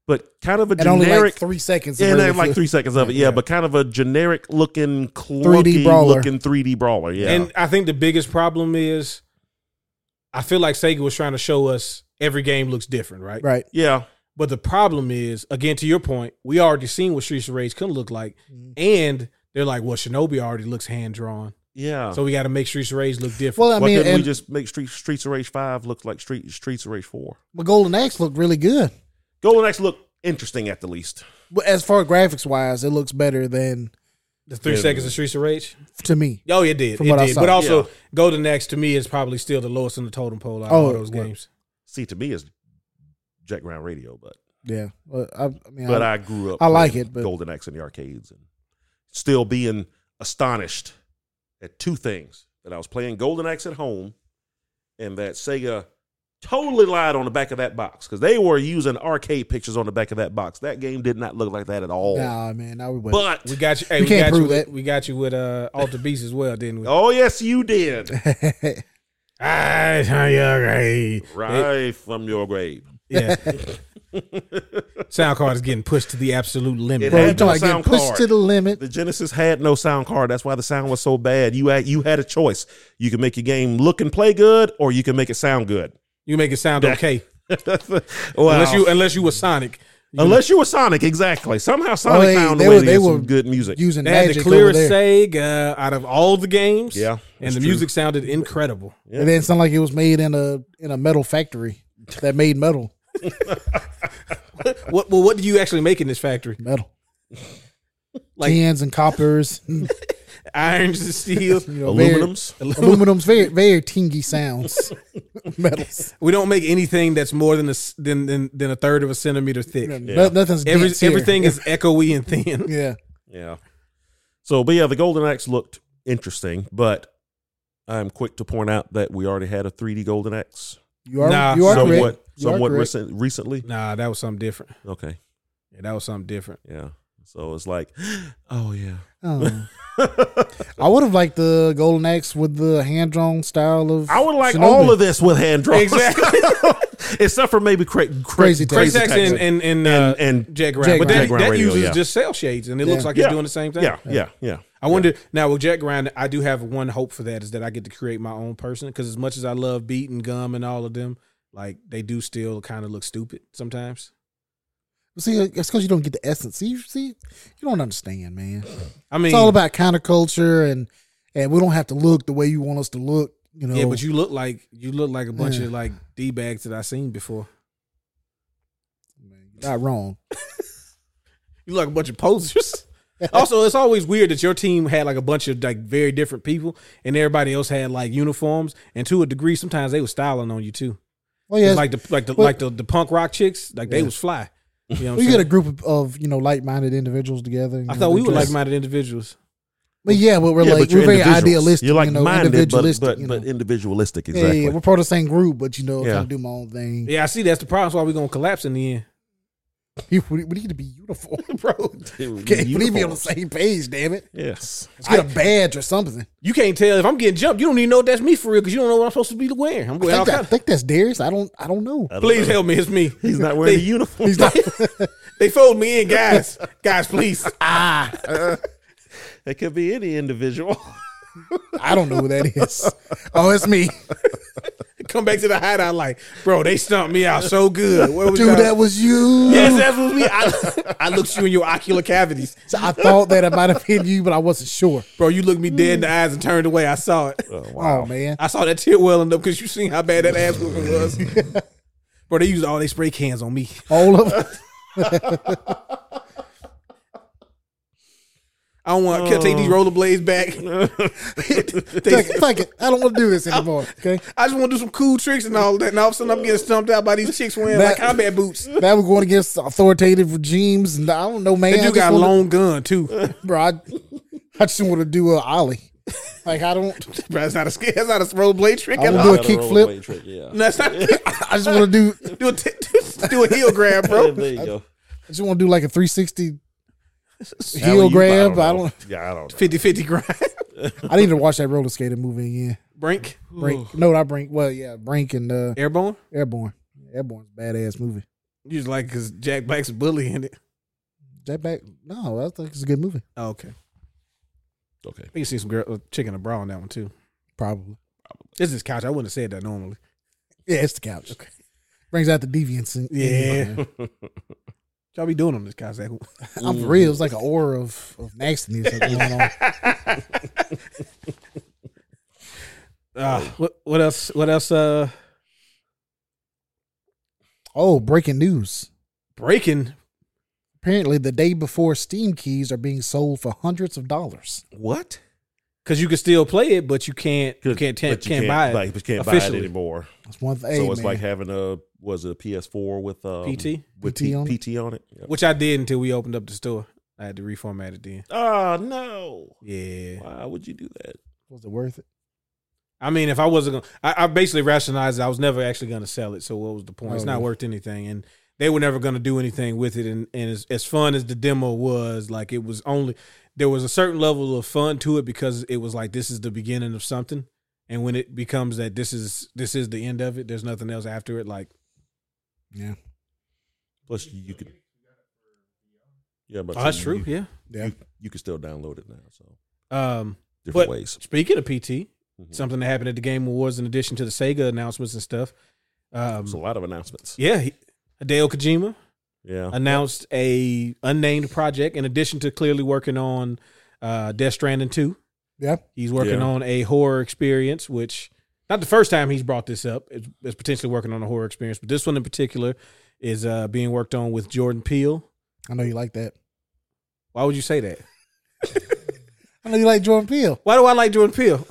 B: but kind of a
C: and only like
B: generic.
C: three seconds. of
B: and they
C: early
B: have like
C: feel-
B: three seconds of it, yeah, but kind of a generic looking, clunky
C: 3D brawler.
B: looking 3D brawler, yeah.
A: and I think the biggest problem is I feel like Sega was trying to show us every game looks different, right?
C: Right.
B: yeah,
A: But the problem is, again, to your point, we already seen what Streets of Rage could look like, and they're like, well, Shinobi already looks hand drawn,
B: yeah.
A: so we got to make Streets of Rage look different.
C: Well, I
B: Why
C: mean,
B: couldn't we
C: and
B: just make Street, Streets of Rage 5 look like Street, Streets of Rage 4?
C: but Golden Axe looked really good.
B: Golden Axe look interesting at the least.
C: But as far as graphics wise, it looks better than
A: the three
B: Yeah.
A: seconds of Streets of Rage.
C: to me.
A: Oh, it did.
C: From
A: it
C: what I
A: did.
C: saw.
A: But also,
B: Yeah.
A: Golden Axe to me is probably still the lowest in the totem pole out of
C: Oh,
A: all those
C: well.
A: games.
B: See, to me, is Jack Round Radio, but
C: Yeah, Well, I, I mean,
B: but
C: I,
B: I grew up.
C: I like
B: playing
C: it, but-
B: Golden Axe in the arcades and still being astonished at two things that I was playing Golden Axe at home, and that Sega totally lied on the back of that box because they were using arcade pictures on the back of that box. That game did not look like that at all.
C: nah, man, I would.
B: but
A: We got you. Hey,
C: You
A: we
C: can't
A: got you
C: prove
A: with,
C: that.
A: We got you with uh, Alter Beast as well, didn't we?
B: oh yes, you did.
A: Eyes on your grave.
B: Right from your grave.
A: Yeah. Sound card is getting pushed to the absolute limit.
B: It
C: Bro, you
B: had no
C: talking about
B: sound
C: getting pushed
B: card.
C: to the limit?
B: The Genesis had no sound card. That's why the sound was so bad. You had, you had a choice. You can make your game look and play good, or you can make it sound good.
A: You make it sound okay,
B: wow. Oh.
A: unless you unless you were Sonic.
B: Unless you were Sonic, exactly. Somehow Sonic
C: they-
B: found a
C: they
B: way
C: were-
B: to
C: they
B: get
C: were-
B: some good music.
C: Using
A: They had
C: magic
A: the
C: over
A: clearest
C: there,
A: Sega out of all the games.
B: Yeah,
A: and
B: that's
A: the
B: true.
A: music sounded incredible.
C: it didn't sound like it was made in a in a metal factory that made metal.
A: What well, what do you actually make in this factory?
C: metal,
A: Like-
C: tins and coppers, and,
A: Irons and steels.
C: you know,
B: Aluminums.
C: Very, aluminum's very very tingy sounds. Metals,
A: We don't make anything that's more than a s- than than, than a third of a centimeter thick.
C: No- nothing's
A: Every,
C: dense here.
A: everything is echoey and thin.
C: Yeah,
B: Yeah. So, but yeah, the Golden Axe looked interesting, but I'm quick to point out that we already had a 3D Golden Axe
C: you are
A: Nah,
C: you are
B: somewhat
C: correct. You are
B: somewhat
C: correct.
B: recent, recently.
A: Nah, that was something different.
B: Okay.
A: Yeah, that was something different.
B: Yeah. So it's like, oh yeah.
C: Oh. I would have liked the golden axe with the hand drawn style of.
B: I would like all of this with hand drawn,
A: Exactly.
B: except for maybe cra- cra-
C: Crazy
A: Crazy
C: Crazy
A: Taxi and and and, uh,
B: and- and-
A: Jack Ryan,
C: Jack
A: but that,
B: Jack Ryan
A: that
B: Radio,
A: uses
B: yeah.
A: just cell shades, and it looks
C: Yeah.
A: like he's
B: Yeah.
A: doing the same thing.
B: yeah, yeah, yeah.
A: I wonder now with Jack Grind, I do have one hope for that is that I get to create my own person because as much as I love Beat and Gum and all of them, like they do still kind of look stupid sometimes.
C: See, uh, that's because you don't get the essence. See, you- see, you don't understand, man.
A: I mean,
C: It's all about counterculture, and and we don't have to look the way you want us to look. You know,
A: yeah, but you look like you look like a bunch
C: Yeah.
A: of like d bags that I've seen before.
C: not wrong.
A: You look like a bunch of posers. also, it's always weird that your team had like a bunch of like very different people, and everybody else had like uniforms. And to a degree, sometimes they was styling on you too.
C: Well, yeah,
A: Like the like the
C: Well-
A: like the, the punk rock chicks, like they
C: Yeah.
A: was fly. You know, what
C: we
A: I'm
C: get a
A: saying?
C: group of, of you know like-minded individuals together. you
A: I
C: know,
A: thought we were
C: dress-
A: like minded individuals.
C: but yeah, but we're
B: Yeah,
C: like
B: you're
C: we're very
B: individuals.
C: idealistic.
B: You're like
C: you know,
B: minded, but
C: individualistic.
B: but,
C: you know.
B: but individualistic.
C: Yeah, yeah,
B: Exactly.
C: yeah, we're part of the same group, but you know,
B: Yeah.
C: yeah. kind of do my own thing.
A: Yeah, I see. That's the problem. That's why we're gonna collapse in the end.
C: We, we need to be uniform, bro.
B: Dude,
C: Can't believe be on the
B: uniforms.
C: same page, damn it.
B: Yes.
C: Let's get a badge or something.
A: You can't tell if I'm getting jumped. You don't even know if that's me for real because you don't know what I'm supposed to be wearing. I'm
C: I
A: wearing all
C: think, that, I
A: kinds.
C: think that's Darius. I don't. I don't know.
B: I don't
A: Please
B: know.
A: help me. It's me.
B: He's not wearing a uniform.
C: He's not.
A: They fold me in, guys. guys, please.
C: ah,
B: It could be any individual.
C: I don't know who that is. Oh, it's me,
A: Come back to the hideout. Like, bro, they stumped me out so good. Where was
C: dude.
A: y'all-
C: That was you.
A: Yes, that was me. I, I looked you in your ocular cavities,
C: So I thought that it might have been you, but I wasn't sure.
A: bro. You looked me dead in the eyes and turned away. I saw it.
C: Oh man,
A: I saw that tear welling up because you seen how bad that ass whooping was. Bro, they used all their spray cans on me.
C: all of
A: I don't want to take these
C: Oh.
A: rollerblades back.
C: take, take it. I don't want to do this anymore. Okay,
A: I just want to do some cool tricks and all that. And all of a sudden, I'm getting stumped out by these chicks wearing like
C: That-
A: combat boots. That
C: now we're going against authoritative regimes, and I don't know, man. I
A: dude
C: just
A: got a
C: wanna-
A: long gun too.
C: bro. I, I just want to do a ollie. Like I don't.
A: Bro, that's not a sk- that's not a rollerblade trick
C: I
A: at
C: wanna
A: all.
C: do a kickflip.
B: Yeah.
A: That's not
C: I just want to do.
A: do a t- do a heel grab, bro.
B: There you go.
C: I just want to do like a three sixty
B: How are
C: heel
B: you?
C: grab. I
B: know.
C: don't.
B: Yeah, I don't.
A: 50-50 grind.
C: I need to watch that roller skating movie again.
A: Brink,
C: Brink. No, not Brink. Well, yeah, Brink and uh,
A: airborne.
C: Airborne. Airborne's a badass movie.
A: You just like because Jack Black's a bully in it.
C: Jack Black. No, I think it's a good movie.
A: Oh, okay,
B: know. Okay.
A: you see some girl uh, chick in a bra on that one too.
C: Probably.
A: This is couch. I wouldn't have said that normally.
C: Yeah, it's the couch. Okay. Brings out the deviance. In, in you,
A: Yeah.
C: man.
A: Y'all be doing on this couch. Zach?
C: I'm for real. It's like an aura of, of nastiness that's going on.
A: Uh, what what else? What else? Uh,
C: Oh, breaking news.
A: breaking.
C: Apparently, the day before, Steam keys are being sold for hundreds of dollars.
B: What?
A: Because you can still play it, but you can't. You can't. Can't,
B: but
A: can't buy it.
B: Like, but you can't buy
A: officially.
B: it anymore.
C: That's one thing.
B: so it's
C: man.
B: like having a was it a PS4 with um,
A: PT?
B: with
C: PT
B: P-
C: on it?
B: PT on it. Yep.
A: Which I did until we opened up the store. I had to reformat it then.
B: Oh no!
A: Yeah.
B: Why would you do that?
C: was it worth it?
A: I mean, if I wasn't gonna, I, I basically rationalized I was never actually gonna sell it. So what was the point? it's
C: Oh,
A: not
C: yeah.
A: worth anything, and they were never gonna do anything with it. And and as, as fun as the demo was, like it was only there was a certain level of fun to it because it was like this is the beginning of something, and when it becomes that this is this is the end of it, there's nothing else after it. Like
C: Yeah.
B: Plus you could. Yeah, but
A: oh, that's true.
B: You,
A: Yeah.
C: Yeah.
B: you, you can still download it now. So
A: Um,
B: different
A: But-
B: ways.
A: speaking of PT,
B: Mhm.
A: something that happened at the Game Awards, in addition to the Sega announcements and stuff. Um,
B: There's a lot of announcements.
A: yeah, he, Hideo Kojima.
B: Yeah.
A: announced a unnamed project in addition to clearly working on uh, Death Stranding 2.
C: Yeah.
A: He's working
B: Yeah.
A: on a horror experience, which not the first time he's brought this up. It's, it's potentially working on a horror experience, but this one in particular is uh, being worked on with Jordan Peele.
C: I know you like that.
A: Why would you say that?
C: I know you like Jordan Peele.
A: Why do I like Jordan Peele?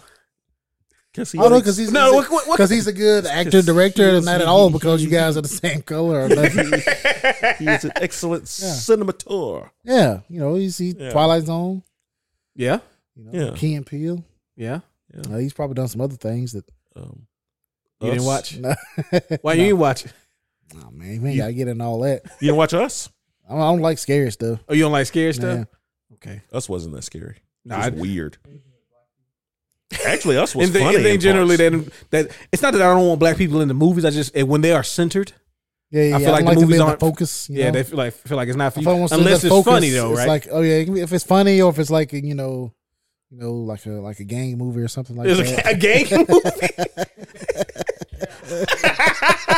B: Guess he
C: Oh no,
B: likes-
C: because he's
A: No, what- what- what-
C: because he's a good actor,
B: just-
C: director,
B: he
C: and
B: is-
C: not at
B: he-
C: all
B: he-
C: because you
B: he-
C: guys are the same color or nothing.
B: he is an excellent cinemateur.
C: yeah, you know, you see
B: Yeah.
C: Twilight Zone,
A: Yeah,
C: you know,
B: Yeah.
C: Key and Peele.
A: yeah.
C: Uh, he's probably done some other things that.
B: Um,
A: You didn't
B: Us?
A: watch?
C: No.
A: Why you didn't watch it?
C: Oh man, man, gotta get in all that.
B: You didn't watch Us?
C: I don't, I don't like scary stuff.
A: Oh, you don't like scary stuff?
C: man.
A: Okay.
B: Us wasn't that scary.
A: Nah,
B: it
A: I-
B: was weird. Actually, Us was
A: And then,
B: funny.
A: and then
B: in
A: generally,
B: parts.
A: that that it's not that I don't want black people in the movies. I just and when they are centered,
C: Yeah, yeah.
A: I
C: I
A: feel like
C: don't
A: the
C: like,
A: movies
C: to be able
A: aren't-
C: to focus. you
A: yeah,
C: know?
A: they feel like feel like it's not for
C: If
A: you.
C: I want something
A: Unless
C: that
A: it's
C: focus,
A: funny though,
C: it's
A: right?
C: Like, oh yeah, it can be- if it's funny or if it's like you know, you know, like a like a gang movie or something like
A: It's
C: that.
A: a, a gang movie.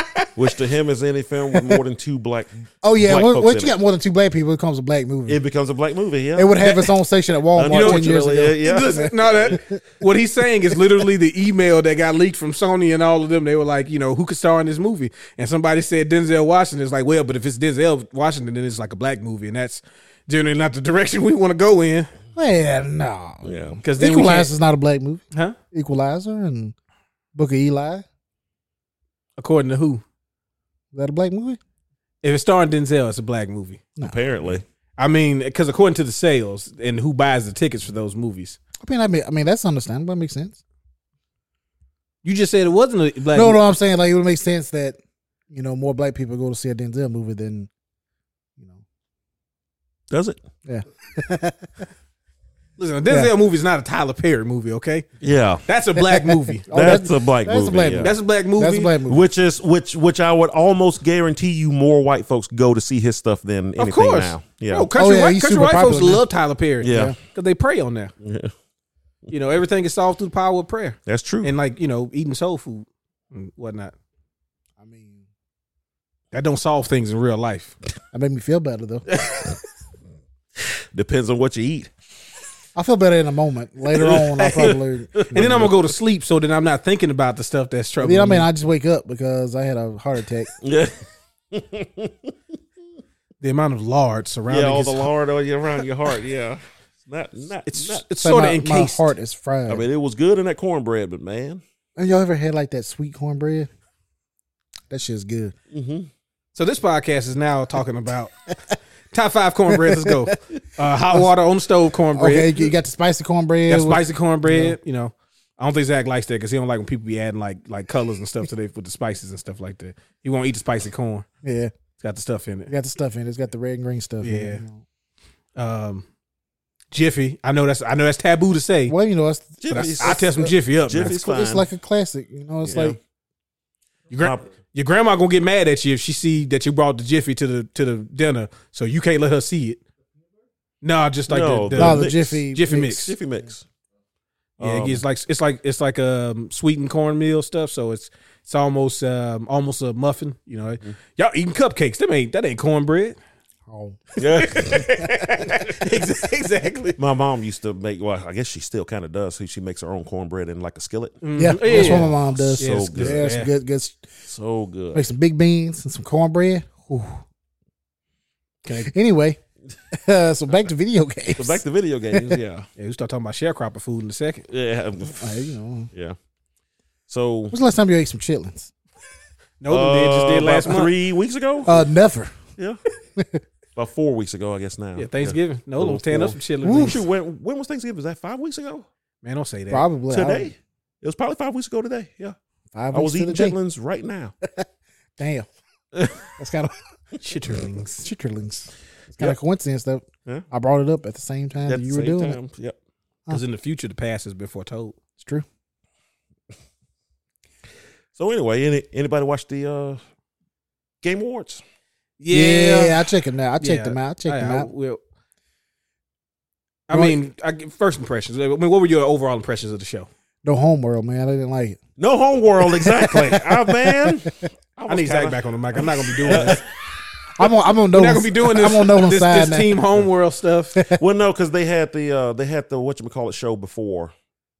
B: which to him is any film with more than two black,
C: Oh yeah,
B: black
C: when,
B: folks
C: once
B: in
C: you got more than two black people, it becomes a black movie.
B: it becomes a black movie. Yeah,
C: It would have its own section at Walmart ten years
B: unfortunately,
C: ago.
B: yeah.
A: Listen, no, that what he's saying is literally the email that got leaked from Sony and all of them. They were like, you know, who could star in this movie? And somebody said Denzel Washington. It's like, well, but if it's Denzel Washington, then it's like a black movie, and that's generally not the direction we want to go in.
C: Well, no.
B: yeah.
A: Because then
C: Equalizer is not a black movie.
A: we can't, huh?
C: Equalizer and Book of Eli. Is
A: According to who?
C: that a black movie?
A: If it's starring Denzel, it's a black movie.
B: Apparently,
A: I mean, because according to the sales and who buys the tickets for those movies,
C: I mean, I mean, I mean that's understandable. That makes sense.
A: you just said it wasn't a black.
C: no,
A: movie.
C: no, I'm saying like it would make sense that you know more black people go to see a Denzel movie than you know.
B: does it?
C: Yeah,
A: Listen, a Denzel movie is not a Tyler Perry movie. Okay,
B: Yeah,
A: that's a black movie.
C: Oh,
B: that's, a black
C: that's a
B: movie.
C: black
B: yeah.
C: movie.
A: That's a black movie.
C: that's a black movie.
B: which is which which I would almost guarantee you more white folks go to see his stuff than anything
A: Of course.
B: now. Yeah.
A: Bro, country
C: Oh, yeah,
A: white,
C: he's
A: country
C: super
A: white folks
C: popular now.
A: love Tyler Perry.
B: Yeah.
A: Because they pray on there.
B: Yeah.
A: You know, everything is solved through the power of prayer
B: That's true.
A: and, like, you know, eating soul food and whatnot.
C: I mean,
A: That don't solve things in real life.
C: that made me feel better though.
B: Depends on what you eat.
C: I feel better in a moment. Later on, I probably.
A: And then I'm going to go to sleep so then I'm not thinking about the stuff that's
C: I
A: troubling
C: mean, I mean,
A: me.
C: I just wake up because I had a heart attack.
B: Yeah.
A: The amount of lard surrounding
B: Yeah, all
A: his-
B: the lard all you- around your heart. Yeah. It's not not
A: It's,
B: not-
A: it's
C: So
A: sort of
C: my, my
A: encased.
C: heart is fried.
B: I mean it was good in that cornbread, but man.
C: Have y'all ever had like that sweet cornbread? That shit's good.
A: So this podcast is now talking about top five cornbread. Let's go. Uh, hot water on the stove cornbread.
C: Okay, you got the spicy cornbread.
A: Got
C: with-
A: spicy cornbread. You know, I don't think Zach likes that because he don't like when people be adding like like colors and stuff to they with the spices and stuff like that. He won't eat the spicy corn.
C: yeah,
A: It's got the stuff in
C: you
A: it.
C: got the stuff in. it. It's got the red and green stuff. in
A: Yeah.
C: it, you know.
A: Um, Jiffy. I know that's I know that's taboo to say.
C: Well, you know, it's
A: But
B: Jiffy's-
A: I, I tell some Jiffy up. man.
B: Jiffy's
C: it's, it's
B: fine.
C: like a classic. You know, it's
B: Yeah.
C: like
A: Your, gra- your grandma gonna get mad at you if she see that you brought the Jiffy to the to the dinner, so you can't let her see it. No, just like
B: No,
A: the, the,
C: no, the
B: mix.
C: Jiffy
A: Jiffy mix.
B: Jiffy mix.
A: yeah,
B: Um,
A: it's like it's like it's like um sweetened cornmeal stuff. So it's it's almost um almost a muffin. You know, y'all eating cupcakes. Them ain't that ain't cornbread.
C: Oh,
B: Yeah.
A: exactly.
B: my mom used to make well, I guess she still kinda does. She she makes her own cornbread in like a skillet.
A: Mm-hmm.
C: yeah, that's what my mom does.
B: So
C: Yeah,
A: it's good.
C: it's
A: Yeah.
C: good, good.
B: So good.
C: Make some big beans and some cornbread. Whew.
A: Okay.
C: Anyway, uh, so back to video games.
B: But back to video games, yeah.
A: Yeah, we start talking about sharecropper food in a second.
B: Yeah.
C: Like, you know,
B: Yeah. So
C: when's the last time you ate some chitlins?
A: No, they just
B: uh,
A: did last
B: about
A: month.
B: three weeks ago.
C: Uh, never.
B: yeah, about four weeks ago, I guess now.
A: Yeah, Thanksgiving. No,
B: Little
A: I'm tearing up
B: four.
A: some chili.
C: Woo.
A: wings.
B: Shoot, when when was Thanksgiving? Was that five weeks ago?
A: Man, don't say that.
C: Probably I-
B: Today? It was probably five weeks ago today. Yeah,
C: Five
B: I was
C: weeks to
B: eating
C: the day.
B: chitlins right now.
C: Damn. That's kind of
A: Chitterlings.
C: chitterlings. It's kind of coincidence though.
B: Yeah.
C: I brought it up at the same time
B: At
C: that
B: the
C: you were
B: same
C: doing it.
B: time. Yep.
A: Because in the future, the past has been foretold.
C: It's true.
B: So anyway, any, anybody watch the uh, Game Awards?
C: I check it now. I checked
A: Yeah.
C: them out. I checked them
A: I, I
C: out.
A: will- I
C: Right.
A: mean, I, g- first impressions. I mean, what were your overall impressions of the show?
C: No homeworld, man. I didn't like it.
B: No Homeworld, exactly. Ah man,
A: I need Zach back on the mic. I'm not gonna be doing this.
C: I'm on. I'm on
A: I'm
C: Nolan's.
A: not gonna be doing this.
C: I'm on Nolan's
A: this,
C: side
A: this
C: now.
A: team homeworld stuff.
B: Well, no, because they had the uh, they had the what you call it show before.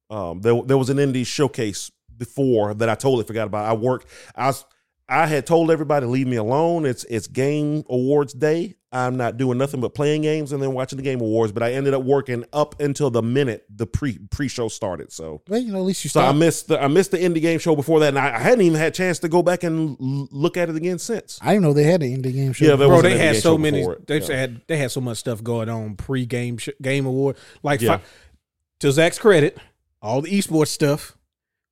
B: Um, there there was an indie showcase before that I totally forgot about. I worked. I was I had told everybody leave me alone. It's it's game awards day. I'm not doing nothing but playing games and then watching the game awards. But I ended up working up until the minute the pre pre show started. So
C: Well, you know, at least you
B: so I
C: stopped.
B: missed the I missed the end of game show before that, and I, I hadn't even had a chance to go back and l- look at it again since.
C: I didn't know they had an ending game show.
B: Yeah, there
A: Bro,
B: was an
A: they had
B: NBA
A: so
B: show
A: many.
B: before it.
A: They
B: Yeah.
A: had they had so much stuff going on pre game sh- game award. Like
B: Yeah.
A: fi- to Zach's credit, all the esports stuff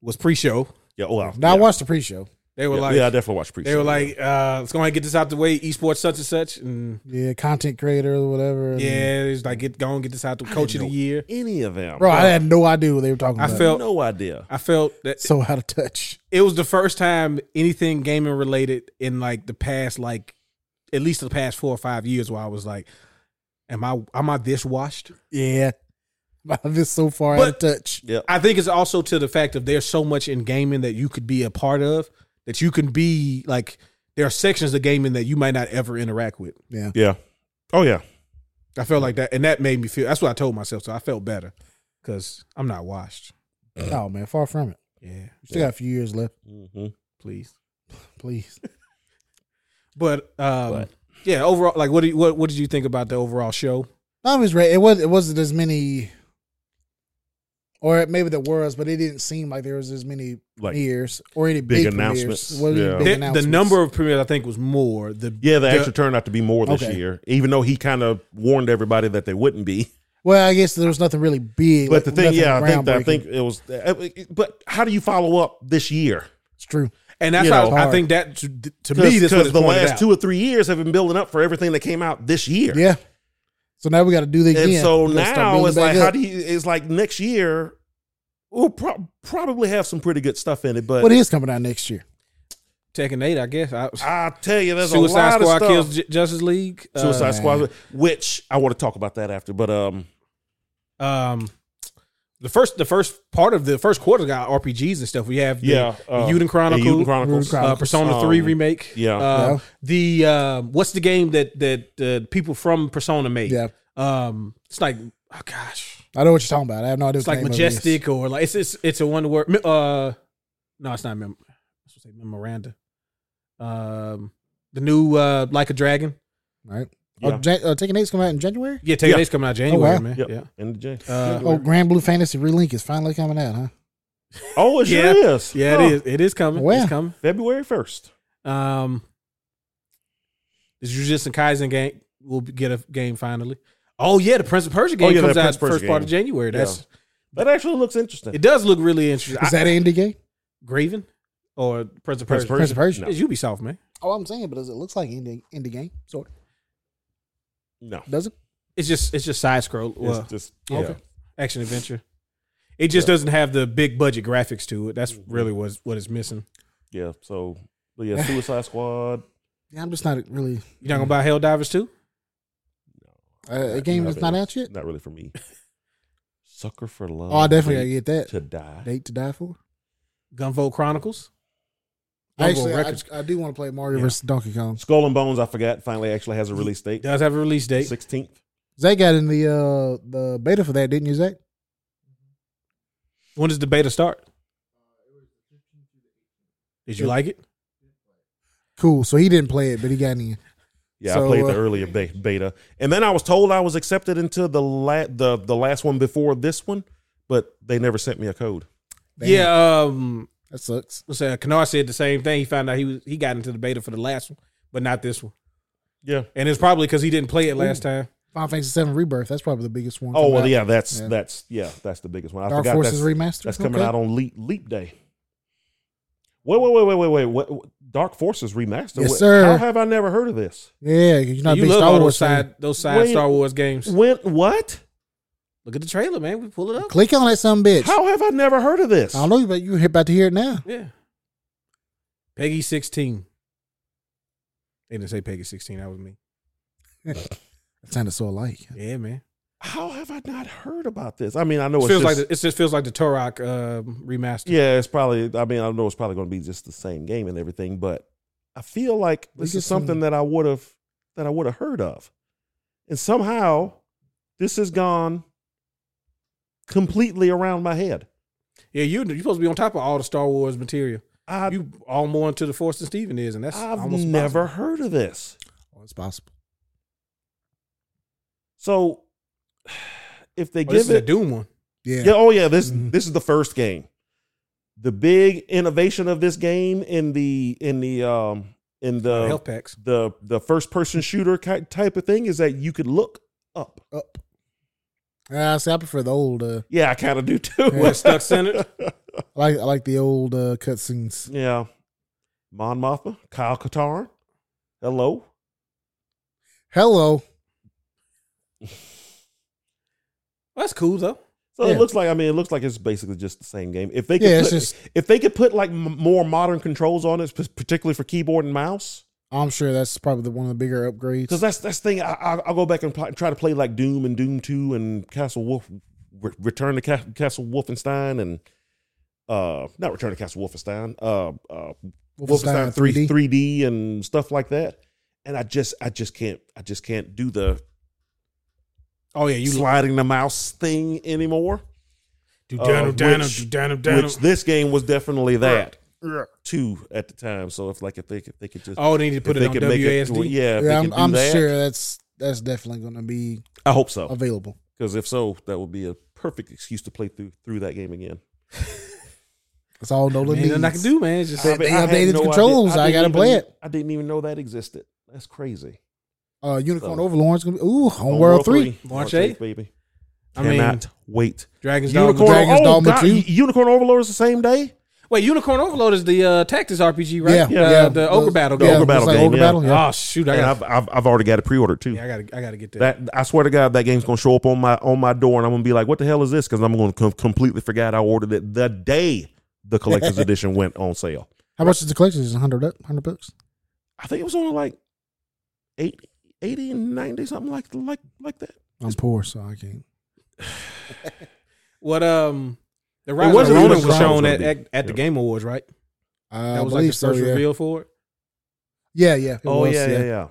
A: was pre show.
B: Yeah, well,
C: now I
B: yeah.
C: watched the pre-show.
A: They were
B: yeah,
A: like,
B: yeah, I definitely watched pre.
A: they were like, uh, let's go ahead and get this out the way. Esports such and such, and
C: Yeah, content creator or whatever. and-
A: yeah, it's like get go and get this out the
B: I
A: coach of
B: didn't
A: the
B: know
A: year.
B: any of them,
C: bro, I had no idea what they were talking
A: I
C: about.
A: felt-
B: no idea.
A: I felt that
C: so out of touch.
A: it was the first time anything gaming related in like the past like at least the past four or five years where I was like, am I am I this washed?
C: Yeah, I'm just so far out of
A: But-
C: touch.
B: Yeah,
A: I think it's also to the fact of there's so much in gaming that you could be a part of that you can be like there are sections of gaming that you might not ever interact with.
B: yeah, oh yeah.
A: I felt like that, and that made me feel. That's what I told myself, so I felt better because I'm not washed.
C: No, Oh, man, far from it.
A: Yeah,
C: You still got a few years left.
B: Mm-hmm.
A: please.
C: Please,
A: But um,
B: But-
A: yeah, overall, like, what do you, what what did you think about the overall show?
C: no, it was right. It was. It wasn't as many, or maybe there was, but it didn't seem like there was as many
B: Like
C: years or any
B: big
C: big,
B: announcements.
C: announcements. What were the
B: Yeah.
C: big
A: The, the
C: announcements?
A: number of premieres I think was more. The
B: yeah, they
A: the-
B: actually turned out to be more this
C: Okay.
B: year, even though he kind of warned everybody that they wouldn't be.
C: Well, I guess there was nothing really big.
B: But the
C: like
B: thing,
C: nothing
B: yeah, I think that, I
C: groundbreaking.
B: think it was. But how do you follow up this year?
C: it's true.
A: and that's
B: you
A: how
B: know,
A: I
C: hard.
A: think that to, to me this
B: Because
A: was
B: the last two or three years have been building up for everything that came out this year.
C: Yeah. So now we got to do that again.
B: And so
C: We gotta start
B: now
C: building
B: it's
C: back
B: like,
C: up.
B: how do you? It's like next year, we'll pro- probably have some pretty good stuff in it. But
C: what is coming out next year?
A: Tekken Eight, I guess. I,
B: I tell you, there's a
A: Suicide
B: lot
A: Squad
B: of stuff.
A: kills J- Justice League. Uh,
B: Suicide
C: man.
B: Squad, which I want to talk about that after. But um,
A: um the first the first part of the first quarter got RPGs and stuff. We have the
B: yeah, uh,
A: Yuden Chronicle,
B: Yuden Chronicles.
C: Yuden
A: uh, Persona Three
B: Um,
A: remake.
B: yeah.
A: Uh,
C: Yeah.
A: The uh, what's the game that that uh, people from Persona made?
C: Yeah.
A: Um, it's like oh gosh,
C: I know what you're talking about. I have no idea.
A: it's
C: what
A: like
C: the name of it is.
A: majestic or like it's it's it's a one word. me- Uh, no, it's not mem. I was supposed to say memoranda. Um, the new uh, like a dragon.
C: Right.
B: Yeah.
C: Oh, Jan- uh, Taken Eight's coming out in January.
A: Yeah, Tekken
B: Yeah.
A: Eight's coming out January,
C: Oh, wow.
A: man.
B: Yep.
A: Yeah.
B: And the J.
A: Uh,
C: Oh, Grand Blue Fantasy Relink is finally coming out, huh?
B: Oh, it
A: Yeah.
B: sure is.
A: Yeah,
B: Huh.
A: it is. It is coming.
C: Wow.
A: It's coming.
B: February first.
A: Um, the Jujutsu Kaisen game will be- get a game finally. Oh yeah, the Prince of Persia game
B: yeah,
A: comes
B: that
A: out
B: Prince of Persia
A: first part
B: game.
A: of January. That's
B: That actually looks interesting.
A: it. Does look really interesting.
C: Is that
A: I,
C: Andy Gay?
A: Graven or Prince of
B: Prince
A: Persia?
B: of
C: Prince of Persia.
B: No.
A: It's Ubisoft, man.
C: Oh, I'm saying, but does it looks like Indie Indie Game? Sort of.
B: No,
C: Does it?
A: It's just it's just side scroll
B: it's
A: well,
B: just yeah.
A: okay. action adventure. It just doesn't have the big budget graphics to it. That's
B: Mm-hmm.
A: really what's what it's missing.
B: yeah. So, but yeah, Suicide Squad.
C: Yeah, I'm just not really
A: You're
B: Mm-hmm.
A: not gonna buy Helldivers too?
C: uh, a game that's not out yet.
B: Not really for me. Sucker for love.
C: Oh, I definitely gotta
B: Wait
C: get that
B: to die.
C: date to die for.
A: Gunvolt Chronicles. Gunvolt
C: Actually, I,
A: Records
C: I do want to play Mario
A: Yeah.
C: versus Donkey Kong.
B: Skull and Bones. I forgot. Finally, actually has a release date.
A: does have a release date.
B: Sixteenth.
C: Zach got in the uh the beta for that, didn't you, Zach?
A: When does the beta start? Did you like it?
C: Cool. So he didn't play it, but he got in.
B: Yeah, I
C: So,
B: played
C: uh,
B: the earlier be- beta, and then I was told I was accepted into the la- the the last one before this one, but they never sent me a code.
C: Damn,
A: Yeah, um,
C: that sucks.
A: what's that? Kennard said the same thing. He found out he was he got into the beta for the last one, but not this one.
B: Yeah.
A: And it's probably because he didn't play it last time.
C: Final Fantasy Seven Rebirth. That's probably the biggest one.
B: Oh
C: coming
B: well,
C: out.
B: yeah. That's
C: Yeah.
B: that's yeah. That's the biggest one. I
C: Dark
B: forgot
C: Forces
B: that's,
C: remastered.
B: that's coming
C: Okay.
B: out on Leap Leap Day. Wait, wait, wait, wait, wait, wait. What, what- Dark Forces remastered.
C: Yes,
B: What-
C: sir.
B: How have I never heard of this?
C: Yeah, you're not a
A: you
C: big
A: love
C: Star
A: all
C: Wars
A: those
C: side.
A: side those side
B: Wait.
A: Star Wars games.
B: When what?
A: Look at the trailer, man. We pull it up.
C: Click on that some bitch.
B: How have I never heard of this?
C: I don't know, but you're about to hear it now.
A: Yeah. Peggy sixteen. They didn't say Peggy sixteen. That was me.
C: That sounded so alike.
A: Yeah, man.
B: How have I not heard about this? I mean, I know
A: It
B: it's
A: feels
B: just,
A: like the, it just feels like the Turok um remaster.
B: yeah, it's probably. I mean, I know it's probably going to be just the same game and everything, but I feel like
C: Look
B: this
C: at
B: is something
C: some-
B: that I would have that I would have heard of, and somehow this has gone completely around my head.
A: Yeah, you you're supposed to be on top of all the Star Wars material.
B: I,
A: you all more into the force than Steven is, and that's
B: I've
A: almost
B: never
A: possible.
B: heard of this.
C: Oh, it's possible.
B: So if they
A: Oh,
B: give
A: this is
B: it
A: a Mm-hmm. Doom one.
C: Yeah.
B: Yeah. Oh yeah. This
C: Mhm.
B: this is the first game. The big innovation of this game in the in the um in the
A: health packs.
B: the the first person shooter ki- type of thing is that you could look up.
C: Up. Ah, see, I prefer the old. Uh,
B: Yeah, I kind of do too.
C: Yeah.
A: Stuck centered.
C: I like I like the old uh, cutscenes.
B: yeah. Mon Mothma, Kyle Katarn. Hello.
C: Hello.
A: Well, that's cool though.
B: So
C: Yeah.
B: it looks like I mean it looks like it's basically just the same game. If they could
C: Yeah,
B: put,
C: it's just.
B: if they could put like m- more modern controls on it, p- particularly for keyboard and mouse,
C: I'm sure that's probably the, one of the bigger upgrades.
B: Because that's that's the thing. I, I, I'll go back and pl- try to play like Doom and Doom Two and Castle Wolf, Re- Return to Ca- Castle Wolfenstein and uh not Return to Castle Wolfenstein, uh, uh Wolfenstein Three
C: 3D.
B: Three D and stuff like that. And I just I just can't I just can't do the
A: Oh yeah, you
B: sliding the mouse thing anymore.
A: do
B: uh,
A: down, down,
B: which-
A: do down, down.
B: Which this game was definitely that too at the time. So if like if they could, they could just
A: Oh, they need to
B: if
A: put it
B: they
A: on
B: could make it-
A: WASD.
B: yeah, if they
C: Yeah, I'm,
B: could do
C: I'm
B: that,
C: sure that's that's definitely going to be
B: I hope so.
C: available.
B: Because if so, that would be a perfect excuse to play through through that game again.
C: That's all Nolan
A: Ain't
C: needs.
A: nothing I can do, man. It's just
C: They- I- they updated the controls. I gotta play it.
B: I didn't even know that existed. That's crazy.
C: Uh, Unicorn
B: So-
C: Overlord's going to be ooh on World Three.
A: March 8th.
B: baby.
A: I mean,
B: Cannot wait.
A: Dragon's
B: Unicorn,
A: Dogma.
C: Dragon's
B: oh,
C: Dogma
B: God,
C: 2.
B: Unicorn Overlord is the same day.
A: Wait, Unicorn Overload is the uh, tactics RPG, right?
C: Yeah,
A: The-
C: yeah.
A: the ogre battle.
C: Yeah,
A: game.
B: Ogre Battle
C: it's like
B: game,
C: Ogre
B: yeah.
C: Battle, yeah.
A: Oh shoot, I
B: And
A: got,
B: I've, I've I've already got it pre-ordered too.
A: yeah, I got, I got to get that.
B: That I swear to God, that game's gonna show up on my on my door, and I'm gonna be like, "What the hell is this?" Because I'm gonna com- completely forget I ordered it the day the collector's edition went on sale.
C: How much is the collection? Is it 100 up? 100 bucks?
B: I think it was only like 80, 80 and 90, something like like like that.
C: I'm poor, so I can't.
A: What um, the Rise of
B: wasn't
A: the
B: even
A: Ronin
B: a
A: was
B: trial,
A: shown
B: it was
A: at,
B: gonna
A: at, at the
B: Yeah.
A: Game Awards, right?
C: I
A: That was like the
C: believe
A: first
C: so, yeah.
A: reveal for it.
C: Yeah, yeah. it
B: oh
C: was,
B: yeah, yeah, yeah.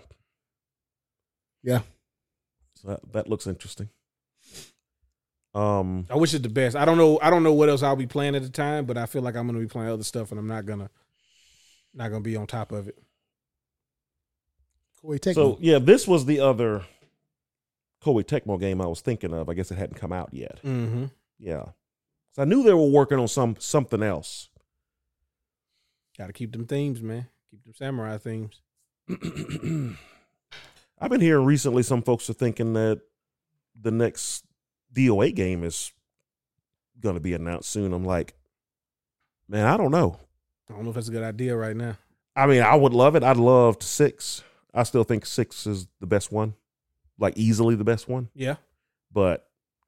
C: Yeah.
B: So that, that looks interesting. Um,
A: I wish it the best. I don't know. I don't know what else I'll be playing at the time, but I feel like I'm gonna be playing other stuff, and I'm not gonna, not gonna be on top of it.
C: Koei Tecmo.
B: so yeah, this was the other Koei Tecmo game I was thinking of. I guess it hadn't come out yet.
A: Mm-hmm.
B: Yeah, so I knew they were working on some something else.
A: Got to keep them themes, man. Keep them samurai themes.
B: I've been hearing recently some folks are thinking that the next DOA game is going to be announced soon. I'm like, man, I don't know.
A: I don't know if that's a good idea right now.
B: I mean, I would love it. I'd love to six. I still think six is the best one, like easily the best one.
A: Yeah,
B: But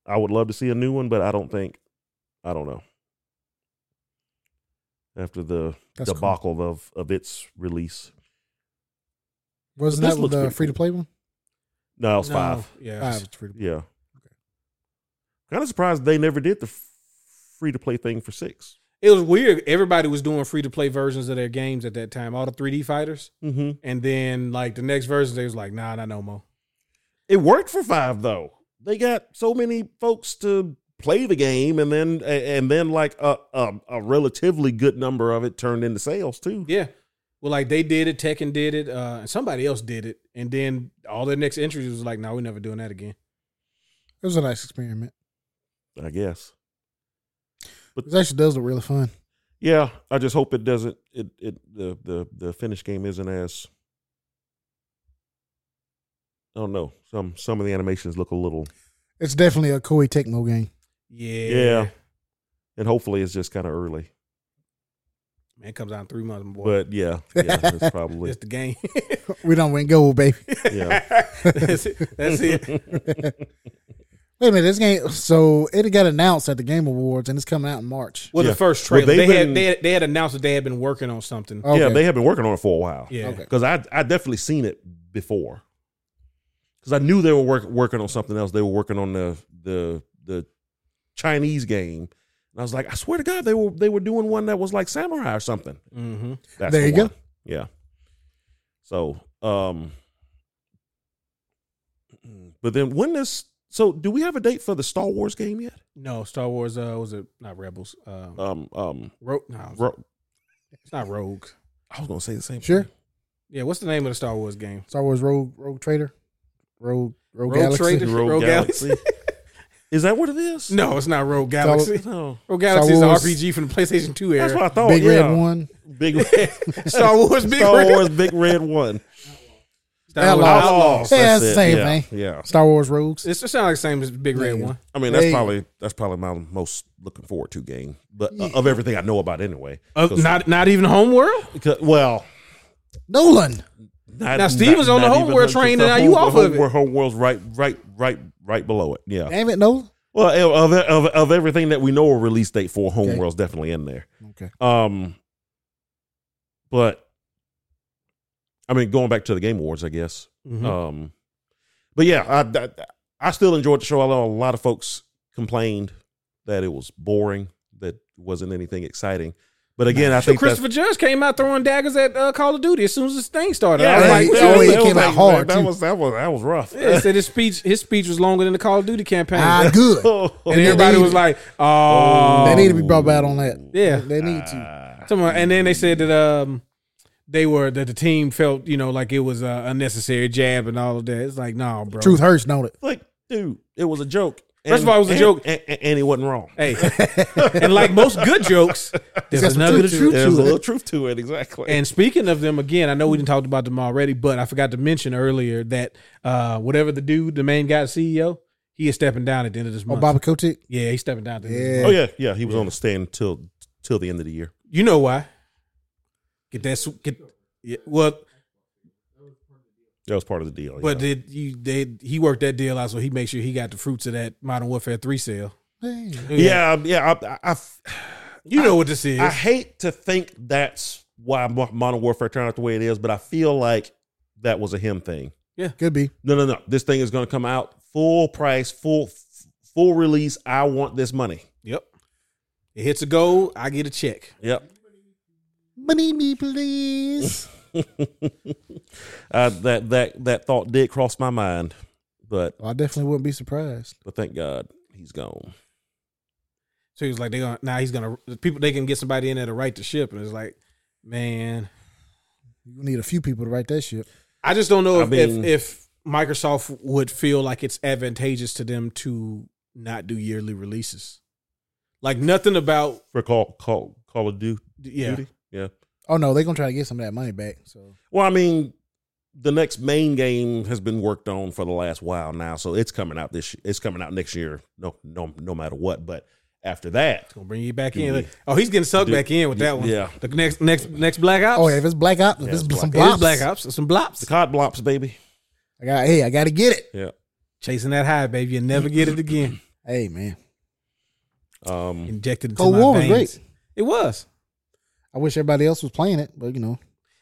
B: I would love to see a new one. But I don't think, I don't know. After the
C: That's cool.
B: debacle of of its release,
C: Wasn't
B: This
C: that with
B: looks
C: the
B: pretty
C: free to play one? Ah,
B: no, it's
A: No,
B: five.
A: Yeah,
C: Five. it's free to play.
B: Yeah. Kind of surprised they never did the free to play thing for six.
A: it was weird. Everybody was doing free to play versions of their games at that time. All the 3D fighters,
B: Mm-hmm.
A: and then like the next version, they was like, nah, not no more.
B: It worked for five though. They got so many folks to play the game, and then and then like a a, a relatively good number of it turned into sales too.
A: Yeah. Well, like they did it, Tekken did it, uh, and somebody else did it, and then all their next entries was like, "No, we're never doing that again."
C: It was a nice experiment.
B: I guess.
C: It actually does look really fun.
B: Yeah, I just hope it doesn't. It it the the the finished game isn't as. I don't know. Some some of the animations look a little,
C: It's definitely a Koei Tecmo game.
A: Yeah.
B: Yeah. and hopefully it's just kind of early.
A: Man, it comes out in three months, boy.
B: But yeah, yeah, it's probably
A: it's the game.
C: We don't win gold, baby.
B: Yeah.
A: that's it. That's it.
C: Wait a minute, this game. So it got announced at the Game Awards, and it's coming out in March.
A: Well,
B: Yeah.
A: the first
B: Well,
A: trailer they
B: they've been-
A: had they had, they had announced that they had been working on something.
C: Okay.
B: Yeah, they have been working on it for a while.
A: yeah.
C: okay.
B: because I I definitely seen it before. Because I knew they were work, working on something else. They were working on the the the Chinese game, and I was like, I swear to God, they were they were doing one that was like samurai or something.
A: Mm-hmm.
B: That's
C: There
B: the
C: you go.
B: one. Yeah. So, um, but then when this. So, do we have a date for the Star Wars game yet?
A: No, Star Wars. Uh, was it not Rebels? Um,
B: Um, um,
A: Ro- no,
B: Ro-
A: It's not Rogue.
B: I was gonna say the same.
C: Sure.
B: thing.
A: Yeah, what's the name of the Star Wars game?
C: Star Wars Rogue Rogue Trader, Rogue
A: Rogue
C: Rogue, Galaxy.
A: Trader?
B: Rogue,
A: Rogue
B: Galaxy. is that what it is?
A: No, it's not Rogue Galaxy.
B: No.
A: Rogue Galaxy is an
C: Star Wars.
A: RPG from the PlayStation 2 era.
B: That's what I thought.
C: Big
B: Oh, yeah.
C: Red One.
B: Big Red.
A: Star Wars Big
B: Star
A: Red.
B: Wars Big Red One.
A: Star Wars
C: Outlaws.
A: Outlaws.
C: Yeah, it's the
B: it.
C: same
B: yeah.
C: thing.
B: Yeah.
C: Star Wars Rogues.
A: It's, it sounds like the same as Big Red
C: Yeah.
A: One.
B: I mean, that's
C: They-
B: probably that's probably my most looking forward to game, but uh, of everything I know about anyway.
C: Oh,
A: Uh,
B: 'Cause-
A: not not even Homeworld.
B: because- well,
C: Nolan.
B: not,
A: Now, Steve was on the
B: not
A: whole
B: even
A: world
B: the-
A: train,
B: the
A: and now you
B: whole-
A: off
B: the whole
A: of it.
B: world- Whole world's right, right, right, right below it. Yeah.
C: Damn it, Nolan.
B: Well, of, of of everything that we know, a release date for Homeworld's definitely in there.
C: Okay.
B: Um, but I mean, going back to the Game Awards, I guess.
A: Mm-hmm.
B: Um, but yeah, I, I I still enjoyed the show. I know a lot of folks complained that it was boring, that wasn't anything exciting. But again, I
A: So
B: think that's
A: Christopher Judge came out throwing daggers at uh, Call of Duty as soon as this thing started. I was
C: that-
A: like,
C: that-
B: oh,
A: yo,
C: that-
A: yeah,
C: it came out hard,
B: That
C: too.
B: was that was that was rough.
A: he said his speech his speech was longer than the Call of Duty campaign,
C: Ah, good.
A: and everybody was like, "Oh, Ah.
C: They need to be brought out on that.
A: Yeah.
C: They need to.
A: Someone- and then they said that um they were that the team felt you know like it was a unnecessary jab and all of that. It's like, nah, bro.
C: Truth hurts, don't it?
B: like, dude, it was a joke.
A: First of all, it was a
B: and-
A: joke.
B: and, and, and it wasn't wrong.
A: Hey, and like most good jokes,
C: got
A: there's
C: some
A: another
C: truth to
A: truth
B: There's a
A: to
B: little
A: it.
B: truth to it, exactly.
A: And speaking of them again, I know we didn't talk about them already, but I forgot to mention earlier that uh whatever the dude, the main guy, CEO, he is stepping down at the end of this
C: Oh,
A: month.
C: Baba Kotick.
A: Yeah, he's stepping down. At the end of this
C: Yeah.
A: month.
B: oh yeah, yeah, he was on the stand till till the end of the year.
A: You know why? Get that. su- Get yeah, well,
B: That was part of the deal.
A: but
B: yeah.
A: did you they he worked that deal out so he made sure he got the fruits of that Modern Warfare three sale.
C: Hey.
B: yeah, yeah, I, I- I f-
A: You know what this is.
B: I hate to think that's why Mo- Modern Warfare turned out the way it is, but I feel like that was a him thing.
C: Could be.
B: No, no, no. This thing is going to come out full price, full f- full release. I want this money.
A: yep. It hits a goal, I get a check.
B: Yep.
C: Money me, please.
B: Uh, that that that thought did cross my mind, but
C: I definitely wouldn't be surprised.
B: but thank God he's gone.
A: So he was like, they gonna now he's gonna the people they can get somebody in there to write the ship, and it's like, man,
C: You need a few people to write that shit.
A: I just don't know
B: I
A: if
B: mean-
A: if, if Microsoft would feel like it's advantageous to them to not do yearly releases. Like nothing about
B: For Call Call Call of Duty.
A: yeah.
B: Duty? Yeah.
C: Oh no, they're gonna try to get some of that money back. So
B: Well, I mean, the next main game has been worked on for the last while now, so it's coming out this. It's coming out next year. No, no, no matter what. But after that,
A: Gonna bring you back
B: Do
A: in.
B: we-
A: Like, oh, he's getting sucked
B: do-
A: back in with that one.
B: yeah.
A: The next next next Black Ops.
C: Oh yeah, if it's black ops,
B: Yeah,
C: if it's,
B: it's
C: some
A: It is
C: blocks.
A: Black Ops. Some blops.
B: the COD blops, baby.
C: I got hey, I gotta get it.
B: Yeah.
A: Chasing that high, baby. You'll never get it again.
C: Hey man.
B: Um.
A: Injected into
C: Cold
A: my
C: War was
A: veins.
C: great.
A: It was.
C: I wish everybody else was playing it, but you know.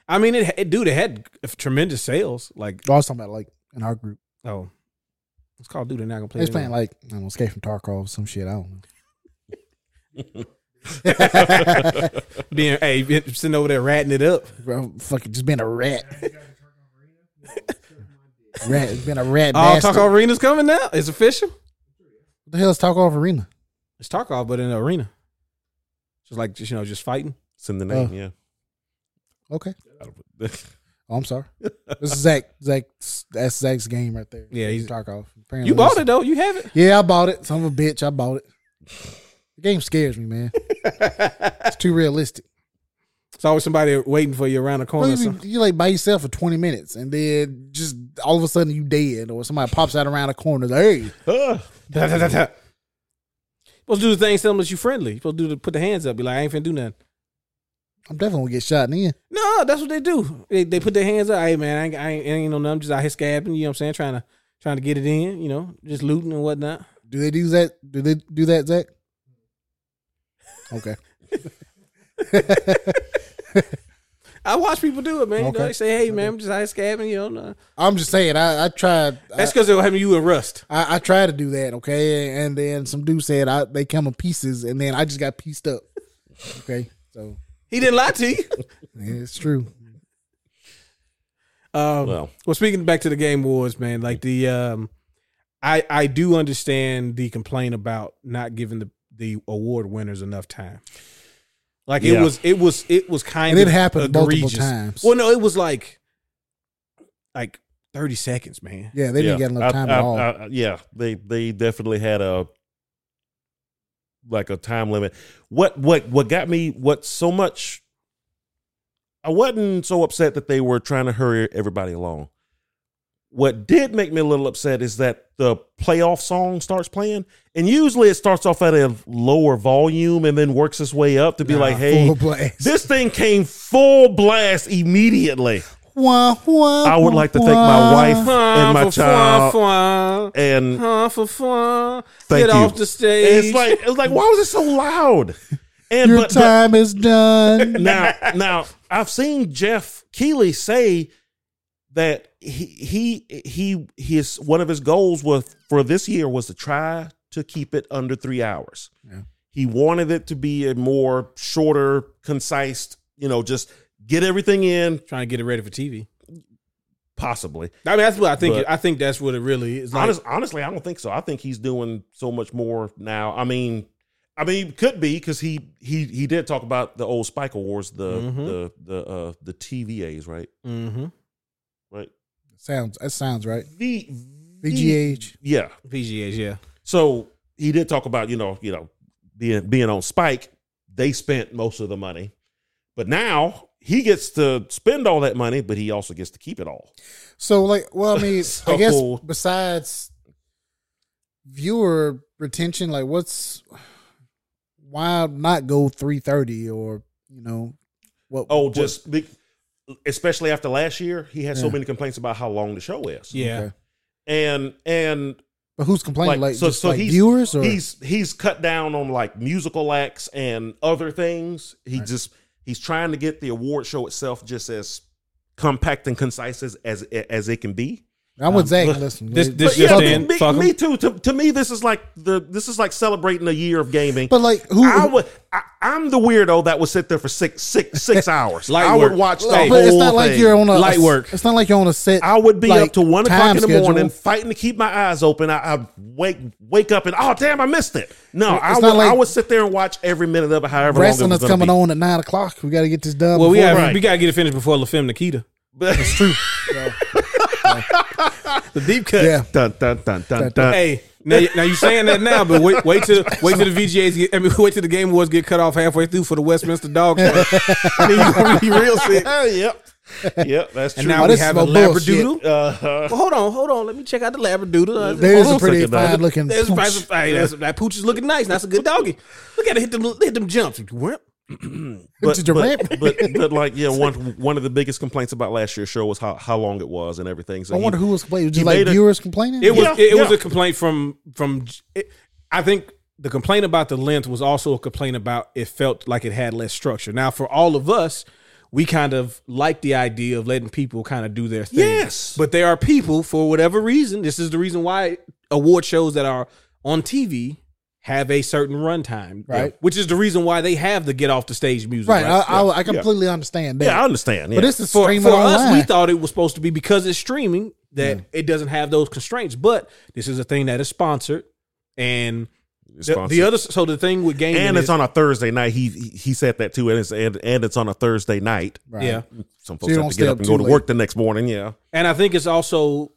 A: I mean, it, it dude, it had tremendous sales. Like,
C: I was talking about like in our group.
A: oh, it's called dude. They're not gonna
C: They
A: play.
C: was
A: it
C: playing
A: anymore.
C: like I don't know, Escape from Tarkov, some shit. I don't know.
A: being hey, been- sitting over there ratting it up.
C: Bro, fucking just being a rat. rat, it's been a rat.
A: Oh,
C: bastard.
A: Tarkov Arena's coming now. It's official.
C: What the hell is Tarkov Arena?
A: It's Tarkov, but in the arena. Just like just you know, just fighting.
B: It's in the name. yeah.
C: Okay.
B: I don't-
C: Oh, I'm sorry. This is Zach. Zach. That's Zach's game right there.
A: Yeah, he's-
C: Tarkov. Apparently
A: You bought
C: it's-
A: it though. You have it.
C: Yeah, I bought it. Son of a bitch, I bought it. The game scares me, man. it's too realistic.
A: It's always somebody waiting for you around the corner. or
C: Well, you,
A: something.
C: you like by yourself for twenty minutes, and then just all of a sudden you dead, or somebody pops out around a corner. Hey,
B: Ah,
A: Da, da, da, da. Supposed to do the thing, tell them that you friendly. Supposed to do the, put the hands up, be like, I ain't finna do nothing.
C: I'm definitely gonna get shot in the end.
A: No, that's what they do. They, they put their hands up. Hey man, I ain't, I ain't, I ain't no nothing. Just out here scabbing. You know what I'm saying? Trying to trying to get it in. You know, just looting and whatnot.
C: Do they do that? Do they do that, Zach? Okay.
A: I watch people do it, man. You know,
C: Okay.
A: they say, hey man, I'm just out here scabbing. You know, nah.
C: I'm just saying. I, I tried. I,
A: that's because it'll happen to you and Rust.
C: I, I tried to do that. Okay, and then some dude said I, they come in pieces, and then I just got pieced up. Okay, so
A: He didn't lie to you.
C: yeah, it's true.
A: Um, well.
B: Well.
A: speaking back to the game wars, man, like the um, I I do understand the complaint about not giving the the award winners enough time. Like it
B: Yeah.
A: was, it was, it was kind
C: And
A: of
C: it happened multiple
A: egregious.
C: times.
A: Well, no, it was like, like thirty seconds, man.
C: yeah, they didn't get enough time
B: I,
C: at all.
B: I, I, yeah, they they definitely had a like a time limit. What what what got me? What so much? I wasn't so upset that they were trying to hurry everybody along. What did make me a little upset is that the playoff song starts playing, and usually it starts off at a lower volume and then works its way up to be
C: Nah,
B: like, "Hey,
C: full blast.
B: this thing came full blast immediately."
C: Wah, wah,
B: I would
C: wah,
B: like to thank my
C: wah.
B: wife and my child
A: child.
B: and
A: Get
B: Thank you.
A: off the stage.
B: It's like it's like why was it so loud? And
C: Your
B: but, but
C: time is done.
B: now now I've seen Jeff Keeley say that he he he his one of his goals was for this year was to try to keep it under three hours.
C: Yeah.
B: He wanted it to be a more shorter, concise, you know, just get everything in
A: trying to get it ready for TV.
B: possibly.
A: I mean, that's what I think.
B: But-
A: I think that's what it really is. Like,
B: Honest, honestly, I don't think so. I think he's doing so much more now. I mean, I mean, could be because he he he did talk about the old Spike Awards, the
A: Mhm.
B: the the uh, the TVAs, right?
A: mm-hmm.
B: Right.
C: sounds that sounds right.
B: V
C: VGH.
B: Yeah.
A: VGAs, yeah.
B: So he did talk about you know you know being being on Spike. They spent most of the money, but now he gets to spend all that money, but he also gets to keep it all.
C: So like, well, I mean, I
B: So-
C: guess besides viewer retention, like, what's why not go three thirty or you know what?
B: Oh,
C: what-
B: just be, especially after last year, he had so
C: Yeah.
B: many complaints about how long the show is.
A: Yeah.
C: Okay.
B: and and
C: But who's complaining?
B: Like,
C: Like,
B: so-
C: just
B: so
C: like
B: he's-
C: viewers or
B: he's he's cut down on like musical acts and other things. He
C: Right.
B: just he's trying to get the award show itself just as compact and concise as as, as it can be.
C: I was Zach.
A: look,
C: Listen,
A: this-
C: but-
A: this
B: But yeah,
A: just
C: but,
A: in.
B: me,
A: fuck 'em.
B: me too. To, to me, this is like the this is like celebrating a year of gaming.
C: but, like who?
B: I would. I, I'm the weirdo that would sit there for six, six, six hours.
A: Light
B: I would
A: work.
B: watch the
A: Light-
B: whole
C: but it's not like
B: thing.
C: you're on a
A: Light work.
C: It's not like you're on a set.
B: I would be
C: like,
B: up to one o'clock
C: time
B: in the
C: schedule.
B: morning fighting to keep my eyes open. I, I wake wake up and oh damn, I missed it. No, I
C: It's
B: would,
C: not like-
B: I would sit there and watch every minute of it, however
C: Wrestling
B: long it was
C: is
B: gonna
C: coming
B: be.
C: on at nine o'clock. We got to get this done.
A: Well, we
C: before-
A: have
B: Right.
A: we gotta get it finished before La Femme Nikita.
B: That's
C: true.
A: The deep cut.
C: Yeah.
B: Dun, dun, dun, dun, dun.
A: Hey, now, now you saying that now, but wait, wait till wait till the VGAs get, I mean, wait till the Game Awards get cut off halfway through for the Westminster Dog Show. I mean, you gonna be real sick.
B: Oh, yep, yep, that's
A: And
B: true.
A: now
C: Oh,
A: we
C: this is
A: have a
C: my bullshit.
A: labradoodle.
B: uh,
A: Well, hold on, hold on. Let me check out the labradoodle. Uh,
C: There is
A: hold
C: a
A: on
C: pretty
B: second, though.
C: fine looking.
A: There's a price
C: pooch.
A: of- hey, that's, that pooch is looking nice. That's a good doggy. Look at it hit them hit them jumps. Wimp.
B: but,
C: Did you rap?
B: but, but but like yeah, one one of the biggest complaints about last year's show was how, how long it was and everything. So
C: I
B: he-
C: wonder who was complaining. Was it
B: he
C: like
B: made a-
C: viewers complaining?
A: It was
B: Yeah,
A: it, it was
B: yeah.
A: a complaint from from. It, I think the complaint about the length was also a complaint about it felt like it had less structure. Now for all of us, we kind of like the idea of letting people kind of do their thing.
B: Yes.
A: but there are people for whatever reason. This is the reason why award shows that are on TV have a certain runtime,
C: Right.
A: Which is the reason why they have the get off the stage music,
C: right. I,
A: Yeah.
C: I, I completely understand that.
B: yeah, I understand. Yeah.
C: but this is
A: for,
C: streaming
A: for
C: online.
A: us, we thought it was supposed to be because it's streaming that it doesn't have those constraints. But this is a thing that is sponsored, and
B: It's
A: the,
B: sponsored.
A: the other so the thing with gaming
B: and
A: is,
B: it's on a Thursday night. He he he said that too, and it's and, and it's on a Thursday night.
C: Right.
A: yeah,
B: Some folks
C: you don't
B: have to
C: stay
B: get
C: up
B: up and
C: too
B: go to
C: late.
B: work the next morning. Yeah.
A: and I think it's also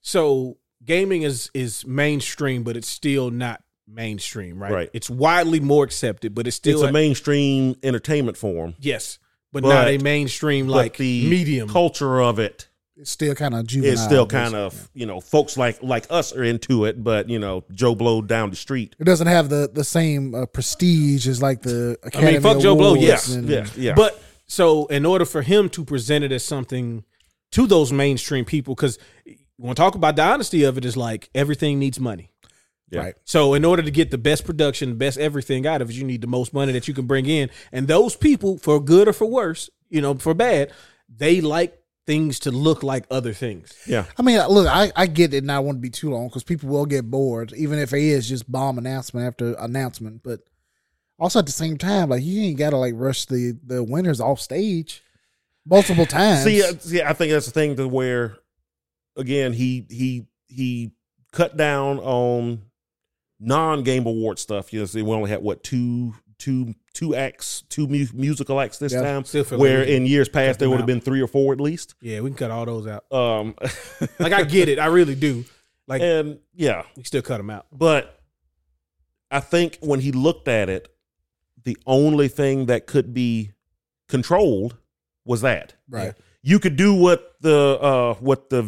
A: so gaming is is mainstream, but it's still not mainstream, right?
B: Right.
A: It's widely more accepted, but it's still
B: it's a mainstream entertainment form.
A: yes, but,
B: But-
A: not a mainstream like
B: but the
A: medium.
B: culture of it
C: It's still kind of juvenile.
B: is still
C: basically.
B: kind of you know folks like like us are into it, but you know Joe Blow down the street.
C: It doesn't have the the same uh, prestige as like the
A: I mean,
C: Academy
A: fuck Joe Blow,
C: Awards
A: yes,
C: and-
B: yeah, yeah.
A: But so in order for him to present it as something to those mainstream people, because when talk about the honesty of it, is like everything needs money.
B: Yeah.
C: Right.
A: So in order to get the best production, best everything out of it, you need the most money that you can bring in. And those people, for good or for worse, you know, for bad, they like things to look like other things.
B: yeah,
C: I mean, uh, look, I, I get it, and I won't be too long because people will get bored, even if it is just bomb announcement after announcement. But also at the same time, like you ain't gotta like rush the the winners off stage multiple times.
B: See, uh, see, I think that's the thing to where, again, he he he cut down on non game award stuff. You know, see, we only had what two two two acts, two mu- musical acts this
C: Yeah.
B: time.
A: Still feel like
B: Where
A: we can
B: in years past
A: cut
B: there
A: them
B: would have
A: out.
B: been three or four at least.
A: Yeah, we can cut all those out.
B: Um,
A: Like I get it, I really do. Like
B: and yeah,
A: we still cut them out.
B: but I think when he looked at it, the only thing that could be controlled was that
C: Right.
B: you could do what the uh what the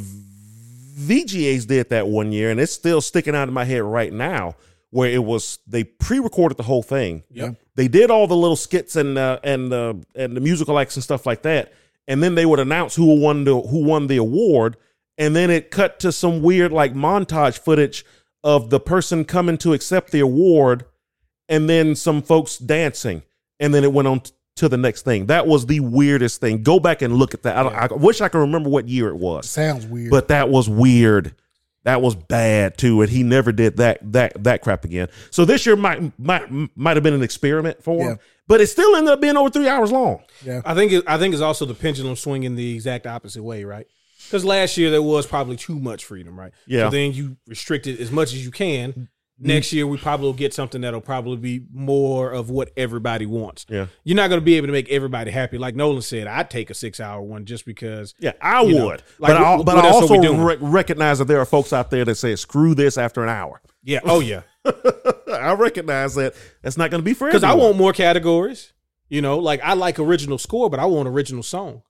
B: VGAs did that one year, and it's still sticking out in my head right now. Where it was they pre-recorded the whole thing.
A: Yep.
B: They did all the little skits and uh, and uh, and the musical acts and stuff like that, and then they would announce who won the who won the award, and then it cut to some weird like montage footage of the person coming to accept the award, and then some folks dancing, and then it went on t- to the next thing. That was the weirdest thing. Go back and look at that. I, don't, I wish I could remember what year it was,
C: Sounds weird.
B: but that was weird. That was bad too, and he never did that that that crap again. So this year might might might have been an experiment for him,
C: Yeah.
B: but it still ended up being over three hours long.
C: yeah,
A: I think it, I think it's also the pendulum swinging the exact opposite way, right? Because last year there was probably too much freedom, right?
B: Yeah.
A: So then you restrict it as much as you can. Next year we probably will get something that'll probably be more of what everybody wants.
B: Yeah,
A: You're not going to be able to make everybody happy, like Nolan said. I'd take a six hour one just because.
B: yeah, I
A: You know,
B: would,
A: like,
B: but I,
A: wh-
B: but
A: what
B: I
A: else are we
B: also
A: doing?
B: rec- recognize that there are folks out there that say screw this after an hour.
A: Yeah. Oh yeah.
B: I recognize that that's not going to be for
A: Because I
B: everyone.
A: want more categories. You know, like I like original score, but I want original song.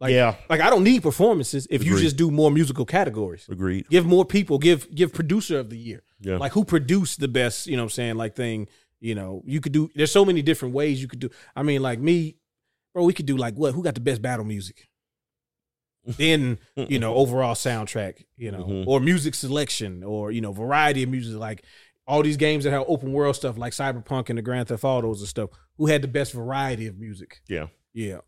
A: Like,
B: Yeah.
A: Like I don't need performances if you
B: Agreed.
A: just do more musical categories.
B: agreed.
A: Give more people. Give give producer of the year.
B: Yeah,
A: Like who produced the best? You know, what I'm saying like thing. You know, you could do. There's so many different ways you could do. I mean, like me, bro. We could do like what? Who got the best battle music? Then you know overall soundtrack. You know,
B: Mhm.
A: or music selection, or you know variety of music. Like all these games that have open world stuff, like Cyberpunk and the Grand Theft Autos and stuff. Who had the best variety of music?
B: yeah.
A: Yeah.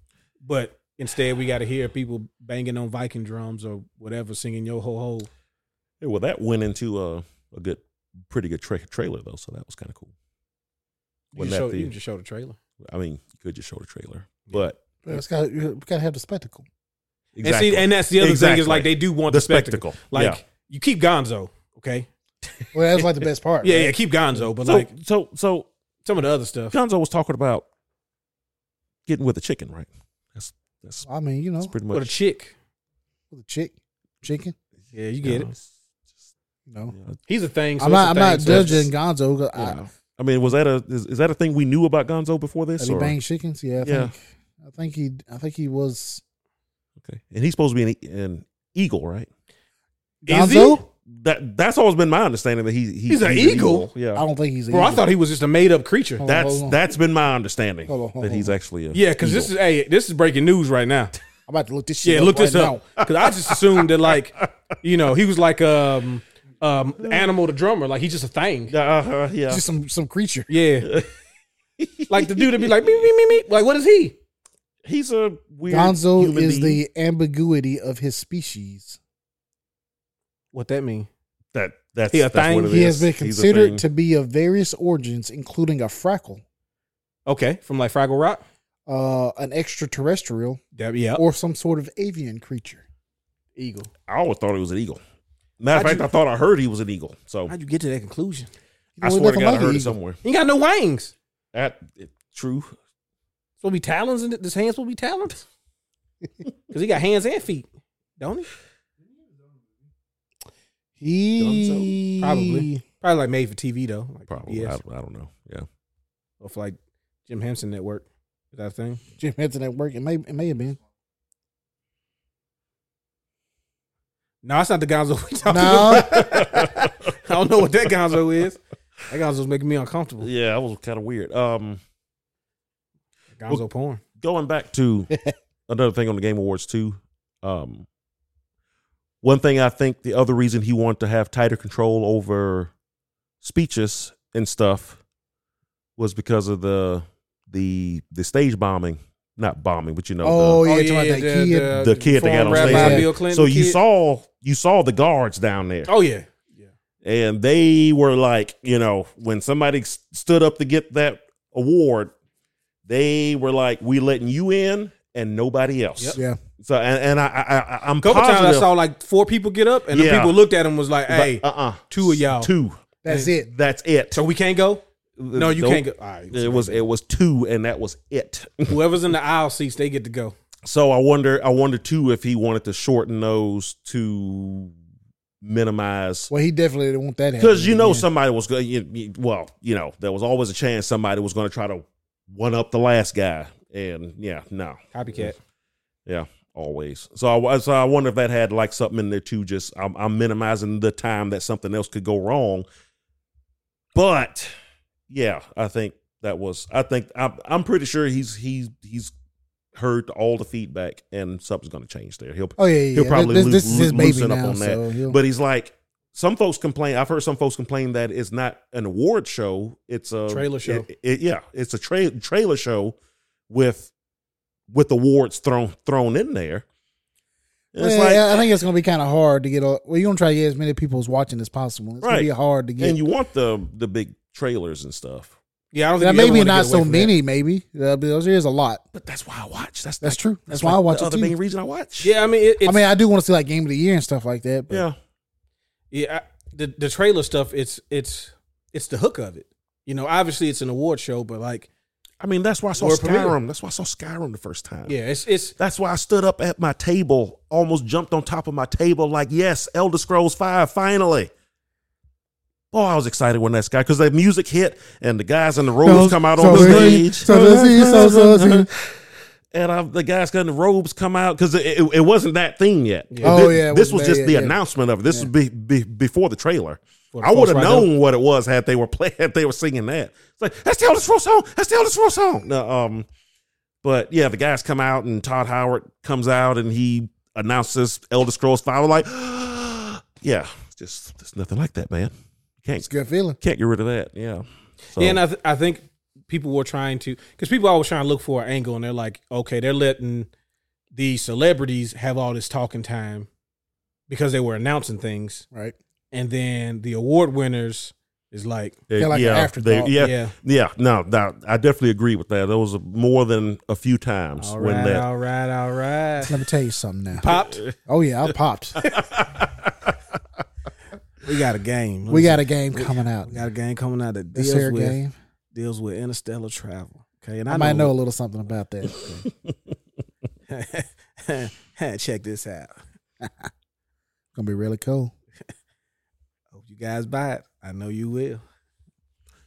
A: But instead, we got to hear people banging on Viking drums or whatever, singing Yo Ho Ho.
B: Yeah, well, that went into a a good, pretty good tra- trailer though, so that was kind of cool.
A: You,
B: Wasn't
A: just
B: that
A: show,
B: the-
A: you can just show the trailer.
B: I mean, you could just show the trailer, but
C: But it's got we gotta have the spectacle.
A: And see, and that's the other thing is
B: Exactly.
A: like they do want
B: the
A: the, spectacle.
B: spectacle,
A: Like
B: Yeah.
A: you keep Gonzo, okay?
C: Well, that's like the best part.
A: Yeah,
C: right?
A: yeah, keep Gonzo, but
B: so,
A: like
B: so, so
A: some of the other stuff.
B: Gonzo was talking about getting with a chicken, right? That's that's,
C: I mean, you know,
B: that's pretty
A: But a
B: much.
A: chick.
C: with a chick, chicken.
A: Yeah, you get
B: know,
A: it.
C: You know,
B: yeah.
A: He's a thing. So
C: I'm
A: it's
C: not.
A: a
C: I'm
A: thing,
C: not
A: so it's-
C: judging Gonzo. 'cause I,
B: Yeah. I mean, was that a is, is that a thing we knew about Gonzo before
C: that
B: this?
C: he
B: or-
C: banged chickens. Yeah, I
B: Yeah.
C: think. I think he. I think he was
B: Okay, and he's supposed to be an, E, an eagle, right?
A: Is he?
C: Gonzo.
B: That that's always been my understanding that he, he
A: He's an eagle?
B: Yeah,
C: I don't think he's.
A: Bro, I thought he was just a made up creature.
C: Hold on,
B: that's
C: hold on.
B: that's been my understanding
C: Hold on, hold
B: that he's
C: on.
B: actually a
A: Yeah, because this
B: eagle.
A: is hey, this is breaking news right now.
C: I'm about to look this shit.
A: Yeah,
C: up
A: look this
C: right
A: up. Because I just assumed that like, you know, he was like um um animal the drummer, like he's just a thing.
B: Uh-huh,
C: now.
B: yeah.
C: Just some some creature.
A: Yeah. like the dude would be like, me, me, me, me. Like, what is he?
B: he's a weird.
C: Gonzo
B: human
C: is
B: being.
C: the ambiguity of his species.
A: What that mean?
B: that that's,
A: He a
B: that's
A: thing?
B: what it
C: He
B: is.
C: has been
B: He's a
C: considered
B: thing.
C: to be of various origins, including a frackle,
A: Okay, from like Fraggle Rock.
C: uh, an extraterrestrial,
A: That- Yeah,
C: or some sort of avian creature.
A: eagle.
B: I always thought he was an eagle. Matter of
A: How'd
B: fact,
A: you-
B: I thought I heard he was an eagle. So
A: How'd you get to that conclusion?
B: I
C: Well,
B: swear to
C: nothing
B: God, I
C: like an
B: heard it
C: eagle.
B: somewhere.
A: He ain't got no wings.
B: That it, true.
A: So be talons and his hands will be talons. Because he got hands and feet, don't he?
C: He
A: Probably. Probably like made for TV though. Like
B: Probably.
A: PBS,
B: I, I don't know. Yeah.
A: or for like Jim Henson Network. Is that a thing?
C: Jim Henson at work. It may it may have been.
A: No, that's not the Gonzo we talking
C: No.
A: about. I don't know what that Gonzo is. That Gonzo's making me uncomfortable.
B: Yeah, that was kind of weird. Um,
A: Gonzo
B: Well-
A: porn.
B: going back to another thing on the Game Awards too. Um, one thing I think the other reason he wanted to have tighter control over speeches and stuff was because of the the the stage bombing, not bombing, but you know,
C: oh,
B: the,
C: yeah, talking about that kid.
B: the kid they got on
A: former
B: stage.
A: Rabbi
C: Yeah.
A: Bill Clinton
B: so you
A: kid.
B: saw you saw the guards down there
A: Oh yeah.
B: and they were like you know when somebody s- stood up to get that award they were like we letting you in and nobody else
A: Yep.
C: yeah,
B: so and, and I, I I- i'm
A: couple
B: positive,
A: times I saw like four people get up and the
B: Yeah.
A: people looked at him was like,
B: but,
A: hey,
B: uh-uh
A: two of y'all.
B: two
C: that's it.
B: that's it
A: so we can't go? No, you can't go. All right.
B: It was it was two, and that was it.
A: Whoever's in the aisle seats, they get to go.
B: So I wonder, I wonder too if he wanted to shorten those to minimize
C: Well, he definitely didn't want that.
B: because you
C: happening
B: know
C: again.
B: somebody was going. You, you- well, you know there was always a chance somebody was going to try to one up the last guy, and yeah, no,
A: Copycat.
B: always. So I so I wonder if that had like something in there too. Just I'm, I'm minimizing the time that something else could go wrong. But yeah, I think that was. I think I'm I'm pretty sure he's he's he's heard all the feedback and something's going to change there. He'll
C: Oh yeah, yeah.
B: he'll
C: yeah.
B: probably
C: this,
B: loo-
C: this is his
B: loo-
C: baby
B: loosen up
C: now,
B: on that.
C: so he'll-
B: But he's like, some folks complain. I've heard some folks complain that it's not an award show; it's a
A: Trailer show.
B: it- it- yeah, it's a tra- trailer show with with awards thrown thrown in there. And it's
C: Yeah,
B: like,
C: I think it's gonna be kind of hard to get. A, well, you're gonna try to get as many people as watching as possible. It's gonna
B: Right.
C: be hard to get.
B: and you want the the big trailers and stuff,
A: Yeah, I don't
C: Now,
A: think you ever
C: maybe
A: wanna
C: not
A: get away
C: so
A: from that.
C: many. Maybe uh, but there's a lot.
B: but that's why I watch. That's
C: That's
B: like-
C: true. That's, why I
B: like
C: watch
B: The
C: it
B: other
C: too.
B: main reason I watch.
A: Yeah, I mean, it, it's,
C: I mean, I do want to see like game of the year and stuff like that. But
B: yeah.
A: yeah, I, the the trailer stuff. It's it's it's the hook of it. You know, obviously it's an award show, but like,
B: I mean, that's why I saw
A: Or premiere.
B: Skyrim. That's why I saw Skyrim the first time.
A: yeah, it's it's
B: That's why I stood up at my table, almost jumped on top of my table, like, yes, Elder Scrolls 5, finally. Boy, I was excited when that guy, because the music hit and the guys in the robes come out on the stage.
C: So does he, so does he.
B: and I, the guys in the robes come out, because it, it, it wasn't that theme yet.
A: Yeah.
C: Oh,
B: Thi-
C: yeah, it
B: This
C: wasn't
B: was
C: that
B: just
C: yet,
B: the
C: yeah.
B: announcement of it. This
C: Yeah.
B: was be, be, before the trailer.
A: for the
B: I would
A: folks
B: have
A: right
B: known
A: now.
B: what it was had they were playing, had they were singing that. It's like that's the Elder Scrolls song. That's the Elder Scrolls song. No, um, but yeah, the guys come out and Todd Howard comes out and he announces Elder Scrolls Five. I'm like, yeah, it's just there's nothing like that, man.
C: It's
B: Can't
C: a good feeling.
B: can't get rid of that. Yeah. So,
A: Yeah, and I, th- I think people were trying to because people always trying to look for an angle, and they're like, okay, they're letting these celebrities have all this talking time because they were announcing things,
C: Right.
A: and then the award winners is like,
C: feel like an afterthought.
B: yeah, yeah,
A: yeah,
B: No, no, I definitely agree with that. There was more than a few times
A: all
B: when
A: right,
B: that.
A: all right, all right,
C: Let me tell you something now.
A: popped.
C: Oh yeah, I popped.
A: We got a game.
C: We got a game coming out.
A: we got a game coming out that
C: This
A: deals
C: here
A: with
C: game.
A: deals with interstellar travel. Okay, and I,
C: I might know a little something about that.
A: Check this out.
C: Gonna be really cool.
A: Hope you guys buy it. I know you will.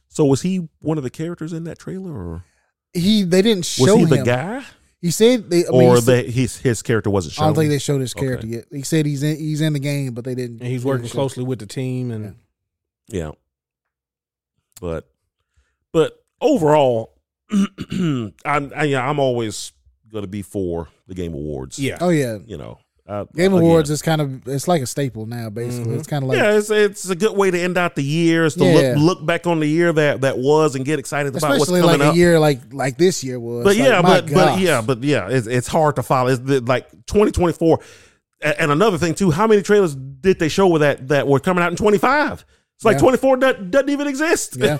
B: So was he one of the characters in that trailer, or
C: He they didn't
B: was
C: show
B: he the
C: him.
B: guy,
C: He said they. I mean,
B: or
C: he said-
B: that his his character wasn't shown?
C: I don't think they showed his
B: Okay.
C: character yet. He said he's in he's in the game, but they didn't.
A: And he's
C: they
A: working
C: didn't show-
A: closely with the team, and
B: Yeah. But but overall, I'm I, yeah, I'm always gonna be for the game awards.
A: yeah,
C: Oh yeah,
B: You know. I,
C: Game
B: again,
C: Awards is kind of it's like a staple now. Basically,
A: Mhm.
C: it's kind of like
B: Oh, Mm-hmm. yeah, it's it's a good way to end out the year. Is to
C: Yeah.
B: look look back on the year that that was and get excited about what's
C: especially
B: coming
C: like
B: up.
C: a year like like this year was.
B: but
C: Like,
B: yeah,
C: my
B: but but
C: gosh.
B: yeah, but yeah, it's it's hard to follow. It's the, like 2024, A- and another thing too, how many trailers did they show with that that were coming out in 25? It's like
C: Yeah.
B: 24 doesn't, doesn't even exist.
C: yeah.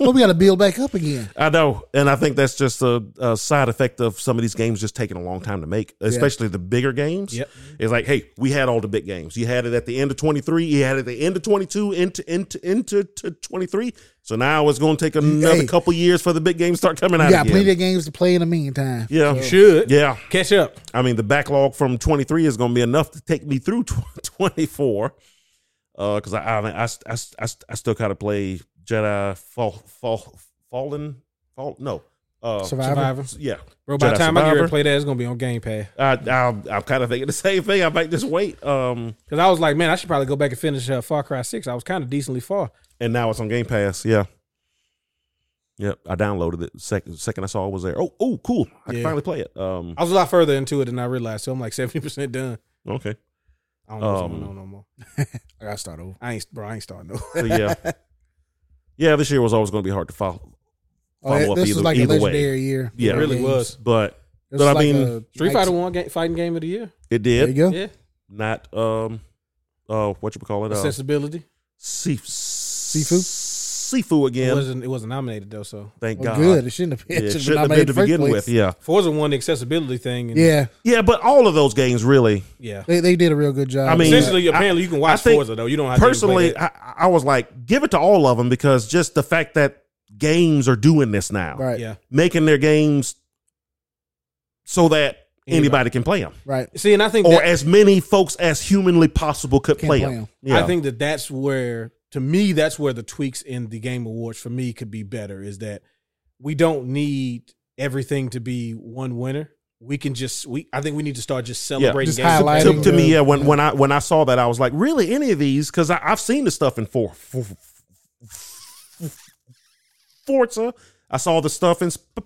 C: but we got to build back up again.
B: I know, and I think that's just a, a side effect of some of these games just taking a long time to make, especially the bigger games.
A: Yep.
B: It's like, hey, we had all the big games. You had it at the end of twenty three. You had it at the end of twenty two into into into twenty three. So now it's going to take another
C: Hey.
B: couple years for the big games to start coming
C: We
B: out.
C: got
B: again.
C: plenty of games to play in the meantime.
B: yeah,
A: you should
B: yeah.
A: catch up.
B: I mean, the backlog from 23 is going to be enough to take me through 24. Because I, I, I, I, I, I still got to play Jedi Fall, Fall, Fallen, Fall, no. Uh,
C: Survivor.
A: Survivor.
B: yeah.
A: Bro, by the
B: Jedi
A: time I get ready
B: Survivor.
A: to play that, it's gonna be on Game Pass.
B: I, I, I'm kind of thinking the same thing. I might just wait. Um,
A: Because I was like, man, I should probably go back and finish uh, Far Cry Six. I was kind of decently far.
B: and now it's on Game Pass. Yeah. Yep. I downloaded it. Second, second I saw it was there. Oh, oh, cool. I can
A: Yeah.
B: finally play it. Um,
A: I was a lot further into it than I realized. So I'm like seventy percent done.
B: okay.
A: I don't know what's
B: Um,
A: going on no more.
C: I got to start over.
A: I ain't, bro. I ain't starting no.
B: So, yeah. yeah, this year was always going to be hard to follow.
C: Oh,
B: Follow up
C: this
B: either-
C: was like a
B: either way.
C: legendary year.
B: Yeah.
A: it really
C: Games.
A: was.
B: But
C: This
B: But
C: was
B: I
C: like
B: mean,
C: a-
A: Street
C: like-
A: Fighter One ga- fighting game of the year.
B: it
C: There you
B: did.
C: go.
A: Yeah,
B: Not, um, uh, what you call it? Uh,
A: accessibility.
B: Sif-
C: Sifu?
B: Sifu
A: It
B: again.
A: wasn't. It wasn't nominated though. So
B: Thank
C: Well,
B: God.
C: good. It shouldn't have been.
B: It
C: should
B: shouldn't have been
C: nominated
B: to
C: in first
B: begin
C: place.
B: with. Yeah.
A: Forza won the accessibility thing. And,
C: Yeah,
B: Yeah, but all of those games really.
A: yeah.
C: they, they did a real good job.
B: I mean,
A: Essentially,
B: I-
A: apparently, you can watch
B: think
A: Forza though. You don't have to even play
B: Personally,
A: that.
B: I, I was like, give it to all of them because just the fact that games are doing this now,
C: Right.
A: Yeah.
B: making their games so that anybody,
A: Anybody.
B: can play them,
C: Right.
A: See, and I think
B: or
A: that,
B: as many folks as humanly possible could
C: Can
B: play
C: play
B: them.
C: 'em.
B: Yeah.
A: I think that that's where, to me, that's where the tweaks in the game awards for me could be better. Is that we don't need everything to be one winner. We can just we. I think we need to start just celebrating.
C: Just
A: games.
C: highlighting
B: to, to me, uh,
C: the-
B: yeah. When when I when I saw that, I was like, really, any of these? Because I've seen the stuff in for, for, Forza. I saw the stuff in Sp-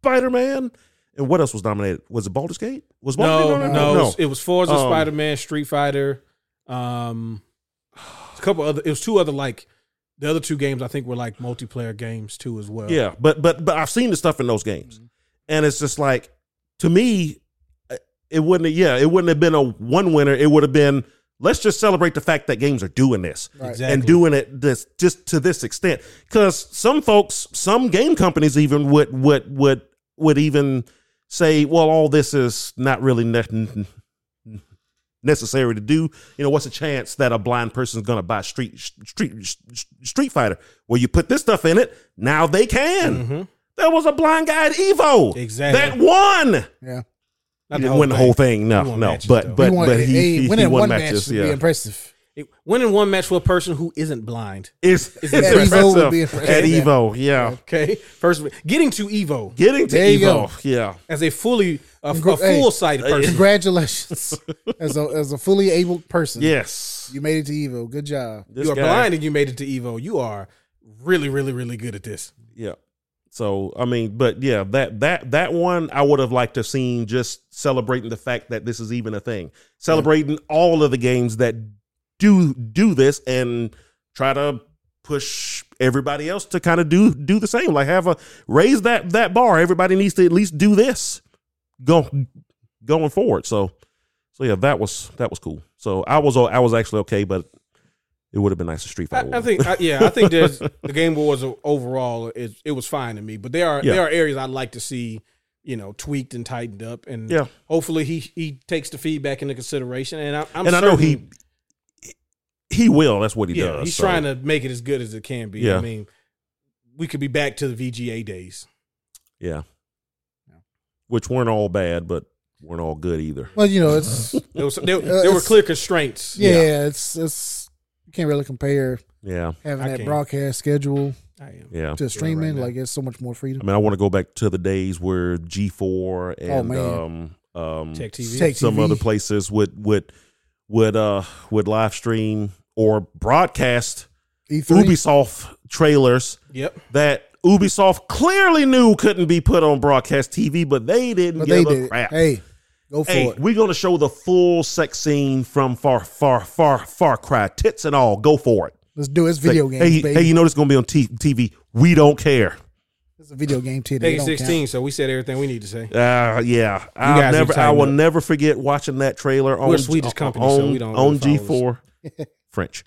B: Spider Man, and what else was nominated? Was it Baldur's Gate? Was Baldur's
A: No, no,
B: Gate nominated?
A: no, It was, it was Forza,
B: Um,
A: Spider Man, Street Fighter, um, a couple other. It was two other like the other two games. I think were like multiplayer games too as well.
B: Yeah, but but but I've seen the stuff in those games, and it's just like to me, uh, it wouldn't. Yeah, it wouldn't have been a one winner. It would have been let's just celebrate the fact that games are doing this
C: Right.
A: exactly.
B: and doing it this just to this extent. Because some folks, some game companies even would would would would even say, well, all this is not really ne- necessary to do. You know, what's the chance that a blind person's going to buy Street Street Street Fighter? Well, you put this stuff in it, now they can.
A: Mhm.
B: There was a blind guy at Evo
A: Exactly.
B: that won.
C: Yeah.
A: Not
B: He didn't win the whole thing. No,
A: He won
B: no,
A: matches,
B: but
A: though.
B: but
C: he won,
B: but he,
C: he,
B: he, he,
C: winning
B: won
C: one match
B: matches.
C: would be
B: Yeah,
C: impressive.
A: It- winning one match with a person who isn't blind.
B: it's,
A: Is
B: it's
A: it- At
B: impressive
C: Evo would be impressive.
B: at
C: Yeah.
B: Evo. Yeah,
A: Okay, first of all, getting to Evo
B: getting to
C: There you
B: Evo. Yeah,
A: as a fully a,
C: Congr- hey.
A: full sighted person.
C: Congratulations, as a as a fully able person.
B: yes.
C: You made it to Evo. Good job.
B: This
A: you are
B: guy-
A: blind and you made it to Evo. You are really, really, really good at this.
B: Yeah. So I mean, but yeah, that that that one I would have liked to have seen just celebrating the fact that this is even a thing, celebrating all of the games that do do this and try to push everybody else to kind of do do the same. Like have a raise that that bar. Everybody needs to at least do this go going forward. So so yeah, that was that was cool. So I was I was actually okay, but it would have been nice to street fight.
A: I, I
B: won.
A: think, I, yeah, I think there's the Game Awards are- overall is it was fine to me, but there are
B: Yeah.
A: there are areas I'd like to see, you know, tweaked and tightened up, and
B: Yeah.
A: hopefully he he takes the feedback into consideration. And I, I'm
B: and I know
A: certain-
B: he he will. That's what he
A: yeah,
B: does.
A: he's
B: so.
A: trying to make it as good as it can be. I
B: Yeah.
A: mean, we could be back to the VGA days.
B: yeah, which weren't all bad, but weren't all good either.
C: Well, you know it's yeah,
A: There, was, there,
C: Uh,
A: there were
C: it's-
A: clear constraints.
C: it's it's you can't really compare
B: Yeah,
C: having
A: I
C: that
A: can't.
C: broadcast schedule
A: I am.
B: yeah.
C: to streaming.
A: now.
C: like it's so much more
B: I
C: freedom.
B: mean, I want to go back to the days where G four and
C: man.
B: um um
A: Tech TV.
C: Tech
B: some
C: TV.
B: other places would would would uh would live stream or broadcast
C: E3.
B: Ubisoft trailers
A: Yep.
B: that Ubisoft clearly knew couldn't be put on broadcast TV, but they didn't
C: but they
B: give a
C: did. it.
B: crap.
C: Hey, go for
B: Hey,
C: it.
B: we're gonna show the full sex scene from Far Far Far Far Cry, tits and all. Go for it.
C: Let's do it. It's
B: Like,
C: video games,
B: hey,
C: baby.
B: hey, you know this gonna be on t- TV. We don't care.
C: it's a video game titty. It
A: Peggy
C: don't
A: sixteen. So we said everything we need to say.
B: Uh, yeah,
A: guys
B: I
A: are
B: never, I
A: tighten
B: will
A: up.
B: never forget watching that trailer on
A: We're a Swedish company,
B: on,
A: so we don't
B: on
A: really
B: G
A: follow
B: four French.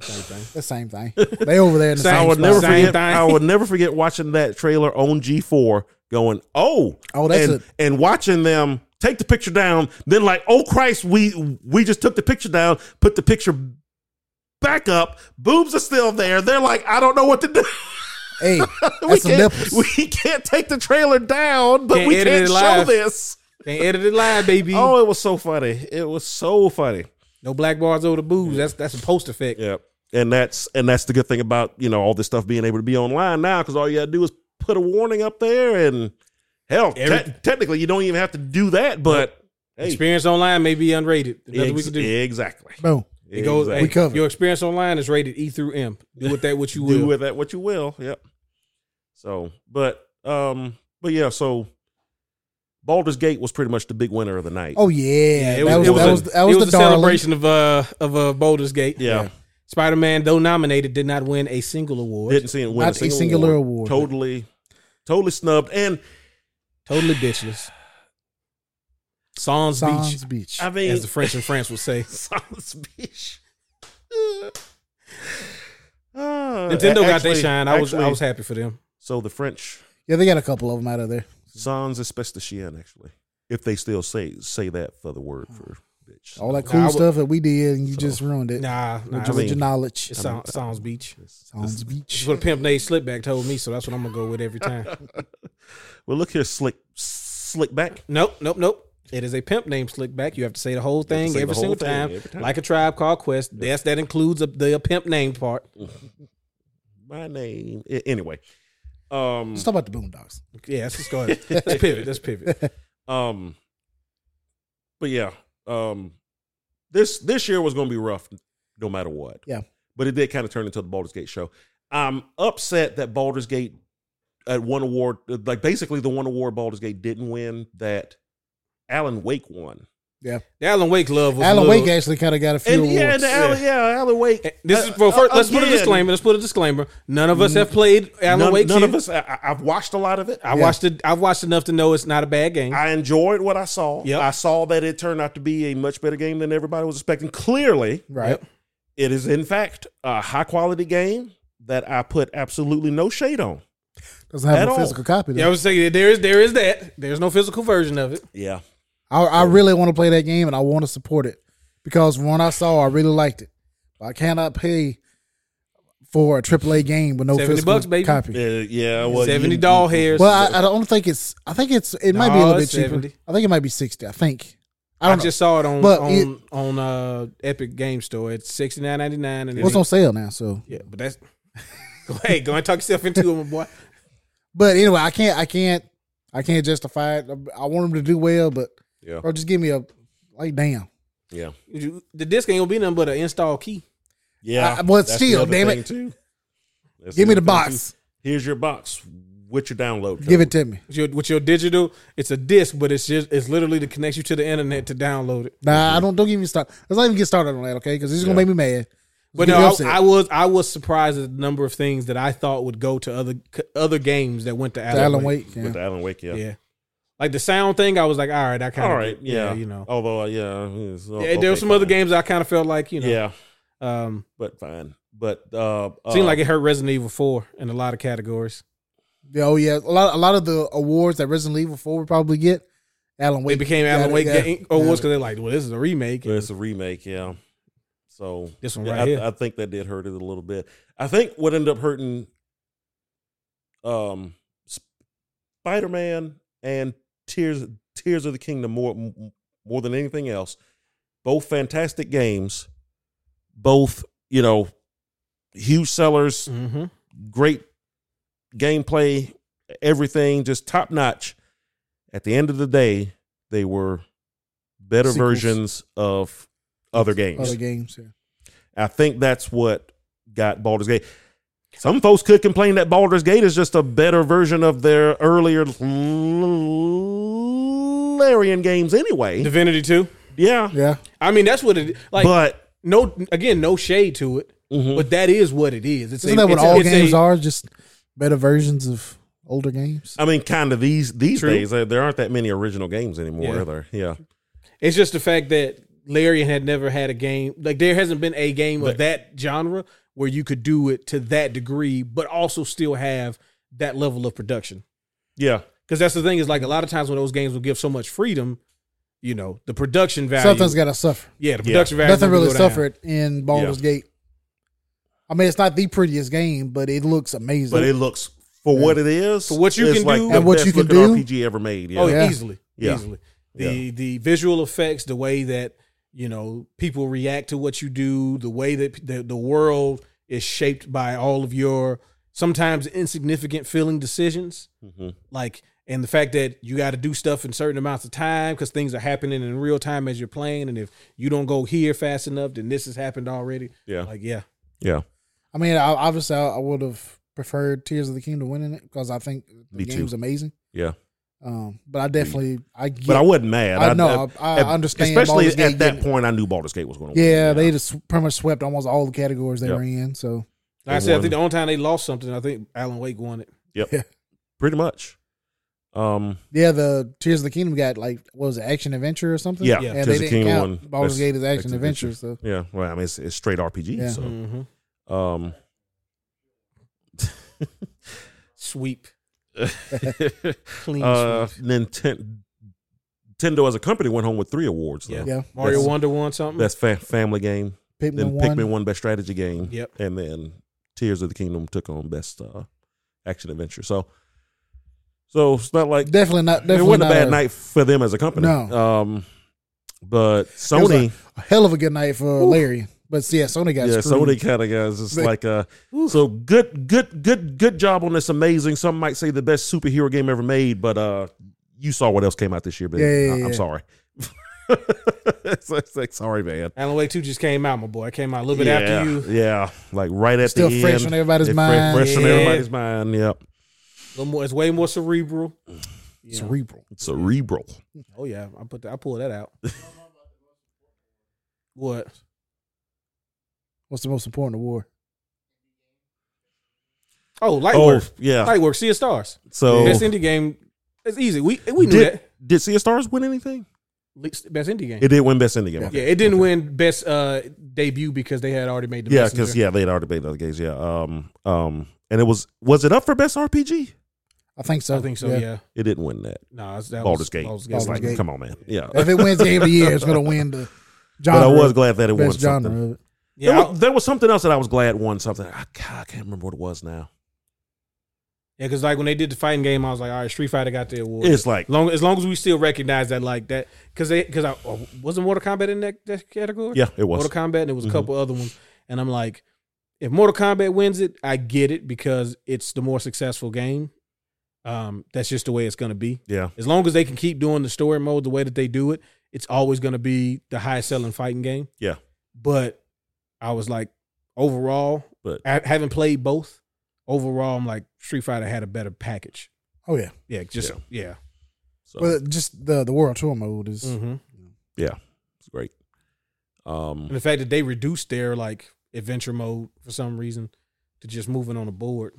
A: Same thing.
C: count. The same thing. They over there in the
A: Same
C: same,
B: I
A: would
B: will
C: spot.
B: never
A: Same
B: forget.
A: thing.
B: I will never forget watching that trailer on G four. Going oh
C: Oh, that's
B: and,
C: a-
B: and watching them take the picture down. Then like oh Christ, we we just took the picture down, put the picture back up. Boobs are still there. They're like I don't know what to do.
C: Hey,
B: we
C: that's some
B: can't
C: nipples.
B: we can't take the trailer down, but
A: Can't
B: we
A: edit
B: can't
A: it
B: show
A: live.
B: this.
A: They edited live, baby.
B: Oh, it was so funny. It was so funny.
A: No black bars over the booze. That's that's a post effect.
B: Yeah, and that's and that's the good thing about you know all this stuff being able to be online now because all you got to do is put a warning up there and hell, te-
A: Every-
B: technically you don't even have to do that. But hey,
A: Experience online may be unrated. There's nothing we
B: ex-
A: can do.
B: exactly.
C: Boom.
A: It goes.
B: Exactly.
A: hey,
C: We covered.
A: Your experience online is rated E through M. Do with that what you
B: do
A: will.
B: with that what you will. Yep. So, but um, but yeah, so. Baldur's Gate was pretty much the big winner of the night.
C: Oh yeah,
A: it
C: that
A: was,
C: was
A: it was,
C: that
A: a,
C: was that
A: it
C: was,
A: was
C: the
A: a
C: darling.
A: celebration of uh of uh, Boulder's Gate.
B: yeah.
A: Spider Man, though nominated, did not win a single award.
B: Didn't see it win
C: Not
B: a single
C: a singular
B: award.
C: award.
B: Totally, totally snubbed. And
A: Totally bitchless. Sans,
C: Sans
A: Beach,
C: Beach.
B: I mean,
A: as the French and France would say.
B: Sounds bitch.
A: Nintendo got their shine. I was I was happy for them.
B: Ah, so the French
C: Yeah, they got a couple of them out of there.
B: sans espèce de chien actually, if they still say say that for the word for bitch.
C: All that
A: Nah,
C: cool
A: I would-
C: stuff that we did, and you
B: So-
C: just ruined it
A: Nah, nah
B: What
A: it
B: you
C: with
B: mean?
A: was-
C: your knowledge.
A: it sound, sounds beach.
B: This- this-
C: Sounds
A: It's
C: beach.
A: what Pimp Nate Slipback told me, so that's what I'm gonna go with every time.
B: well, look here, slick, slick back.
A: Nope, nope, nope. It is a pimp named Slickback. You have to say the whole
B: You have to
A: thing
B: say
A: every
B: the whole
A: single
B: thing
A: time,
B: every time.
A: like a tribe called Quest. That's that includes a, the pimp name part.
B: My name. a- Anyway, um,
C: Let's talk about the Boondocks.
A: Yeah, let's just go ahead. let's pivot. Let's pivot.
B: um, but yeah, um, this this year was going to be rough, no matter what.
C: Yeah.
B: but it did kind of turn into the Baldur's Gate show. I'm upset that Baldur's Gate at one award, like basically the one award Baldur's Gate didn't win that Alan Wake won.
A: The Alan Wake love was
C: Alan
A: a little-
C: Wake actually kind of got a few
B: And
C: awards.
B: yeah, and Alan, yeah. Alan Wake.
A: This
B: uh,
A: is well. First,
B: uh,
A: let's put a
B: again,
A: disclaimer. Let's put a disclaimer. None of us have played Alan
B: none,
A: Wake.
B: none
A: here.
B: of us. I- I, I've watched a lot of it.
A: I
C: Yeah.
A: watched it. I've watched enough to know it's not a bad game.
B: I enjoyed what I saw.
A: Yep.
B: I saw that it turned out to be a much better game than everybody was expecting. Clearly,
C: Right.
A: Yep.
B: it is in fact a high quality game that I put absolutely no shade on.
C: Doesn't have
B: At
C: a
B: all.
C: physical copy.
A: Yeah, I
C: Though.
A: was saying there is there is that. There's no physical version of it.
B: Yeah,
C: I, I really want to play that game and I want to support it because from what I saw, I really liked it. I cannot pay for a AAA game with no
A: 70
C: physical
A: bucks, baby.
C: copy.
B: Uh, yeah. Well,
A: Seventy
B: you-
A: doll hairs.
C: Well, I, I don't think it's. I think it's. It might be a
A: No,
C: little bit
A: it's
C: cheaper.
A: 70.
C: I think it might be sixty. I think. I
A: I,
C: don't know.
A: just saw it on
C: But
A: on
C: it-
A: on uh, Epic Game Store. It's sixty nine ninety nine, and it
C: What's
A: ain't-
C: on sale now? So,
A: yeah, but that's go ahead, go and talk yourself into it, my boy.
C: but anyway, I can't. I can't. I can't justify it. I want them to do well, but
B: Yeah.
C: bro, just give me a like. Damn.
B: Yeah.
A: You- The disc ain't gonna be nothing but an install key.
B: Yeah.
C: I- well,
B: That's
C: still,
B: the other
C: damn
B: thing,
C: it.
B: too. That's
C: give me
B: other thing,
C: the box.
B: too. Here's your box with your download. Code.
C: Give it to me.
A: With your, with your digital, it's a disc, but it's just it's literally to connect you to the internet to download it.
C: Nah, I don't. Don't give me start. Let's not even get started on that, okay? Because this is gonna
B: Yeah.
C: make me mad.
A: But
C: Get
A: no,
C: upset.
A: I, I was I was surprised at the number of things that I thought would go to other other games that went to Alan,
C: Alan
A: Wake.
C: Wake. yeah.
B: with the Alan Wake. Yeah.
A: Yeah. like the sound thing, I was like, all right, I kind of
B: All right. Yeah.
A: you know.
B: Although, uh, yeah, it's- oh,
A: Yeah, there were
B: okay,
A: some other
B: fine.
A: games I kind of felt like you know.
B: Yeah,
A: Um,
B: but fine. But uh,
A: seemed
B: uh,
A: like it hurt Resident Evil Four in a lot of categories.
C: Yeah, Oh yeah, a lot. A lot of the awards that Resident Evil Four would probably get. Alan Wake
A: It became
C: got
A: Alan
C: it,
A: Wake
C: yeah.
A: game awards
C: Yeah.
A: because they're like, well, this is a remake.
B: Well, it's a remake, yeah. So
A: This one
B: yeah,
A: right
B: I,
A: here.
B: I think that did hurt it a little bit. I think what ended up hurting, um, Spider Man and Tears Tears of the Kingdom more m- more than anything else. Both fantastic games, both you know, huge sellers,
A: mm-hmm.
B: great gameplay, everything just top notch. At the end of the day, they were better
C: Sequels.
B: versions of other games.
C: Other Oh, games. Yeah.
B: I think that's what got Baldur's Gate. Some folks could complain that Baldur's Gate is just a better version of their earlier Larian games anyway.
A: Divinity Two.
B: Yeah.
C: Yeah.
A: I mean, that's what it like. mm-hmm.
B: but
A: no, again, no shade to it,
B: Mhm.
A: but that is what it is. It's
C: Mm-hmm. Isn't
A: a,
C: that what
A: it's a-
C: all
A: it's
C: games
A: a,
C: are? Just better versions of older games.
B: I mean, kind of these these
A: True.
B: days, there, there aren't that many original games anymore.
A: Yeah.
B: Are there? Yeah.
A: It's just the fact that Larian had never had a game like there hasn't been a game of that genre where you could do it to that degree, but also still have that level of production.
B: Yeah.
A: Because that's the thing is like a lot of times when those games will give so much freedom, you know, the production value.
C: Something's got to suffer.
A: yeah, the
B: Yeah.
A: production value.
C: Nothing
A: will
C: really
A: go down.
C: suffered in Baldur's Gate. I mean, it's not the prettiest game, but it looks amazing.
B: but it looks for what it is.
A: For what you
B: it's
A: can do-
B: the
C: And what
B: best
C: you can
B: looking
C: do.
B: RPG ever made. Yeah.
A: Oh,
C: Yeah.
A: easily,
B: Yeah.
A: easily. The the visual effects, the way that you know people react to what you do, the way that the, the world is shaped by all of your sometimes insignificant feeling decisions,
B: Mhm.
A: like and the fact that you got to do stuff in certain amounts of time because things are happening in real time as you're playing, and if you don't go here fast enough, then this has happened already.
B: Yeah.
A: Like, yeah,
B: Yeah.
C: I mean, I, obviously, I, I would have preferred Tears of the Kingdom winning it because I think the
B: Me too.
C: game's amazing.
B: Yeah.
C: Um, but I definitely, I get,
B: But I wasn't mad.
C: I know, I- I
B: at-
C: understand
B: Especially
C: Baldur's
B: at
C: Gate
B: that
C: getting-
B: point, I knew Baldur's Gate was going to
C: yeah,
B: win.
C: they just pretty much swept almost all the categories they
B: Yep.
C: were in. So
A: like I
B: They
A: said, I
B: won.
A: think the only time they lost something, I think Alan Wake won it.
B: pretty much. Um,
C: yeah, the Tears of the Kingdom got like what was it, action adventure or something?
B: yeah,
A: Yeah.
B: yeah. Tears
C: and they
B: of the
C: didn't
B: Kingdom
C: count
B: won.
C: Baldur's
B: Best
C: Gate as action
B: action
C: adventure.
B: adventure.
C: So
B: Yeah, well, I mean, it's, it's straight RPG.
C: Yeah.
B: So,
A: Mm-hmm.
B: um,
A: Sweep, clean
B: uh,
A: sweep.
B: Nintendo Nintendo as a company went home with three awards. Though.
A: Yeah.
C: Yeah.
A: Mario
B: That's-
A: Wonder won something.
B: Best fa- family game.
C: Pikmin
B: Then
C: one.
B: Pikmin won best strategy game.
A: Yep.
B: And then Tears of the Kingdom took on best uh, action adventure. So, so it's not like
C: Definitely not. Definitely
B: it wasn't a
C: not
B: bad night for them as a company.
C: No.
B: Um, but
C: was
B: Sony,
C: a hell of a good night for Larry. But yeah, Sony got
B: yeah,
C: screwed.
B: Sony kind of guys. It's
C: They-
B: like uh, so good, good, good, good job on this amazing. Some might say the best superhero game ever made, but uh, you saw what else came out this year. But
C: Yeah, yeah,
B: I,
C: yeah.
B: am sorry. it's, it's like sorry, man.
A: Alan Wake 2 just came out, my boy. It came out a little bit
B: yeah,
A: after you.
B: Yeah, like right at
C: Still
B: the
C: fresh
B: end.
C: on everybody's
B: It's fre-
C: mind.
B: Fresh on
A: Yeah.
B: everybody's mind. Yep.
A: A little more, it's way more cerebral. You know.
C: cerebral.
B: Cerebral.
A: Oh yeah, I put that, I pull that out. what?
C: What's the most important award?
A: Oh,
B: Oh
A: Lightwork.
B: yeah.
A: Lightwork. Sea of Stars.
B: So
A: Best indie game. It's easy. We we knew
B: did
A: that.
B: did Sea of Stars win anything?
A: Le- Best indie game.
B: It did win best indie game.
C: Yeah.
B: okay.
A: yeah, it didn't win best uh debut because they had already made the
B: Yeah,
A: Messenger.
B: because yeah, they'd already made other games. Yeah. Um. Um. And it was was it up for best RPG?
C: I think so.
A: I think so. Yeah.
B: It didn't win that.
A: No, it's- that
B: Baldur's
A: was
B: Gate.
A: Baldur's
B: It's
C: Baldur's
B: like,
C: Gate.
B: come on, man. Yeah.
C: If it wins game of the year, it's gonna win the genre.
B: but I was glad that it won
C: best genre.
B: something.
C: of it.
A: Yeah,
B: there,
A: I-
B: was, there was something else that I was glad won something. I, God, I can't remember what it was now.
A: yeah, because like when they did the fighting game, I was like, all right, Street Fighter got the award.
B: It's like
A: long as long as we still recognize that like that because they because I oh, wasn't Mortal Kombat in that, that category.
B: yeah, it was.
A: Mortal Kombat, and it was a
B: Mhm.
A: couple other ones. And I'm like, if Mortal Kombat wins it, I get it because it's the more successful game. Um, that's just the way it's going to be.
B: Yeah.
A: As long as they can keep doing the story mode the way that they do it, it's always going to be the highest selling fighting game.
B: Yeah.
A: But I was like, overall,
B: But-
A: I haven't played both. Overall, I'm like Street Fighter had a better package.
C: Oh yeah.
A: Yeah, just yeah.
B: So Mm.
C: Well, just the the world tour mode is
A: Mhm.
B: it's great.
A: And
B: Um.
A: the fact that they reduced their like adventure mode for some reason to just moving on a board.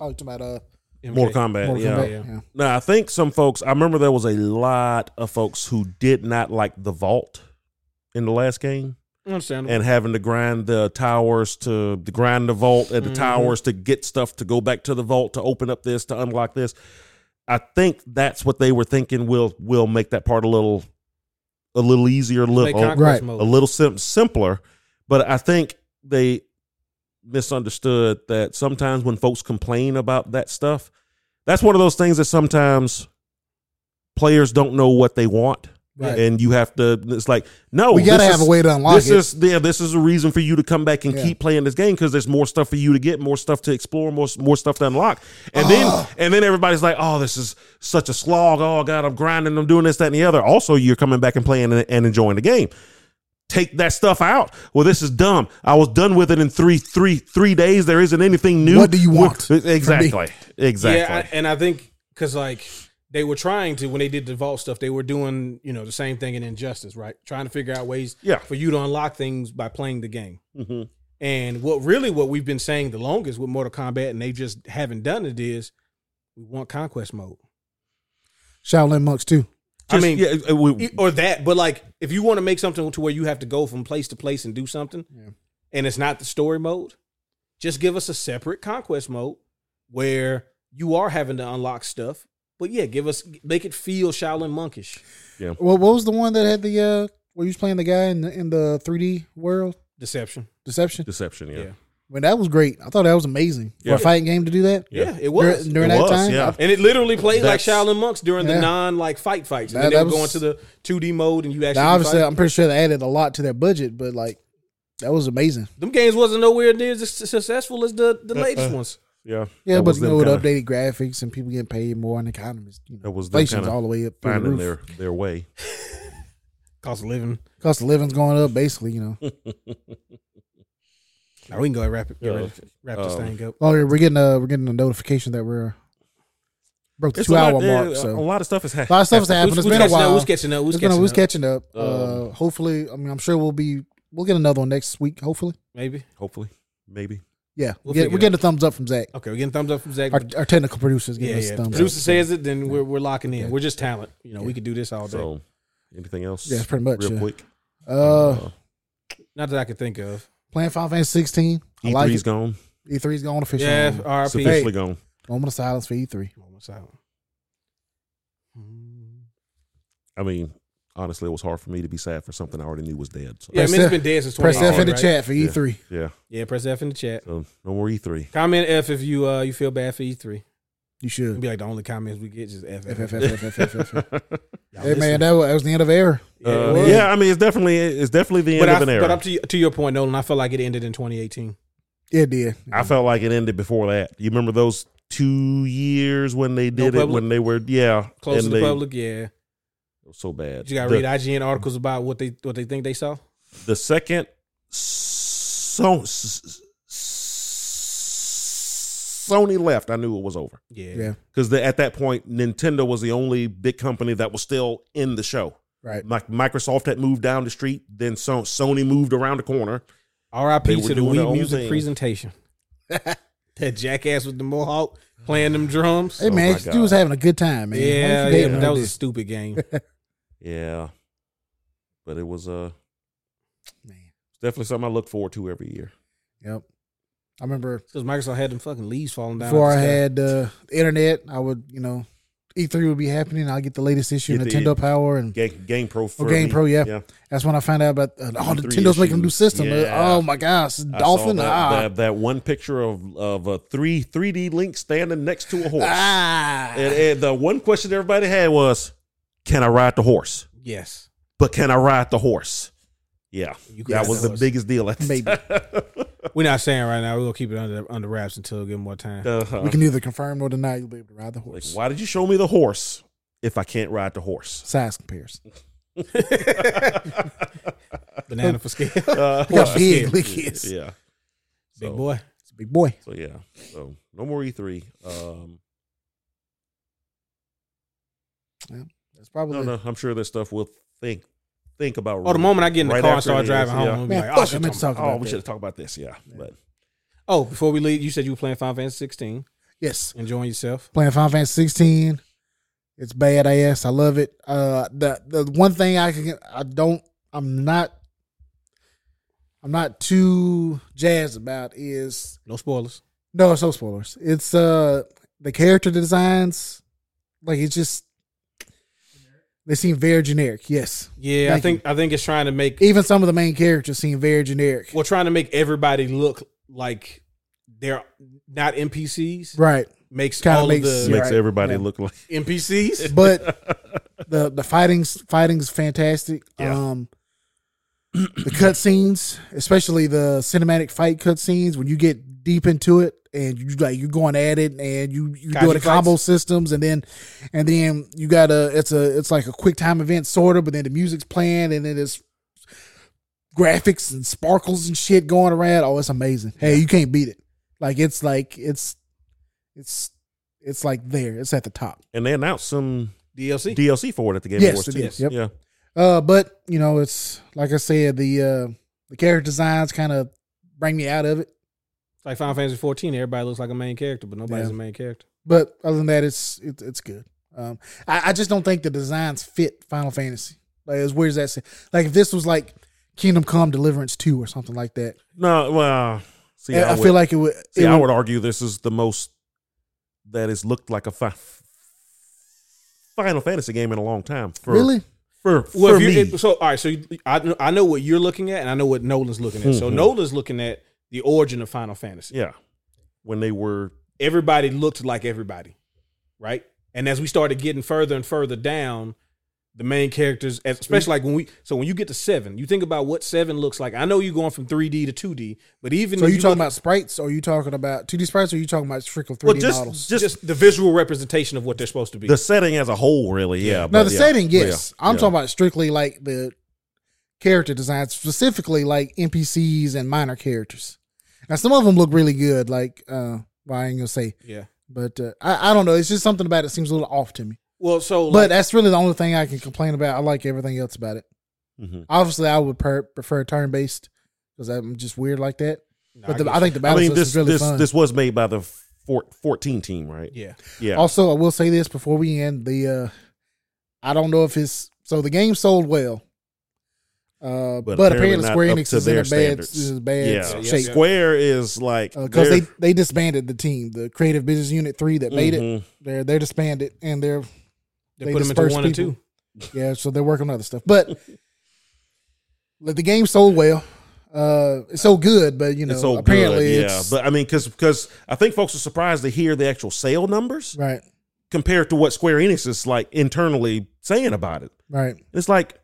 C: oh you talking about uh
B: Mortal Kombat.
C: Mortal
B: yeah.
C: Kombat.
A: yeah.
C: Yeah.
B: Now, I think some folks, I remember there was a lot of folks who did not like the vault in the last game
A: Understandable.
B: and having to grind the towers to, to grind the vault at the
A: Mhm.
B: towers to get stuff to go back to the vault to open up this to unlock this. I think that's what they were thinking will will make that part a little a little easier, a
A: Play
B: little
A: Conquest
C: right.
A: mode.
B: a little sim- simpler, but I think they misunderstood that sometimes when folks complain about that stuff, that's one of those things that sometimes players don't know what they want,
C: Right.
B: and you have to. It's like no,
C: we gotta
B: this
C: have
B: is-
C: a way to unlock
B: this
C: it.
B: is yeah, this is a reason for you to come back and
C: Yeah.
B: keep playing this game because there's more stuff for you to get, more stuff to explore, more more stuff to unlock. And then
C: Ah.
B: and then everybody's like, oh, this is such a slog. Oh God, I'm grinding. I'm doing this, that, and the other. Also, you're coming back and playing and, and enjoying the game. Take that stuff out. Well, this is dumb. I was done with it in three three three days. There isn't anything new.
C: What do you want from me?
B: Exactly. Exactly.
A: Yeah, I, and I think because like they were trying to when they did the vault stuff, they were doing you know the same thing in Injustice, right? Trying to figure out ways
B: Yeah.
A: for you to unlock things by playing the game.
B: Mhm.
A: And what really what we've been saying the longest with Mortal Kombat, and they just haven't done it is we want conquest mode.
C: Shaolin monks too.
A: I
B: Just-
A: mean,
B: yeah, it- we-
A: it- E, or that, but like if you want to make something to where you have to go from place to place and do something,
C: Yeah.
A: and it's not the story mode, just give us a separate conquest mode where you are having to unlock stuff. But yeah, give us make it feel Shaolin monkish,
C: Well, what was the one that had the uh where you was playing the guy in the, in the 3D world
A: deception.
C: deception?
B: deception. Yeah.
A: Yeah.
C: I mean, that was great. I thought that was amazing for
B: Yeah.
C: a fighting game to do that.
A: Yeah,
B: Yeah.
A: it was.
C: Dur- during
B: It
C: that
B: was,
C: time.
B: yeah.
C: I-
A: and it literally played like
B: That's-
A: Shaolin monks during the
C: Yeah.
A: non like fight fights, and then
C: That-
A: they
C: that
A: were going
C: was-
A: to the 2D mode, and you actually
C: now, obviously,
A: fight.
C: I'm pretty sure they added a lot to their budget, but like that was amazing.
A: them games wasn't nowhere near as su- successful as the the latest ones.
B: Yeah.
C: Yeah,
B: That
C: but
B: was
C: you
B: them
C: know, with
B: kinda
C: updated graphics and people getting paid more, and economies, you know,
B: That was them
C: inflation's
B: kinda
C: all the way up. through The
B: finding
C: roof.
B: their their way.
A: Cost of living.
C: Cost of living's going up, basically. You know,
A: Now we can go ahead and wrap it. Get
B: Yeah,
A: ready. Wrap this
B: Um,
A: thing up.
C: oh, yeah, we're getting a we're getting a notification that we're broke the
B: It's a
C: two
B: lot-
C: hour
B: yeah,
C: mark.
B: a
C: So
B: lot of stuff is
C: a lot
B: happening.
C: of stuff's happened.
A: Who's- who's
C: It's been a
A: catching up?
C: while.
A: Who's catching up? Who's
C: It's been a-
A: catching
C: who's
A: up?
C: catching up.
B: Um,
C: uh, hopefully, I mean, I'm sure we'll be we'll get another one next week. Hopefully,
A: Maybe.
B: Hopefully, maybe.
C: yeah,
A: We'll
C: we get,
A: figure
C: we're
A: it
C: getting a thumbs up from Zach.
A: Okay, we're getting thumbs up from Zach.
C: Our, our technical producer's
A: yeah,
C: giving us
A: yeah.
C: thumbs
A: Producer
C: up.
A: says it, then we're we're locking in.
C: Yeah.
A: We're just talent. You know, we could do this all day.
B: So, anything else?
C: Yeah, pretty much.
B: Real
C: yeah.
B: quick.
C: Uh,
A: Not that I could think of.
C: playing Final Fantasy 16. I
B: E3's
C: like it.
B: E gone.
C: E3's going official.
A: E Yeah, uh,
C: Yeah.
B: It's
A: RP.
B: officially gone.
C: E Moment of silence for E3.
A: Moment of silence. Hmm.
B: I mean, honestly, it was hard for me to be sad for something I already knew was dead. So,
A: Yeah, I mean,
C: Press
A: it's been dead since
C: Press F
A: 2018,
C: in the
A: right?
C: chat for E E3.
B: yeah.
A: Yeah, press F in the chat.
B: So no more E E3.
A: Comment F if you uh you feel bad for E3.
C: You
A: It'd
C: should.
A: be like the only comments we get just F
C: F
A: F
C: F
A: F.
C: F F F F F. F.
A: Y'all
C: Hey man,
A: listening.
C: that was, that was the end of era.
A: Yeah, it
B: Uh,
A: was.
B: yeah, I mean, it's definitely it's definitely the end
A: But,
B: of an
A: I,
B: era.
A: but up to, y- to your point, Nolan, I felt like it ended in 2018.
C: It did.
B: I felt like it ended before that. You remember those two years when they did it
A: public?
B: when they were yeah
A: Close to
B: and
A: the
B: they-
A: public, yeah.
B: It was so bad.
A: You got to
B: the,
A: read IGN articles about what they what they think they saw.
B: the second so, s- s- Sony left. I knew it was over
A: Yeah,
C: Yeah.
B: because at that point Nintendo was the only big company that was still in the show.
C: Right.
B: Mi- Microsoft had moved down the street, then so, Sony moved around the corner. They
A: R.I.P.
B: were
A: to the
B: doing their
A: Wii
B: own
A: Music
B: thing.
A: presentation. that jackass with the mohawk playing them drums.
C: Hey man,
B: my
C: you was
B: God.
C: having a good time, man. Why
A: oh yeah, yeah,
C: don't you date
A: but
C: like
A: that was a
C: this?
A: stupid game.
B: Yeah, but it was uh
C: Man.
B: definitely something I look forward to every year.
C: Yep. I remember
A: Because Microsoft had them fucking leaves falling down.
C: before
A: out
C: I
A: the sky.
C: had uh, the internet, I would you know, E3 would be happening. I'll get the latest issue,
B: Get the-
C: Nintendo Power, and
B: Game, Game Pro, for
C: Oh, Game
B: me.
C: Pro, yeah.
B: yeah.
C: that's when I found out about uh, oh
B: E3
C: Nintendo's making a new
B: E issues.
C: system. Uh,
B: Yeah.
C: Oh my gosh,
B: I
C: Dolphin.
B: saw that,
C: ah.
B: that, that one picture of of a three three D Link standing next to a horse,
C: Ah.
B: and, and the one question everybody had was, "Can I ride the horse?"
A: Yes.
B: But can I ride the horse? Yeah,
A: You
B: that
A: could-
B: was the biggest deal. At the
C: Maybe.
B: time.
A: We're not saying right now. We're going to keep it under under wraps until we get more time.
B: Uh-huh.
C: we can neither confirm nor deny you'll be able to ride the
B: Like,
C: horse.
B: why did you show me the horse if I can't ride the horse?
C: Size compares.
A: Banana for scale.
B: Uh,
C: Look how
A: Horse
C: big
A: is.
C: Lick is.
B: yeah,
A: Big
B: So-
A: boy.
C: It's a big boy.
B: So yeah, so no more E three. Um,
C: That's probably
B: no, no, I'm sure this stuff will think think about.
A: Oh, the moment I get in the
B: um, right
A: car and
B: after
A: start
B: it
A: driving
B: is,
A: home,
B: yeah.
A: I'm
C: Man,
A: like,
C: fuck,
A: oh,
C: I
A: shit,
C: meant to
A: talk-
C: talk about
B: Oh, we
C: that.
B: should have talked about this. Yeah, but
A: oh, before we leave, you said you were playing Final Fantasy 16,
C: Yes.
A: enjoying yourself.
C: Playing Final Fantasy 16. It's badass. I love it. Uh the the one thing I can I don't I'm not I'm not too jazzed about is
A: No spoilers.
C: no, it's no spoilers. It's uh the character designs like it's just they seem very generic. Yes.
A: Yeah, I
C: Thank
A: think I think it's trying to make
C: Even some of the main characters seem very generic.
A: well, trying to make everybody look like they're not NPCs.
C: Right.
A: Makes
C: Kinda
A: all
C: makes-
A: of the
C: Yeah,
B: makes
C: right.
B: everybody
C: Yeah.
B: look like
A: NPCs.
C: but the the fighting's fighting's fantastic.
B: Yeah.
C: Um the cutscenes, especially the cinematic fight cutscenes, when you get deep into it and you like you're going at it and you you
A: Kaiju
C: do the combo
A: fights.
C: systems and then and then you got a it's a it's like a quick time event sort of, but then the music's playing and then it's graphics and sparkles and shit going around. Oh, it's amazing. Hey, you can't beat it. Like it's like it's it's it's like there. It's at the top.
B: and they announced some
A: DLC.
B: DLC for it at the Game
C: Yes,
B: Awards
C: it
B: too.
C: is. Yep.
B: Yeah,
C: Uh, but you know, it's like I said, the uh, the character designs kind of bring me out of it.
A: like Final Fantasy 14, everybody looks like a main character, but nobody's
C: Yeah.
A: a main character.
C: But other than that, it's it, it's good. Um, I, I just don't think the designs fit Final Fantasy. Like as weird as that, sa- like if this was like Kingdom Come Deliverance two or something like that,
B: no, well, see,
C: I,
B: I,
C: I
B: would,
C: feel like it would.
B: see,
C: it
B: I
C: would-
B: would argue this is the most that has looked like a fi- Final Fantasy game in a long time. For,
C: really.
B: For, for
A: Well, if
B: me,
A: you're, it, so all right, so you, I kn- I know what you're looking at, and I know what Nolan's looking at. So
C: Mm-hmm.
B: Mhm.
A: Nolan's looking at the origin of Final Fantasy.
B: yeah, when they were
A: Everybody looked like everybody, right? And as we started getting further and further down, the main characters, as- especially like when we, so when you get to seven, you think about what seven looks like. I know you're going from 3D to 2D, but even
C: So
A: if
C: you
A: look
C: talking about sprites, or you talking about two D sprites, or you talking about strictly three
B: well,
C: D
B: just
C: models?
B: just,
A: just the visual representation of what they're supposed to be.
B: the setting as a whole, really. Yeah,
C: No,
B: but
C: the
B: yeah,
C: setting,
B: but
C: yes.
B: yeah,
C: I'm
B: yeah.
C: talking about strictly like the character design, specifically like NPCs and minor characters. Now, some of them look really good. Like, uh, well, I ain't gonna say,
A: yeah.
C: but uh, I, I don't know. It's just something about it seems a little off to me.
A: Well, so
C: but
A: like,
C: that's really the only thing I can complain about. I like everything else about it.
B: Mhm.
C: Obviously, I would per- prefer turn based because I'm just weird like that.
A: Nah,
C: But the,
A: get
C: I, think the
B: I
C: battle
B: mean,
C: system
B: this
C: is really
B: this
C: fun.
B: this was made by the four, 14 team, right?
A: you. yeah.
B: Yeah.
C: Also, I will say this before we end the. uh I don't know if it's so the game sold well, uh, but,
B: But
C: apparently,
B: apparently not
C: Square
B: up
C: Enix
B: to
C: is in a
B: their
C: bad
B: standards.
C: is in a bad
B: Yeah.
A: Yeah,
C: shape
B: Square is like
C: because
B: they're-
C: they they disbanded the team, the Creative Business Unit Three that made it.
B: Mhm.
C: They're they're disbanded and they're
A: They,
C: They
A: put them into
C: disperse
A: one and
C: people.
A: two.
C: yeah, so they're working on other stuff. But like, the game sold well. Uh, it sold good, but you know,
B: it's so
C: apparently
B: good, yeah.
C: it's
B: But I mean, because I think folks are surprised to hear the actual sale numbers
C: right,
B: compared to what Square Enix is like internally saying about it.
C: right.
B: It's like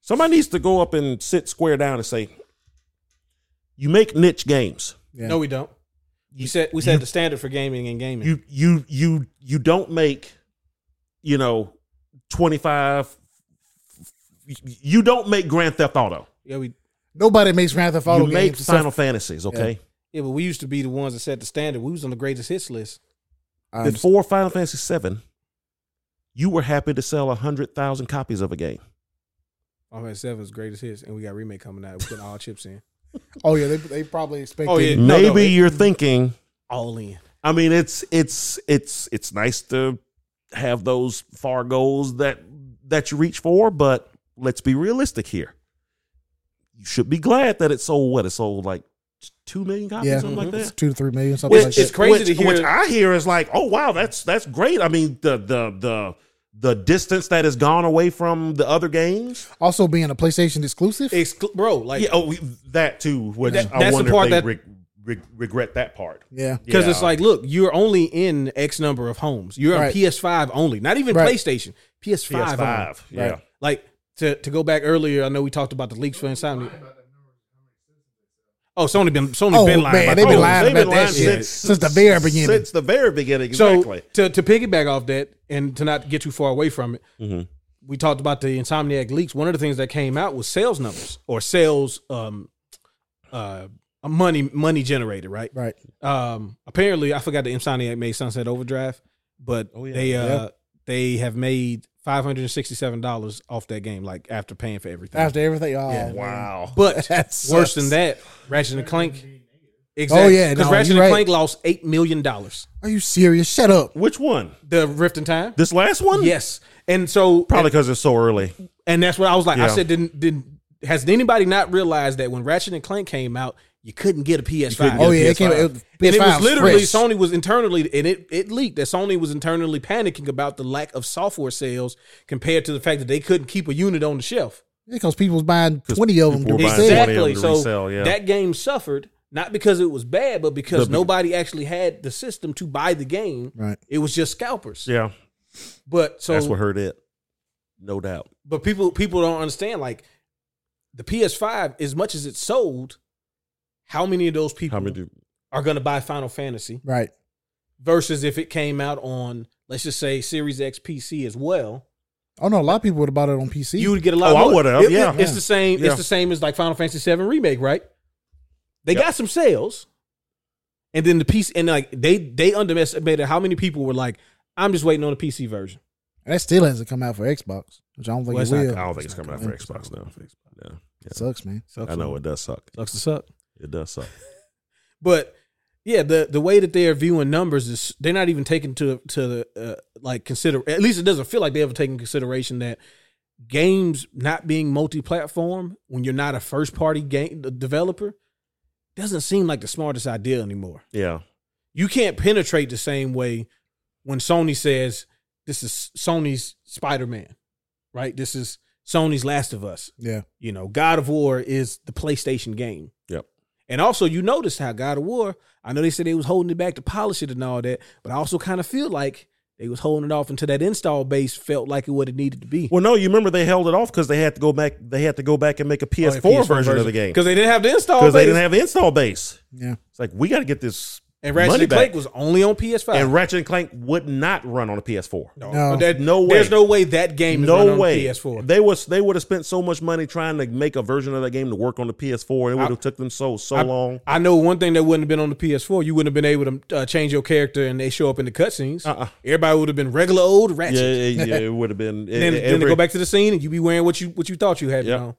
B: somebody needs to go up and sit Square down and say, "You make niche games.
C: Yeah.
A: No, we don't. We
B: You-
A: set we set the standard for gaming and gaming.
B: You you you you don't make, you know, twenty five. You don't make Grand Theft Auto.
A: yeah, we
C: Nobody makes Grand Theft Auto
B: you make
C: games. except-
B: Final Fantasies. Okay,
A: yeah, but we used to be the ones that set the standard. We was on the greatest hits list.
C: I understand.
B: before Final Fantasy seven, you were happy to sell hundred thousand copies of a game.
A: Final Fantasy Seven was Oh, greatest hits, and we got remake coming out. We put all chips in,
C: Oh yeah, they, they probably expected.
A: Oh, yeah. No,
B: Maybe
A: no, it-
B: you're thinking.
A: all in.
B: I mean, it's it's it's it's nice to have those far goals that that you reach for, but let's be realistic here. You should be glad that it sold what it sold like two million copies,
C: Yeah.
B: something like
C: It's
B: that.
C: two to three million, something
A: Which
C: like
A: is
C: that.
A: it's crazy
B: Mm-hmm. which,
A: to hear-
B: Which I hear is like, oh wow, that's that's great. I mean, the the the the distance that has gone away from the other games.
C: Also being a PlayStation exclusive.
A: Exclu- bro, like
B: yeah, oh, we- that too. Which
A: That-
B: I
A: that's the
B: wonder
A: part
B: if they
A: that-
B: reg- reg- regret that part
C: yeah,
A: Because it's
B: Yeah.
A: like, look, you're only in X number of homes. You're on
C: Right.
A: PS5 only, not even
C: Right.
A: PlayStation. PS5.
B: PS5.
A: only.
B: yeah.
C: Right.
A: Like to, to go back earlier, I know we talked about the leaks for Insomnia. Oh, Sony been Sony
C: Oh,
A: been lying.
C: man,
A: about
C: they been
A: those.
C: lying.
B: they've
C: about that shit since the very beginning.
B: Since the very beginning,
A: So
B: exactly.
A: to to piggyback off that and to not get too far away from it,
C: Mm-hmm.
B: Mhm.
A: we talked about the Insomniac leaks. One of the things that came out was sales numbers or sales um uh money money generated, right?
C: right.
A: um apparently i forgot the insomniac made sunset overdrive but
B: Oh, yeah.
A: they uh
C: Yeah.
A: they have made $567 off that game like after paying for everything
C: After everything, oh
A: Yeah.
C: wow,
B: wow.
A: but
C: that's
A: worse than that ratchet and clank
C: Oh, yeah,
A: because
C: no,
A: ratchet
C: you're
A: and
C: right.
A: clank lost $8 million the
C: Are you serious? Shut up.
B: Which one?
A: rift in time
B: This last one?
A: yes and so
B: Probably because it's so early.
A: and that's what i was like i
B: Yeah.
A: said didn't didn't has anybody not realized that when ratchet and clank came out you couldn't get a ps5
B: Yeah,
C: oh yeah, it
B: PS5.
C: came. It,
A: and it was
C: PS5
A: literally
C: fresh.
A: Sony was internally, and it, it leaked that Sony was internally panicking about the lack of software sales compared to the fact that they couldn't keep a unit on the shelf.
C: because people was buying twenty of them.
B: people
C: to
B: were buying
C: resell.
B: 20.
A: Exactly.
B: to
A: So
B: resell, yeah.
A: that game suffered not because it was bad, but because
B: The-
A: nobody actually had the system to buy the game.
C: Right.
A: It was just scalpers.
B: Yeah.
A: But so,
B: that's what hurt it. No doubt.
A: but people people don't understand like the PS5. As much as it sold, how many of those people
B: How many do,
A: are going to buy Final Fantasy?
C: Right.
A: versus if it came out on let's just say Series X PC as well,
C: Oh no, a lot of people would have bought it on PC.
A: you would get a lot.
B: Oh, I
A: more.
B: would've,
A: It- it-
B: yeah.
A: it's the same.
B: Yeah.
A: It's the same as like Final Fantasy VII remake, right? They
B: Yep.
A: got some sales, and then the PC and like they they underestimated how many people were like, "I'm just waiting on the PC version."
C: and that still hasn't come out for Xbox, which I don't think
A: Well,
C: it
A: it's not-
C: will.
B: I don't think it's coming out for
C: It
B: Xbox now. Yeah. Yeah.
C: Sucks, man.
A: Sucks
B: I know it does suck.
A: sucks to suck,
B: It does suck.
A: but yeah, the the way that they are viewing numbers is they're not even taking to to the uh, like consider. At least it doesn't feel like they ever taken consideration that games not being multi-platform when you're not a first party game developer doesn't seem like the smartest idea anymore.
B: Yeah.
A: You can't penetrate the same way when Sony says this is Sony's Spider-Man, right? This is Sony's Last of Us.
C: Yeah.
A: You know, God of War is the PlayStation game.
B: Yep.
A: And also, you notice how God of War. I know they said they was holding it back to polish it and all that, but I also kind of feel like they was holding it off until that install base felt like it what it needed to be.
B: Well, no, you remember they held it off because they had to go back. They had to go back and make a PS4, version, of the game
A: because they didn't have the install
B: because
A: base.
B: they didn't have the install base.
C: Yeah.
B: It's like we got to get this
A: and Ratchet
B: money
A: and Clank
B: back.
A: was only on PS5.
B: and Ratchet and Clank would not run on a PS4.
A: no,
C: No.
A: but that-
B: No way.
A: There's no way that game is
B: No
A: running
B: way.
A: on PS4.
B: They was they would have spent so much money trying to make a version of that game to work on the PS4. It would have took them so so long.
A: I know one thing that wouldn't have been on the PS4. You wouldn't have been able to uh, change your character, and they show up in the cutscenes.
B: Uh-uh.
A: Everybody would have been regular old Ratchet.
B: Yeah, yeah, yeah, it would have been.
A: Then, then they go back to the scene, and you be wearing what you what you thought you had
B: Yeah.
A: on.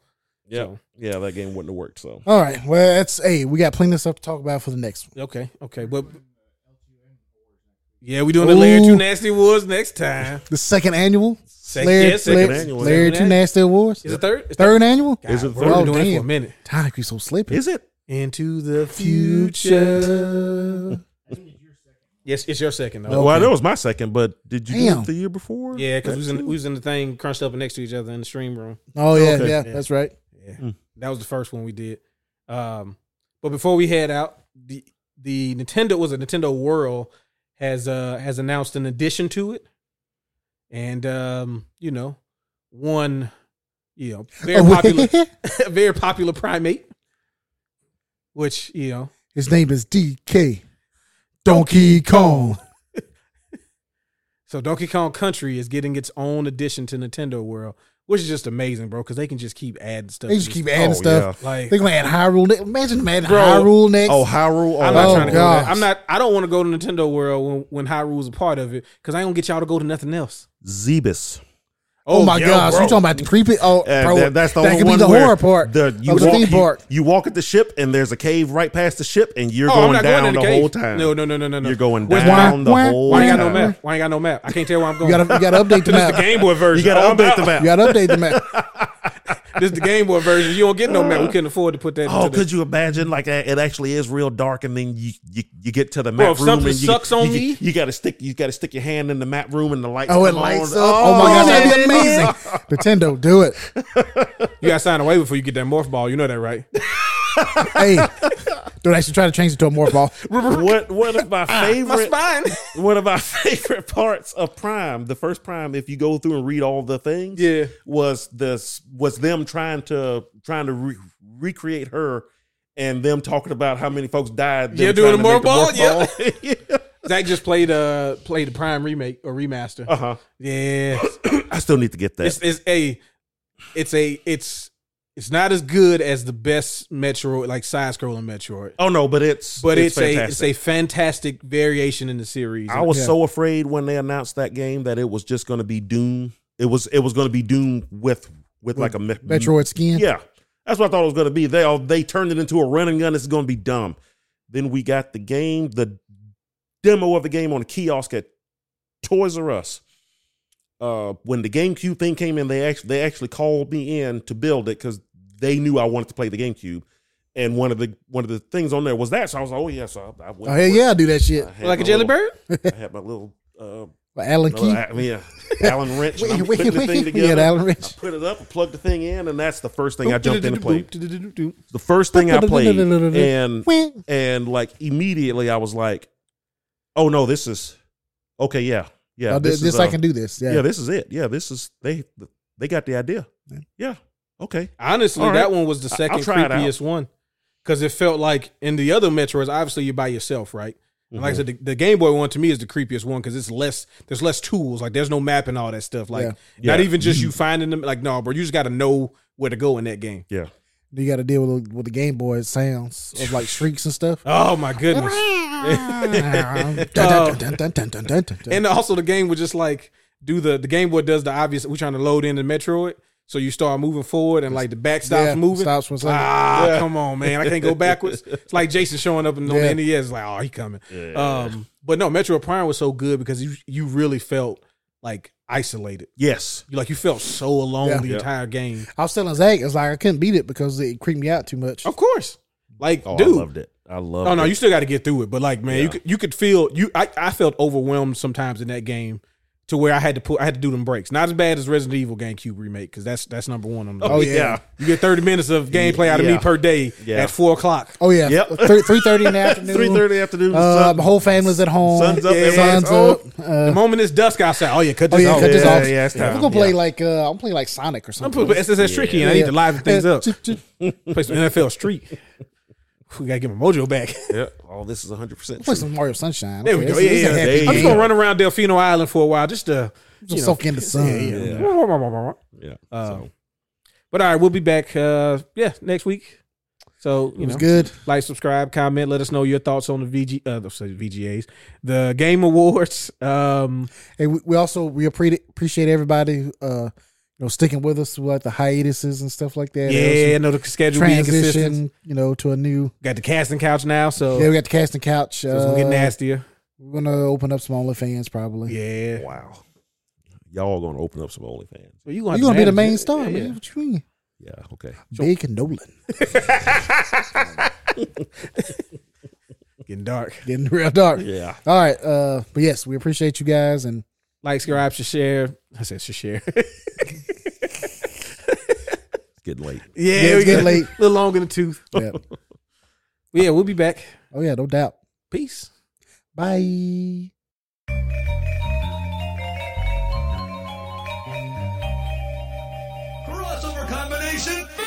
B: Yeah,
A: so.
B: yeah, that game wouldn't have worked. So
C: All right. Well, that's hey, we got plenty of stuff to talk about for the next one.
A: Okay, okay, but yeah, we doing the layer two
C: Ooh.
A: nasty awards next time.
C: The second annual.
A: Second,
C: Layer-
A: yeah, second
C: Layer-
B: annual.
C: Layer
A: Second
C: two nasty awards.
A: Is it third? It's
C: Third annual.
A: God,
B: Is it
A: we're
B: third?
A: only
C: Oh,
A: doing it for a
C: damn.
A: minute.
C: Tonic, you so slippy.
B: is it?
A: Into the future.
C: future.
A: Yes, it's your second though.
C: No.
B: Well, I
C: Okay.
B: know it was my second, but did you do
C: Damn.
B: it the year before?
A: Yeah, because we was in
B: That
A: we
B: too?
A: was in the thing crunched up next to each other in the stream room.
C: Oh yeah,
B: Okay.
C: yeah,
A: Yeah.
C: that's right.
A: Yeah,
B: Mm.
A: that was the first one we did. Um, but before we head out, the the Nintendo was a Nintendo World has uh has announced an addition to it, and um you know one you know
C: Oh,
A: very popular very popular primate, which you know
C: His name is DK Donkey Kong.
A: So Donkey Kong Country is getting its own addition to Nintendo World, which is just amazing, bro. Because they can just keep adding stuff.
C: They
A: to
C: just
A: this-
C: keep adding
B: Oh,
C: stuff.
A: like.
C: They gonna add Hyrule. Next. Imagine them adding
A: Bro.
C: Hyrule next.
B: yeah. Oh, Hyrule. Oh,
A: I'm not
C: Oh,
A: trying to go
C: gosh.
A: there. I'm not. I don't want to go to Nintendo World when when Hyrule's a part of it because I don't get y'all to go to nothing else.
B: Zebus.
C: Oh, my
B: yo,
C: gosh,
B: bro.
C: you talking about the creepy? Oh,
B: And
C: bro,
B: that, that's the
C: that
B: only
C: could
B: one
C: be the
B: where
C: horror part
B: The, you,
C: of the
B: walk,
C: theme
B: you-
C: park.
B: You, walk at the ship, and there's a cave right past the ship, and you're
A: Oh, I'm
B: going
A: not
B: down
A: going in
B: the,
A: the cave.
B: whole time.
A: No, no, no, no, no, no.
B: You're going
A: Where's
B: down the
C: why- why-
B: whole
A: Why ain't got no
B: time.
A: map? Why ain't got no map? I can't tell where I'm
C: You
A: going.
C: gotta, you gotta update the
A: this is the
C: map.
A: Game Boy version.
B: You got
A: Oh,
B: to update
A: I'm
B: the
A: out.
B: map.
C: You gotta update the map.
A: This is the Game Boy version. You don't get no map. We couldn't afford to put that.
B: Oh,
A: into the-
B: could you imagine? Like uh, it actually is real dark, and then you you, you get to the
A: Bro,
B: map
A: if
B: room
A: something
B: and you,
A: sucks on
B: you,
A: me-
B: you got to stick you got to stick your hand in the map room and the lights.
C: Oh, it
B: come
C: lights
B: on.
C: up. Oh, my
B: yeah,
C: gosh, that'd be
B: man.
C: amazing. Nintendo, do it.
A: you got to sign away before you get that morph ball. You know that, right?
C: Hey, don't actually try to change it to a morph ball.
B: Mm-hmm. What one of my
A: Ah, My
B: favorite
A: spine.
B: one of my favorite parts of Prime, the first Prime, if you go through and read all the things,
A: Yeah.
B: was this was them trying to trying to re- recreate her. And them talking about how many folks died. them
A: Yeah, doing
B: trying
A: the morph
B: to
A: ball,
B: make the morph ball.
A: Zach just played uh played the Prime remake or remaster.
B: yeah. Uh-huh.
A: Yeah.
B: I still need to get that.
A: It's, it's a, it's a, it's it's not as good as the best Metroid, like side scrolling Metroid,
B: oh no, but it's
A: but it's, a it's
B: fantastic.
A: a fantastic variation in the series.
B: I was
C: Yeah.
B: so afraid when they announced that game that it was just going to be Doom. It was it was going to be Doom with with like a me-
C: Metroid skin.
B: Yeah, that's what I thought it was going to be. They all, they turned it into a run and gun. It's going to be dumb. Then we got the game, the demo of the game on a kiosk at Toys R Us. Uh, when the GameCube thing came in, they actually they actually called me in to build it because they knew I wanted to play the GameCube. And one of the one of the things on there was that, so I was like, oh yeah, so I, I went.
C: Oh, hell yeah, I do that shit.
B: had
A: like a
B: my
A: jelly
B: little-
A: bird.
B: I had my little uh,
C: But Alan
B: no,
C: Key.
B: I, yeah, Allen wrench. and I'm
C: Wait,
B: putting the
C: wait,
B: thing
C: wait.
B: together.
C: Yeah, the Allen wrench.
B: I put it up, and plugged the thing in, and that's the first thing I jumped in and played.
A: played.
B: The first thing I played, and and like immediately I was like, "Oh no, this is okay. Yeah, yeah,
C: Oh, this,
B: is,
C: I
B: uh,
C: can do this. Yeah.
B: yeah. this is it. Yeah, this is they they got the idea.
C: Yeah.
B: Yeah, okay.
A: Honestly,
B: All right.
A: that one was the
B: I- I'll
A: second
B: try it out.
A: creepiest one because it felt like in the other Metroids, obviously you're by yourself, right? And
B: Mm-hmm.
A: like I said, the, the Game Boy one to me is the creepiest one because it's less. There's less tools. Like there's no map and all that stuff. Like
C: Yeah.
A: not
B: Yeah.
A: even just you finding them. Like no, bro, you just got to know where to go in that game.
B: yeah,
C: You got to deal with, with the Game Boy sounds of like shrieks and stuff.
A: Oh my goodness!
C: and
A: And also the game would just like do the the Game Boy does the obvious. We're trying to load in the Metroid, so you start moving forward and like the back stops moving.
C: Stops for a second.
A: Ah, come on, man! I can't go backwards. it's like Jason showing up in on
C: Yeah.
A: the NES. It's like, oh, he coming. Um, but no, Metro Prime was so good because you you really felt like isolated.
B: yes,
A: You like you felt so alone
C: Yeah.
A: the
B: Yeah.
A: entire game.
C: I was telling Zach, it's like I couldn't beat it because it creeped me out too much.
A: Of course, like
B: oh, I
A: dude,
B: loved it. I loved.
A: Oh no,
B: it.
A: you still got to get through it. But like, man,
B: Yeah.
A: you could, you could feel you. I, I felt overwhelmed sometimes in that game, to where I had to put I had to do them breaks. Not as bad as Resident Evil GameCube remake because that's that's number one on the.
C: Oh,
A: list.
C: yeah.
A: you get thirty minutes of gameplay out of
B: Yeah.
A: me per day
B: Yeah.
A: at four o'clock.
C: Oh yeah,
B: Yep.
C: three three thirty in the afternoon.
B: Three thirty afternoon.
C: Uh,
B: sun-
C: my whole family's at home.
B: Sun's up,
C: Yeah.
B: everybody's
C: Sun's
B: home.
C: up. Uh,
A: The moment it's dusk outside, oh yeah, cut
C: oh
A: this
C: yeah,
A: off.
C: cut this
B: Yeah,
C: off.
B: yeah, it's time.
C: I'm gonna play
B: Yeah.
C: like uh, I'm playing like Sonic or
A: I'm
C: something.
A: putting SSS tricky, and I need to liven things up.
C: up.
A: Play some NFL Street. We gotta get my mojo back.
B: Yeah. Oh, this is hundred percent.
C: Play some Mario Sunshine.
A: There we
C: Okay,
A: go.
C: it's-
A: Yeah,
C: it's a
A: yeah.
C: happy
B: There you
A: I'm
C: game.
A: just gonna run around Delfino Island for a while just to
C: Just
A: you know,
C: soak in the sun.
B: yeah. Yeah.
A: Uh,
B: so.
A: But all right, we'll be back. Uh, yeah, next week. So you
C: It was
A: know,
C: good.
A: like, subscribe, comment. Let us know your thoughts on the VG, uh, the sorry, VGAs, the Game Awards. Um,
C: Hey, we, we also we appreciate appreciate everybody, who, uh, you know, sticking with us throughout the hiatuses and stuff like that.
A: yeah, I know the schedule being consistent.
C: transition, you know, to a new.
A: Got the casting couch now, so
C: Yeah, we got the casting couch.
A: so it's gonna get
C: uh,
A: nastier.
C: We're gonna open up some OnlyFans probably.
A: Yeah,
B: Wow. Y'all gonna open up some OnlyFans.
A: well, you
C: You're
A: have
C: gonna
A: to
C: be the
A: manage
C: main
A: it.
C: star,
A: Yeah,
C: man.
A: yeah.
C: What you mean?
B: Yeah, okay.
C: Big and Nolan.
A: Getting dark.
C: Getting real dark.
B: Yeah.
C: All right. Uh, but yes, we appreciate you guys and
A: Like, subscribe, should share. I said should share.
B: It's getting late.
A: yeah,
C: it's
A: we get
C: getting late.
A: late. A little long in the tooth.
C: yeah.
A: But yeah, we'll be back.
C: oh yeah, no doubt.
A: Peace.
C: Bye.
D: Crossover combination.